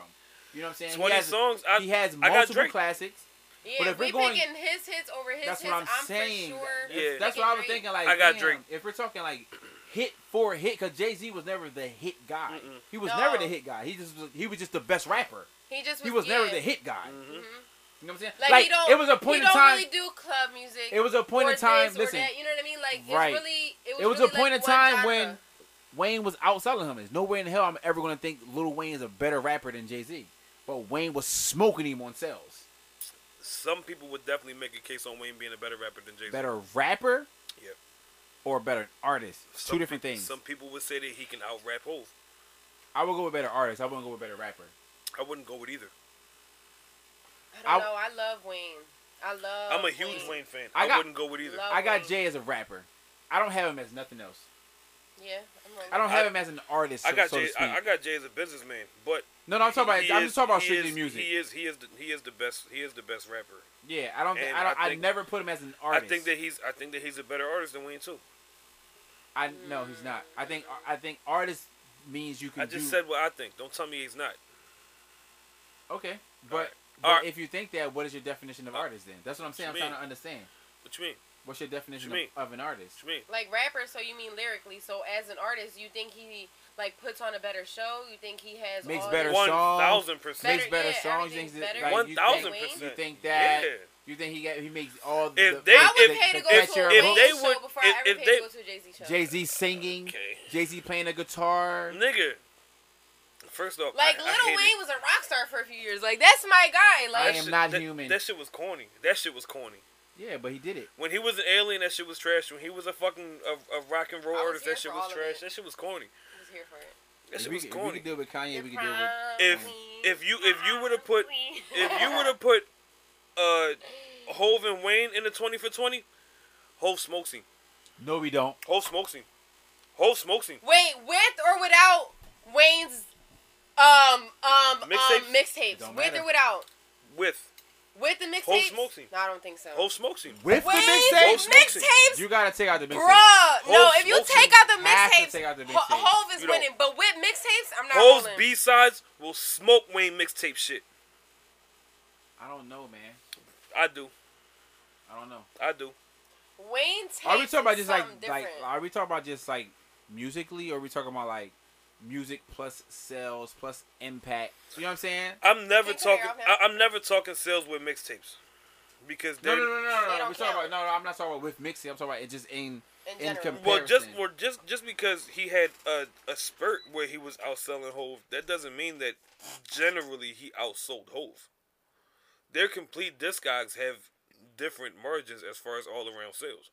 You know what I'm saying? He
Twenty
has-
songs. I,
he has
I got
multiple
Drake.
classics.
Yeah,
But if
if we
we're going-
picking his hits over his
That's
hits,
what I'm,
I'm
saying.
for sure.
That's-
Yeah.
That's
picking
what I was
Drake.
thinking. Like,
I got
damn,
Drake.
If we're talking like hit for hit, because Jay Z was never the hit guy.
Mm-mm.
He was
No.
never the hit guy. He just was, he was just the best rapper.
He just was,
He was never
yeah.
the hit guy.
Mhm.
You know what I'm saying?
Mm-hmm. Like, he don't,
it was a
he
point in
don't
time.
Really do club music.
it was a point
or
in time.
This
Listen,
or that, you know what I mean? Like it's
Right.
really, it was,
it was
really
a point
like
in
one
time
genre.
when Wayne was outselling him. There's no way in hell I'm ever gonna think Lil Wayne is a better rapper than Jay Z. But Wayne was smoking him on sales.
Some people would definitely make a case on Wayne being a better rapper than Jay Z.
Better rapper,
Yeah.
or better artist. Two different
peop-
things.
Some people would say that he can out rap Hov.
I would go with better artist. I wouldn't go with better rapper.
I wouldn't go with either.
I
I-
don't know. I love Wayne. I love.
I'm a huge Wayne, fan.
I
I,
got-
wouldn't go with either.
Oh, Love
I got
Wayne.
Jay as a rapper. I don't have him as nothing else.
Yeah, I'm rolling.
I don't have
I-
him as an artist. So,
I got
so
Jay.
to speak.
I, I got Jay as a businessman, but
no, no, I'm talking about.
he
I'm
is-
just talking about
he
strictly
is-
music.
He is. He is. The, he is the best. He is the best rapper.
yeah, I don't. think
and
I don't.
I
I,
think-
never put him as an artist.
I think that he's. I think that he's a better artist than Wayne too.
I no, he's not. I think. uh, I think artist means you can.
I just
do,
said what I think. Don't tell me he's not.
okay, but,
Alright.
but
Alright.
if you think that, what is your definition of
Uh,
artist then? That's what I'm saying. I'm
what you
trying to
mean?
understand.
What you mean?
What's your definition
What you
of, of an artist?
What you mean?
like rapper. So you mean lyrically? So as an artist, you think he like puts on a better show? You think he has
Makes
all
better
these-
One thousand
Better-
percent.
makes better
yeah,
songs.
everything's
things that-
better.
like, you
One
think-
thousand
You
percent.
think
Yeah.
that? You think he got? He makes all the.
If they-
I would
if-
pay to go
if-
to a
if
Wayne
they
show
would-
before
if-
I ever
if
paid
they-
to go to a Jay Z show.
Jay Z singing,
Okay.
Jay Z playing a guitar.
Nigga. First off,
Like
I, I
Little
hated-
Wayne was a rock star for a few years. Like that's my guy.
I
Like
am
shit-
not
that-
human.
That shit was corny. That shit was corny.
Yeah, but he did it.
When he was an alien, that shit was trash. When he was a fucking a, a rock and roll
I was
artist,
here
that shit
for
was
all of
trash.
it.
That shit was corny.
I was here for it.
That
If
shit
we,
was
could- if we
corny.
could deal with Kanye, we could deal with.
If if you if you would have put if you would have put uh Hove and Wayne in the twenty for twenty, Hove smokes him.
No, we don't.
Hove smokes him. Hove smokes him.
Wait, with or without Wayne's um um
Mixtapes?
um mixtapes,
Don't
with
matter.
or without.
with
With the mixtape?
Whole Smoke Scene.
No, I don't think so.
whole smoke scene.
With
With
the mixtape,
Whole Smoke Scene.
mixtapes?
you gotta take out the
Bro,
mixtape.
no,
Hov-
if you
Hov
take
should
out the
have to
mixtapes,
take out the
Ho-
mixtapes.
Hov is
You don't-
winning. But with mixtapes, I'm not
Hoes
rolling.
B sides will smoke Wayne mixtape shit.
I don't know, man.
I do.
I don't know.
I do.
Wayne tapes
Are we talking about
is
just like
something
like
different.
are we talking about just like musically or are we talking about like music plus sales plus impact? You know what I'm saying?
I'm never
Can you turn it
talking.
off now?
I, I'm never talking sales with mixtapes because
No,
they're
no, no, no, no.
They
no.
don't
We're talking about
count.
no, no. I'm not talking about with mixing. I'm talking about it just in
In
in
general.
comparison.
well just well just just because he had a, a spurt where he was outselling Hove, that doesn't mean that generally he outsold Hove. Their complete discogs have different margins as far as all around sales.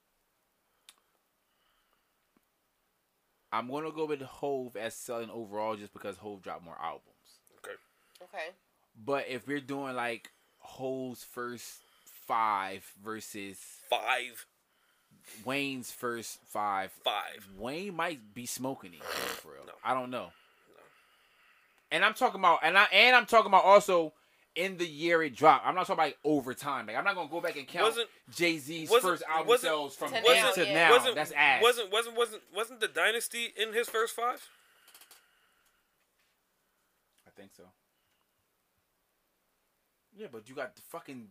I'm gonna go with Hove as selling overall just because Hove dropped more albums.
Okay.
okay.
But if we're doing like Hove's first five versus
Five
Wayne's first five,
five.
Wayne might be smoking it for real.
No.
I don't know. And I'm talking about and I and I'm talking about also in the year it dropped. I'm not talking about over time. Like I'm not gonna go back and count
Wasn't-
Jay Z's
wasn't-
first album
wasn't-
sales from
To
then
now,
to
yeah.
now.
Wasn't
That's ass.
wasn't wasn't wasn't wasn't the dynasty in his first five?
I think so. Yeah, but you got the fucking,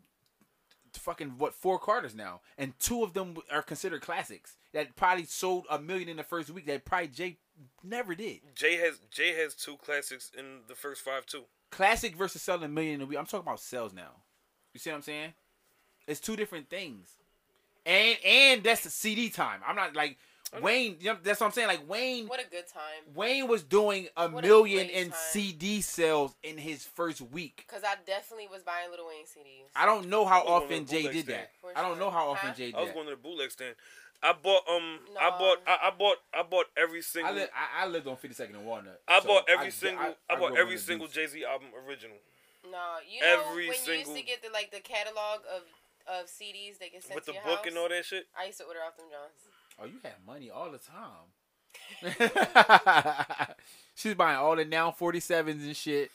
the fucking what four Carters now, and two of them are considered classics that probably sold a million in the first week that probably Jay never did.
Jay has Jay has two classics in the first five too.
Classic versus selling a million in a week. I'm talking about sales now. You see what I'm saying? It's two different things, and and that's the CD time. I'm not like Wayne. You know, that's what I'm saying. Like Wayne.
What a good time.
Wayne was doing a
What a
million
great
in
time.
CD sales in his first week.
Because I definitely was buying Little Wayne CDs.
I don't know how
I was
often
going to
Jay
bootleg
did
stand.
that.
For
I don't
sure.
know how often
Huh?
Jay did
I was
that.
going to the bootleg stand. I bought um I
No.
bought I, I bought I bought every
I,
single
li- I, I lived on 52nd and Walnut.
I
so
bought every
I-
single
I-
I,
I
bought
grew up
every
on the
single
beach.
Jay Z album original.
No, you know
Every
when
single-
you used to get the like the catalog of of CDs that get sent
With
to
the
your
book
house.
and all that shit.
I used to order off them Johns.
Oh, you had money all the time. She's buying all the now 47s and shit.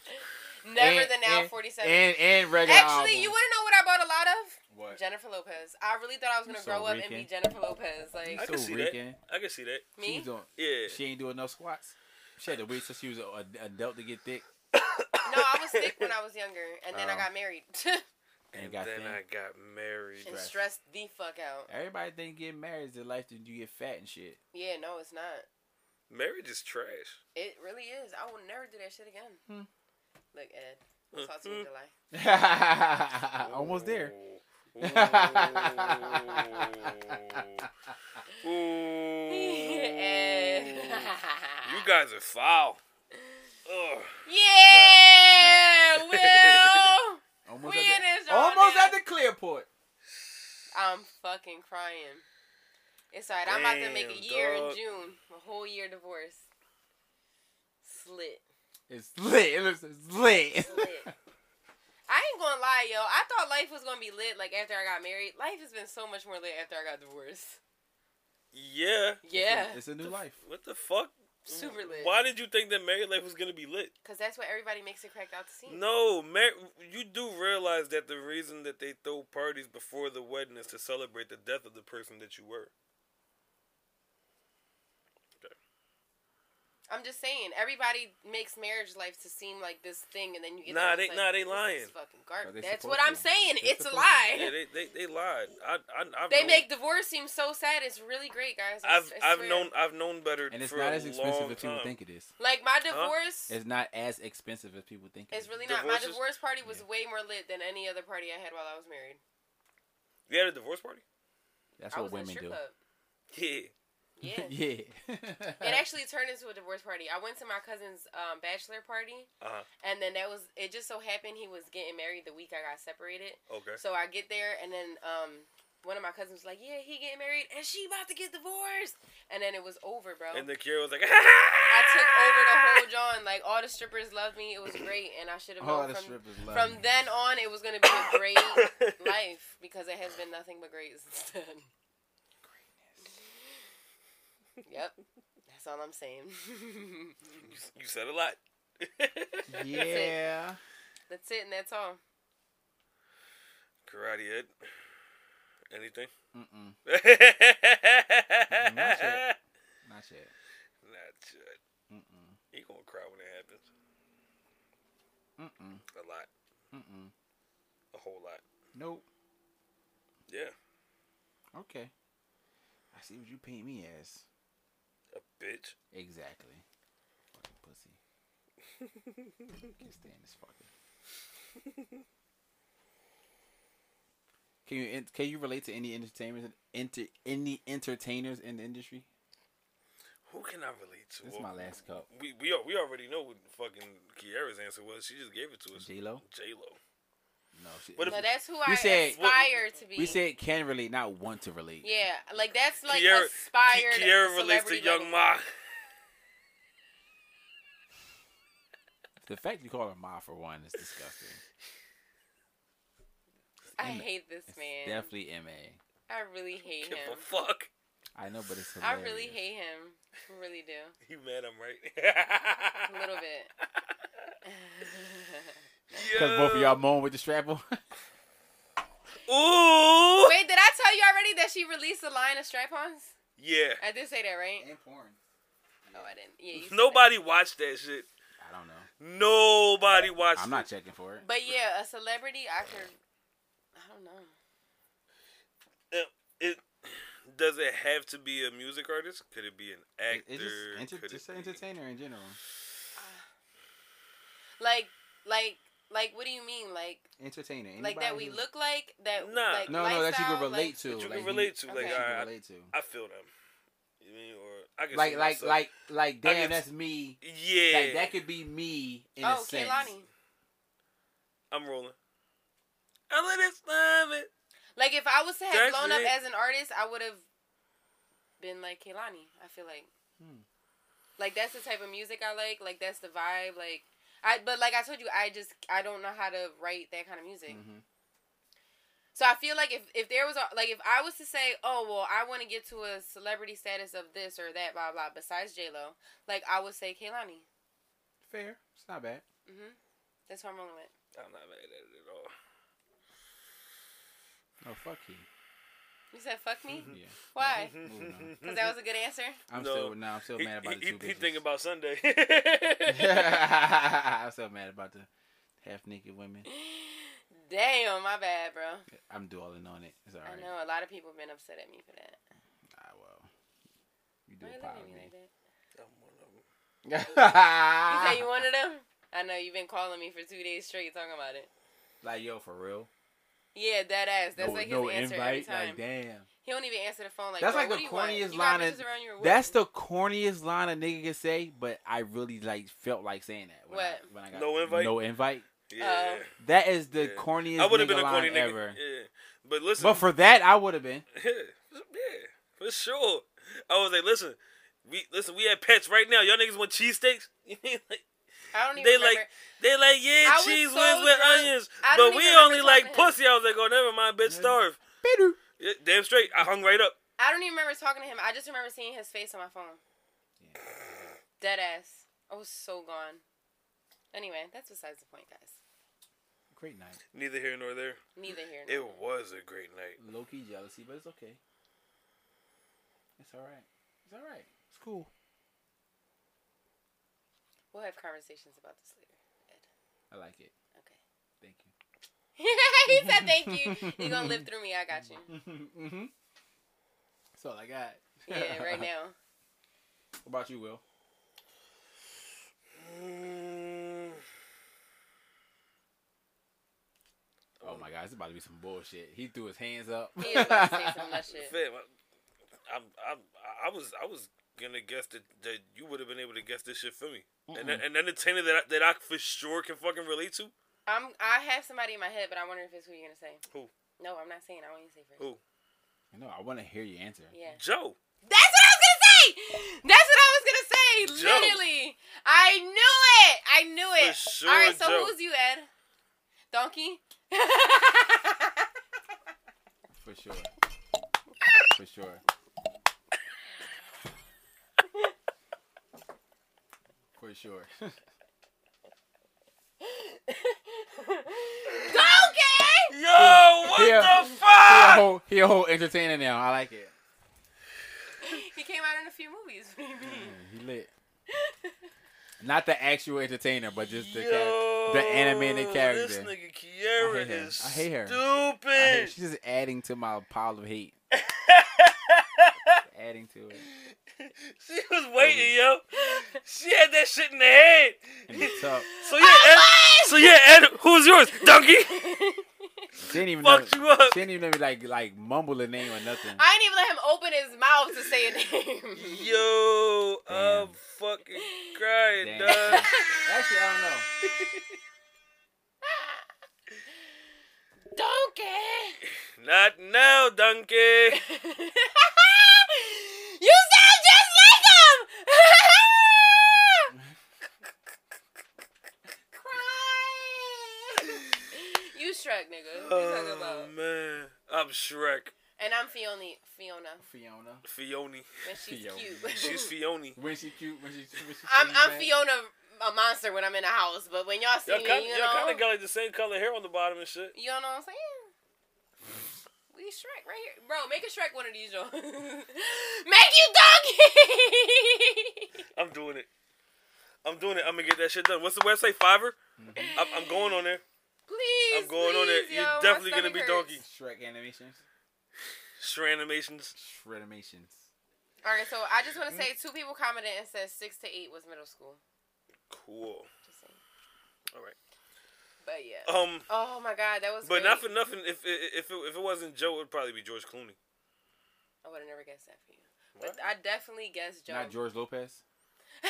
Never
and,
the now
and-
47.
And, and regular
Actually, you
albums.
wouldn't know what I bought a lot of?
What?
Jennifer Lopez. I really thought I was gonna
so
grow up and be
Rican.
Jennifer Lopez. Like
I
So
can see
Rican.
that. I can see that.
She,
me.
was doing,
Yeah.
she ain't doing enough squats. She had to wait till she was a, a adult to get thick.
No, I was sick when I was younger, and then I
Oh.
got married
And,
And
got
then
thin.
I got married.
and
Stress.
stressed the fuck out.
Everybody think getting married is the life that you get fat and shit.
Yeah, no, it's not.
Marriage is trash.
It really is. I will never do that shit again.
Hmm.
Look, Ed. We'll talk to you in July.
Almost there.
Ooh. Ooh.
Ed.
you guys are foul. Ugh.
yeah, Will.
Almost,
We
at,
in this
the, almost
Jordan.
at the Clearport.
I'm fucking crying. It's alright. I'm about to make
Damn,
a year
dog.
in June. A whole year divorce. Slit.
It's lit. It looks it's lit.
Lit. I ain't gonna lie, yo. I thought life was gonna be lit like after I got married. Life has been so much more lit after I got divorced.
Yeah.
Yeah.
It's a mm, new life.
What the fuck?
Super lit.
Why did you think that married life was gonna be lit?
Because that's what everybody makes it crack out to see.
No, mar- you do realize that the reason that they throw parties before the wedding is to celebrate the death of the person that you were.
I'm just saying, everybody makes marriage life to seem like this thing, and then you get
Nah,
there,
they-
it's like,
nah, they
this
lying.
is fucking
Nah,
garbage.
they
That's
supposed
what I'm
to.
saying.
They
It's a
supposed to.
lie.
Yeah, they they, they lied. I I I've
They
known,
make divorce seem so sad. It's really great, guys. I
I've
s- I
I've
swear.
known I've known better.
And it's
for
not
a
as expensive
long
as people
time.
think it is.
Like my divorce
It's not as expensive as people think. it
is
is.
really not.
Divorces-
my divorce party was
Yeah.
way more lit than any other party I had while I was married.
You had a divorce party?
That's
I
what
was
women
in a strip
do.
club.
Yeah.
Yeah.
yeah.
It actually turned into a divorce party. I went to my cousin's um, bachelor party,
Uh
and then that was it. Just so happened he was getting married the week I got separated.
huh. Okay.
So I get there, and then um, one of my cousins was like, "Yeah, he getting married, and she about to get divorced." And then it was over, bro.
And the Kira was like,
I took over the whole John. Like all the strippers loved me. It was great, and I should have
All
known
the
from
strippers love
from
me.
then on it was gonna be a great life because it has been nothing but great since then. Greatness. Yep. That's all I'm saying.
you said a lot.
Yeah.
that's it and that's all.
Karate Ed. Anything?
Mm-mm. not
Not yet.
yet. Not yet. Mm-mm.
You gonna cry when it happens.
Mm-mm.
A lot.
Mm-mm.
A whole lot.
Nope.
Yeah.
Okay. I see what you paint me as.
A bitch.
Exactly. Fucking pussy. Can't stand this fucker. Can you en- can you relate to any entertainers enter any entertainers in the industry?
Who can I relate to?
This is my last cup.
We we al- we already know what fucking Kiara's answer was. She just gave it to us.
J Lo.
J Lo.
No, she,
What
So that's who
We
I
said-
aspire to be.
we said can relate, not want to relate.
yeah, like that's like
Kiara-
aspired.
Ki- Kiara relates to
celebrity
Young
level.
Ma.
The fact you call her ma for one is disgusting.
I
Emma.
hate this
Mm. It's
man.
definitely ma.
I really hate
Give a
him.
fuck.
I know, but it's
I
hilarious.
really hate him. I really do.
You mad? I'm right.
A little bit.
because both of y'all moan with the strap on.
Ooh.
Wait, did I tell you already that she released a line of strap-ons?
Yeah.
I did say that, right?
and porn.
Oh, I didn't. Yeah, you said that.
Nobody watched that shit.
I don't know.
Nobody watched.
I'm
it.
not checking for it.
But yeah, a celebrity, I could. I don't know.
It does it have to be a music artist? Could it be an actor?
It- It's just, enter-
Could it
just an
be-
entertainer in general.
Like, like, like. What do you mean? Like,
Entertainer.
like that we
who-
look like that.
Nah.
Like,
No, no, that you
lifestyle,
can relate
like-
to.
That you
like
can relate to.
you-
Like,
Okay.
that
all
you can
right,
relate to.
I, I feel them. You mean, or Uh, I can
Like,
see
like,
myself.
like, like,
I
damn,
can-
that's me.
yeah.
Like, that could be me in a
Oh,
sense.
Kehlani.
I'm rolling. I let it slam it.
Like if I was to have
That's
blown up
it.
as an artist, I would have been like Kehlani. I feel like,
Hmm.
like that's the type of music I like. Like that's the vibe. Like I, but like I told you, I just I don't know how to write that kind of music.
Mhm.
Mm-hmm.
So I feel like if if there was a, like if I was to say, oh well, I want to get to a celebrity status of this or that, blah blah. Besides J Lo, like I would say Kehlani.
Fair. It's not bad.
hmm That's what I'm rolling with.
I'm not mad at it at all.
Oh, fuck you.
You said fuck me.
Mm-hmm.
Yeah.
Why?
Moving on.
Because that was a good answer.
I'm
No.
still, no, I'm still
He,
mad about
he,
the two
he
bitches.
thinking about Sunday.
I'm still mad about the half naked women.
Damn, my bad, bro.
I'm dwelling on it. It's
I
alright.
know a lot of people have been upset at me for that.
Ah, well. You do
Why you
a pile
looking
of
at me like
me.
that? You say
like,
you wanted them? I know you've been calling me for two days straight talking about it.
yo, for real?
Yeah, that ass. That's
no,
like his
no
answer every
invite.
time.
Like, damn.
he don't even answer the phone. Like
That's
"Bro,
like
what
the
do you want?
corniest
You
line
got bitches
of-
around your
That's
waist."
the corniest line a nigga can say, but I really like felt like saying that. When
What?
I, when I got
No invite?
No invite.
Uh,
yeah.
That is the
Yeah.
corniest.
I would have been a
nigga
corny
line
nigga.
ever.
Yeah. But listen.
But for that, I would have been.
yeah, for sure. I was like, listen, we listen, we had pets right now. Y'all niggas want cheesesteaks? like,
I don't even
they
remember.
like- they like, yeah,
I was
cheese
so
wings with
drunk.
onions. But
I don't
we
even
only
remember
like
talking to him.
pussy. I was like, oh, never mind, bitch, starve. Yeah, damn straight. I hung right up.
I don't even remember talking to him. I just remember seeing his face on my phone. Dead ass. I was so gone. Anyway, that's besides the point, guys.
Great night.
Neither here nor there.
Neither here.
It
nor there.
was a great night.
Low key jealousy, but it's okay. It's all right. It's all right. It's cool.
We'll have conversations about this later.
I like it.
Okay.
Thank you.
he said thank you. You're gonna live through me. I got you.
mm-hmm. That's all I got.
Yeah, right now.
What about you, Will? Mm. Oh my God, it's about to be some bullshit. He threw his hands up.
He is about to say some nut shit.
Fam, I, I'm, I'm, I was, I was gonna guess that, that you would have been able to guess this shit for me. And an entertainer that I, that I for sure can fucking relate to.
I'm. I have somebody in my head, but I wonder if it's who you're gonna say.
Who?
No, I'm not saying. I want you to say first.
Who?
no, I want to hear your answer.
Yeah.
Joe.
That's what I was gonna say. That's what I was gonna say.
Joe.
Literally, I knew it. I knew
For
it.
sure,
All right. So
Joe.
who's you, Ed? Donkey.
For sure. For sure. For sure.
Donkey.
Yo, what
Here
a
lot.
whole, he a whole entertainer now. I like it.
He came out in a few movies. What do you mean?
Hmm.
He lit. Not the actual entertainer, but just the, char- the animated character.
This nigga Kiara
I hate her.
is
I hate her.
stupid.
I hate- she's just adding to my pile of hate. adding to it.
She was waiting, yo. She had that shit in the head.
And it's up.
So yeah, Ed, so yeah, Ed, who's yours, donkey?
She didn't even
Fucked
know,
you up.
She didn't even let me like like mumble the name or nothing.
I didn't even let him open his mouth to say a name.
Yo, I'm
Damn.
fucking crying,
Damn.
dog.
Actually, I don't know.
Donkey!
Not now, donkey.
you sound just like him! Cry! you Shrek, nigga. What you
Oh
talking about?
man, I'm Shrek.
And I'm Fiona. Fiona.
Fiona.
Fioni.
And she's
Fiona.
cute.
She's Fioni.
When she cute, when she, when she
I'm,
cute,
I'm
man.
Fiona, a monster when I'm in the house. But when y'all see
Y'all
me,
kind,
you
y'all
know.
kind of got like the same color hair on the bottom and shit.
You know what I'm saying? We Shrek right here. Bro, make a Shrek one of these, y'all. make you donkey!
I'm doing it. I'm doing it. I'm gonna get that shit done. What's the website? Fiverr.
Mm-hmm.
I'm, I'm going on there.
please.
I'm going on
please,
there. You're
yo, my
definitely gonna be
stomach hurts.
donkey.
Shrek animations.
Shranimations.
Shredamations.
All right, so I just want to
Mm.
say two people commented and said six to eight was middle school.
Cool.
Just saying.
All right.
But yeah.
Um,
oh my God, that was.
but
great.
not for nothing. If it, if it, if it wasn't Joe, it'd probably be George Clooney.
I would have never guessed that for you. But I definitely guessed Joe.
Not George Lopez.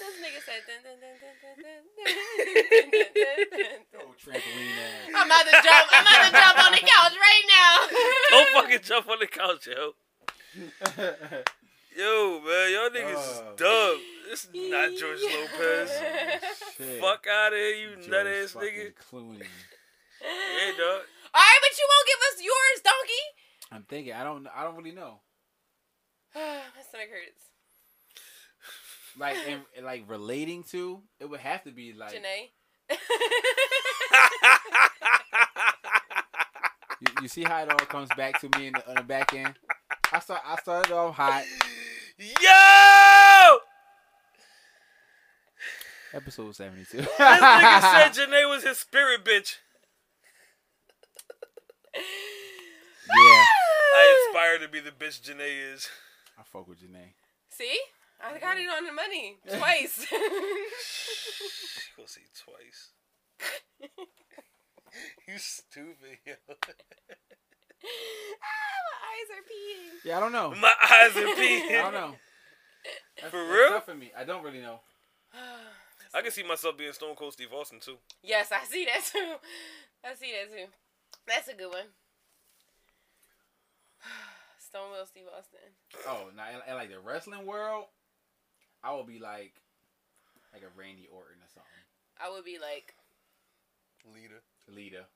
this nigga said. Dun, dun, dun, dun, dun, dun, dun, dun, dun, dun, dun.
Oh, trampoline ass.
I'm about to jump. I'm about to jump on the couch right now.
Don't fucking jump on the couch, yo. Yo, man, y'all niggas is
Oh.
dumb. This is not George Lopez.
Shit.
Fuck out of here, you
George
nut ass
fucking
nigga.
Clooney.
Yeah, dog.
All right, but you won't give us yours, donkey.
I'm thinking. I don't. I don't really know.
My stomach hurts.
Like, and, like relating to it would have to be like
Janae.
You, you see how it all comes back to me in the, on the back end. I start. I started off hot.
Yo!
Episode seventy two.
This nigga said Janae was his spirit bitch.
yeah.
I aspire to be the bitch Janae is.
I fuck with Janae.
See, I got it on the money twice. Ah,
We'll see twice. you stupid, yo.
ah, my eyes are peeing.
Yeah, I don't know.
My eyes are
I don't
peeing.
know. That's,
For
that's
real?
tough for me. I don't really know.
I can see myself being Stone Cold Steve Austin, too.
Yes, I see that too. I see that too. That's a good one. Stone Will Steve Austin.
Oh, now in, in like the wrestling world, I would be like, like a Randy Orton or something.
I would be like,
Leader.
Lita.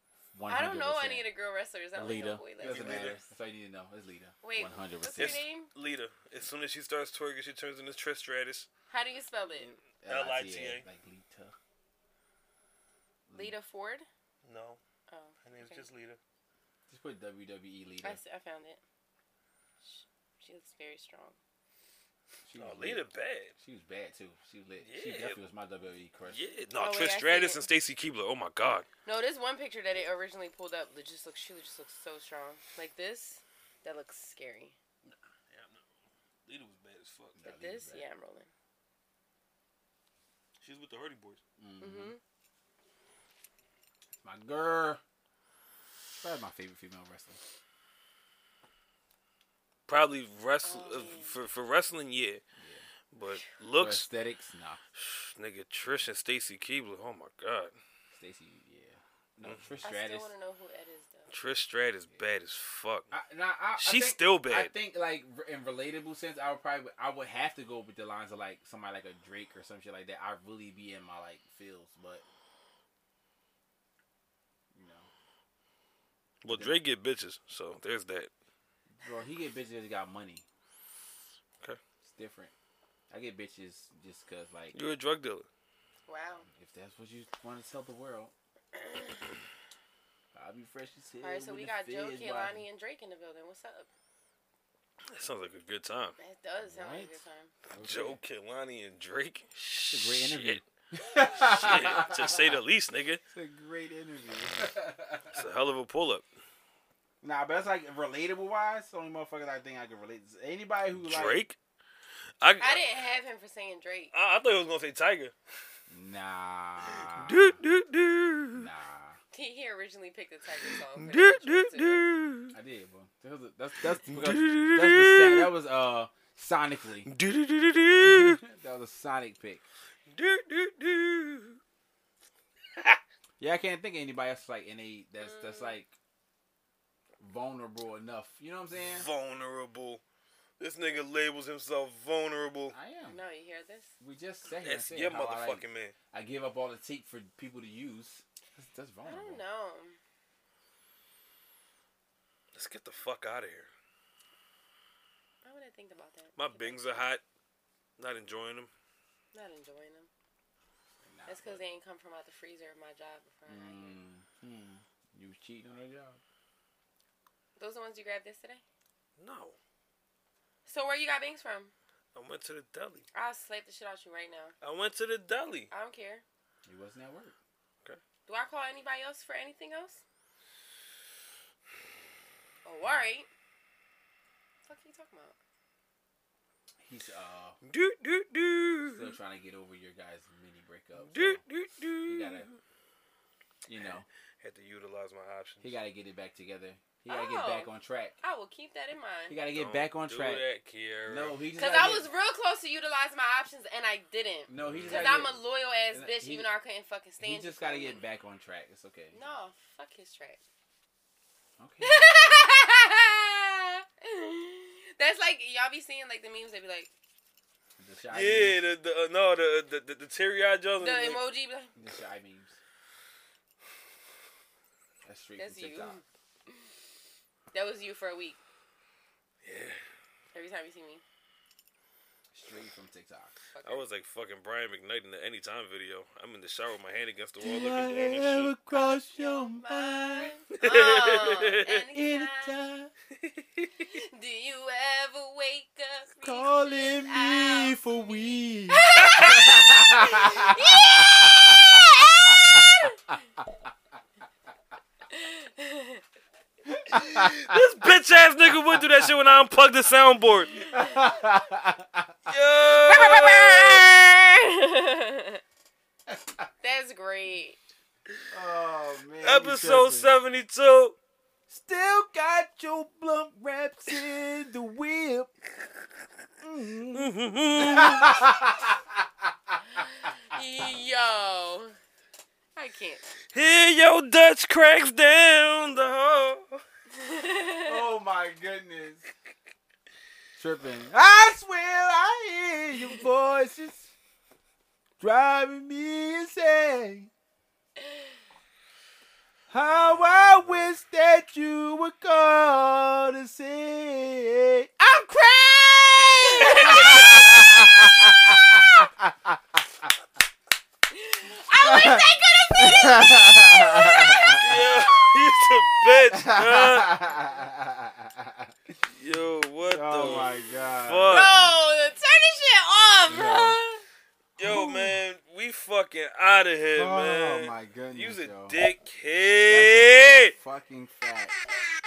100%.
I don't know any of the girl wrestlers. I only know
Lita.
boy
It
wrestlers.
doesn't matter.
Lita.
That's all you need to know. It's Lita.
Wait,
one hundred
what's her
percent.
It's-
name?
Leader. As soon as she starts twerking, she turns into Trish Stratus.
How do you spell it?
L-I-T-A.
Like Lita.
Lita Ford.
No,
Oh,
her name's
okay.
just Lita.
Just put WWE Lita.
I, s- I found it. Sh- She looks very strong.
She
No, Oh,
was
Lita
lit.
bad.
She was bad too. She was lit. She
Yeah.
definitely was my WWE crush.
Yeah, no,
Oh, wait, I
Trish
see
Stratus
it.
and Stacy Keebler. Oh my god.
No, this one picture that it originally pulled up, it just looks. She just looks so strong. Like this, that looks scary.
Lita was bad as fuck.
But this, yeah, I'm rolling.
She's with the Hardy Boys.
Mm-hmm.
My girl. Probably my favorite female wrestler.
Probably wrestle uh, for for wrestling, yeah. But
For
looks,
aesthetics, nah.
nigga, Trish and Stacy Keebler. Oh my god,
Stacy, yeah. No, Trish
I still
Stratus.
want to know who Ed is though.
Trish Stratus bad as fuck.
I, nah, I, I
She's
think-
still
I
bad.
think like r- in relatable sense, I would probably I would have to go with the lines of like somebody like a Drake or some shit like that. I really be in my like feels, but you know,
Well, Drake get bitches, so there's that.
bro, he get bitches. 'cause He got money.
Okay.
different. I get bitches just cause like
You're a drug dealer.
Wow.
if that's what you want to tell the world. I'll be fresh as hell.
All right, so we got Joe, Kehlani, and Drake in the building. What's up?
That sounds like a good time.
That does sound like
Right.
a good time.
Joe Kilani and Drake.
a great interview.
Shit. Shit, to say the least, nigga.
It's a great interview.
It's a hell of a pull up.
nah, but that's like relatable wise. The only motherfuckers I think I can relate. to. Anybody who like
Drake? I, I,
I didn't have him for saying Drake.
I, thought he was gonna say Tiger.
Nah.
Do do do
Nah.
He, he originally picked the Tiger song. for
do
the
do
intro, too.
do
I did, bro. That was that's that's because that's the sound- that was uh sonically.
do do do do
That was a sonic pick.
do do do.
Yeah, I can't think of anybody else like in a that's that's like vulnerable enough. You know what I'm saying?
Vulnerable. This nigga labels himself vulnerable.
I am.
No, you hear this?
We just said
That's
said
your
how I, like,
motherfucking man.
I give up all the tape for people to use. That's, that's
I
vulnerable.
don't know.
Let's get the fuck out of here.
Why would I think about that?
My bings are hot. Not enjoying them.
Not enjoying them.
Nah,
That's because they ain't come from out the freezer of my job before I got here.
hmm. You was cheating on her job.
Those are the ones you grabbed yesterday?
No.
So where you got bangs from?
I went to the deli.
I'll slap the shit out you right now.
I went to the deli.
I don't care.
It wasn't at work.
Do I call anybody else for anything else? Oh, alright. What the fuck you talking about?
He's uh
Do do
still
Mm-hmm.
do.
trying to get over your guys' mini breakup.
Do
so
do
he
do.
gotta, you know,
Had to utilize my options.
he gotta get it back together. He gotta get back
Oh.
on track.
I will keep that in
He
mind.
gotta get
Don't
back on
do
track.
that, Kiara.
No, he just
Because I
gotta get-
was real close to utilize my options and I didn't.
No, he just
Because
gotta
I'm
get,
a loyal ass
And
bitch,
he-
even though I couldn't fucking stand
He
you
just
for
gotta
a
get
minute.
back on track. It's okay.
No, fuck his track.
Okay.
That's like y'all be seeing like the memes. They be like
the shy
Yeah,
memes.
the, the uh, no the the, the, the teary eyed Jones.
the emoji. Be like,
The shy memes. That's straight
That's
from
you.
TikTok.
that was you for a week. Yeah. Every time you see me,
Straight from TikTok.
I was like fucking Brian McKnight in the anytime video. I'm in the shower with my hand against the wall looking down and shit.
cross
Oh, anytime. Do you ever wake up
calling
me
for weed.
This bitch ass nigga would do that shit when I unplugged the soundboard. Yo.
That's great.
oh man.
Episode seventy two.
Still got your blunt wraps in the whip.
Yo, I can't.
Hear your Dutch cracks down the hall.
Oh my goodness. Tripping. I swear I hear your voices driving me insane. How I wish that you would call to say I'm crazy.
I wish they could have seen it.
Yeah, he's a bitch. Huh? Yo, what
oh
the
my god.
fuck?
Bro, turn this shit off, bro.
Yo, man, we fucking out of here,
Oh
man.
my goodness.
You's a
yo.
dickhead.
Fucking fact.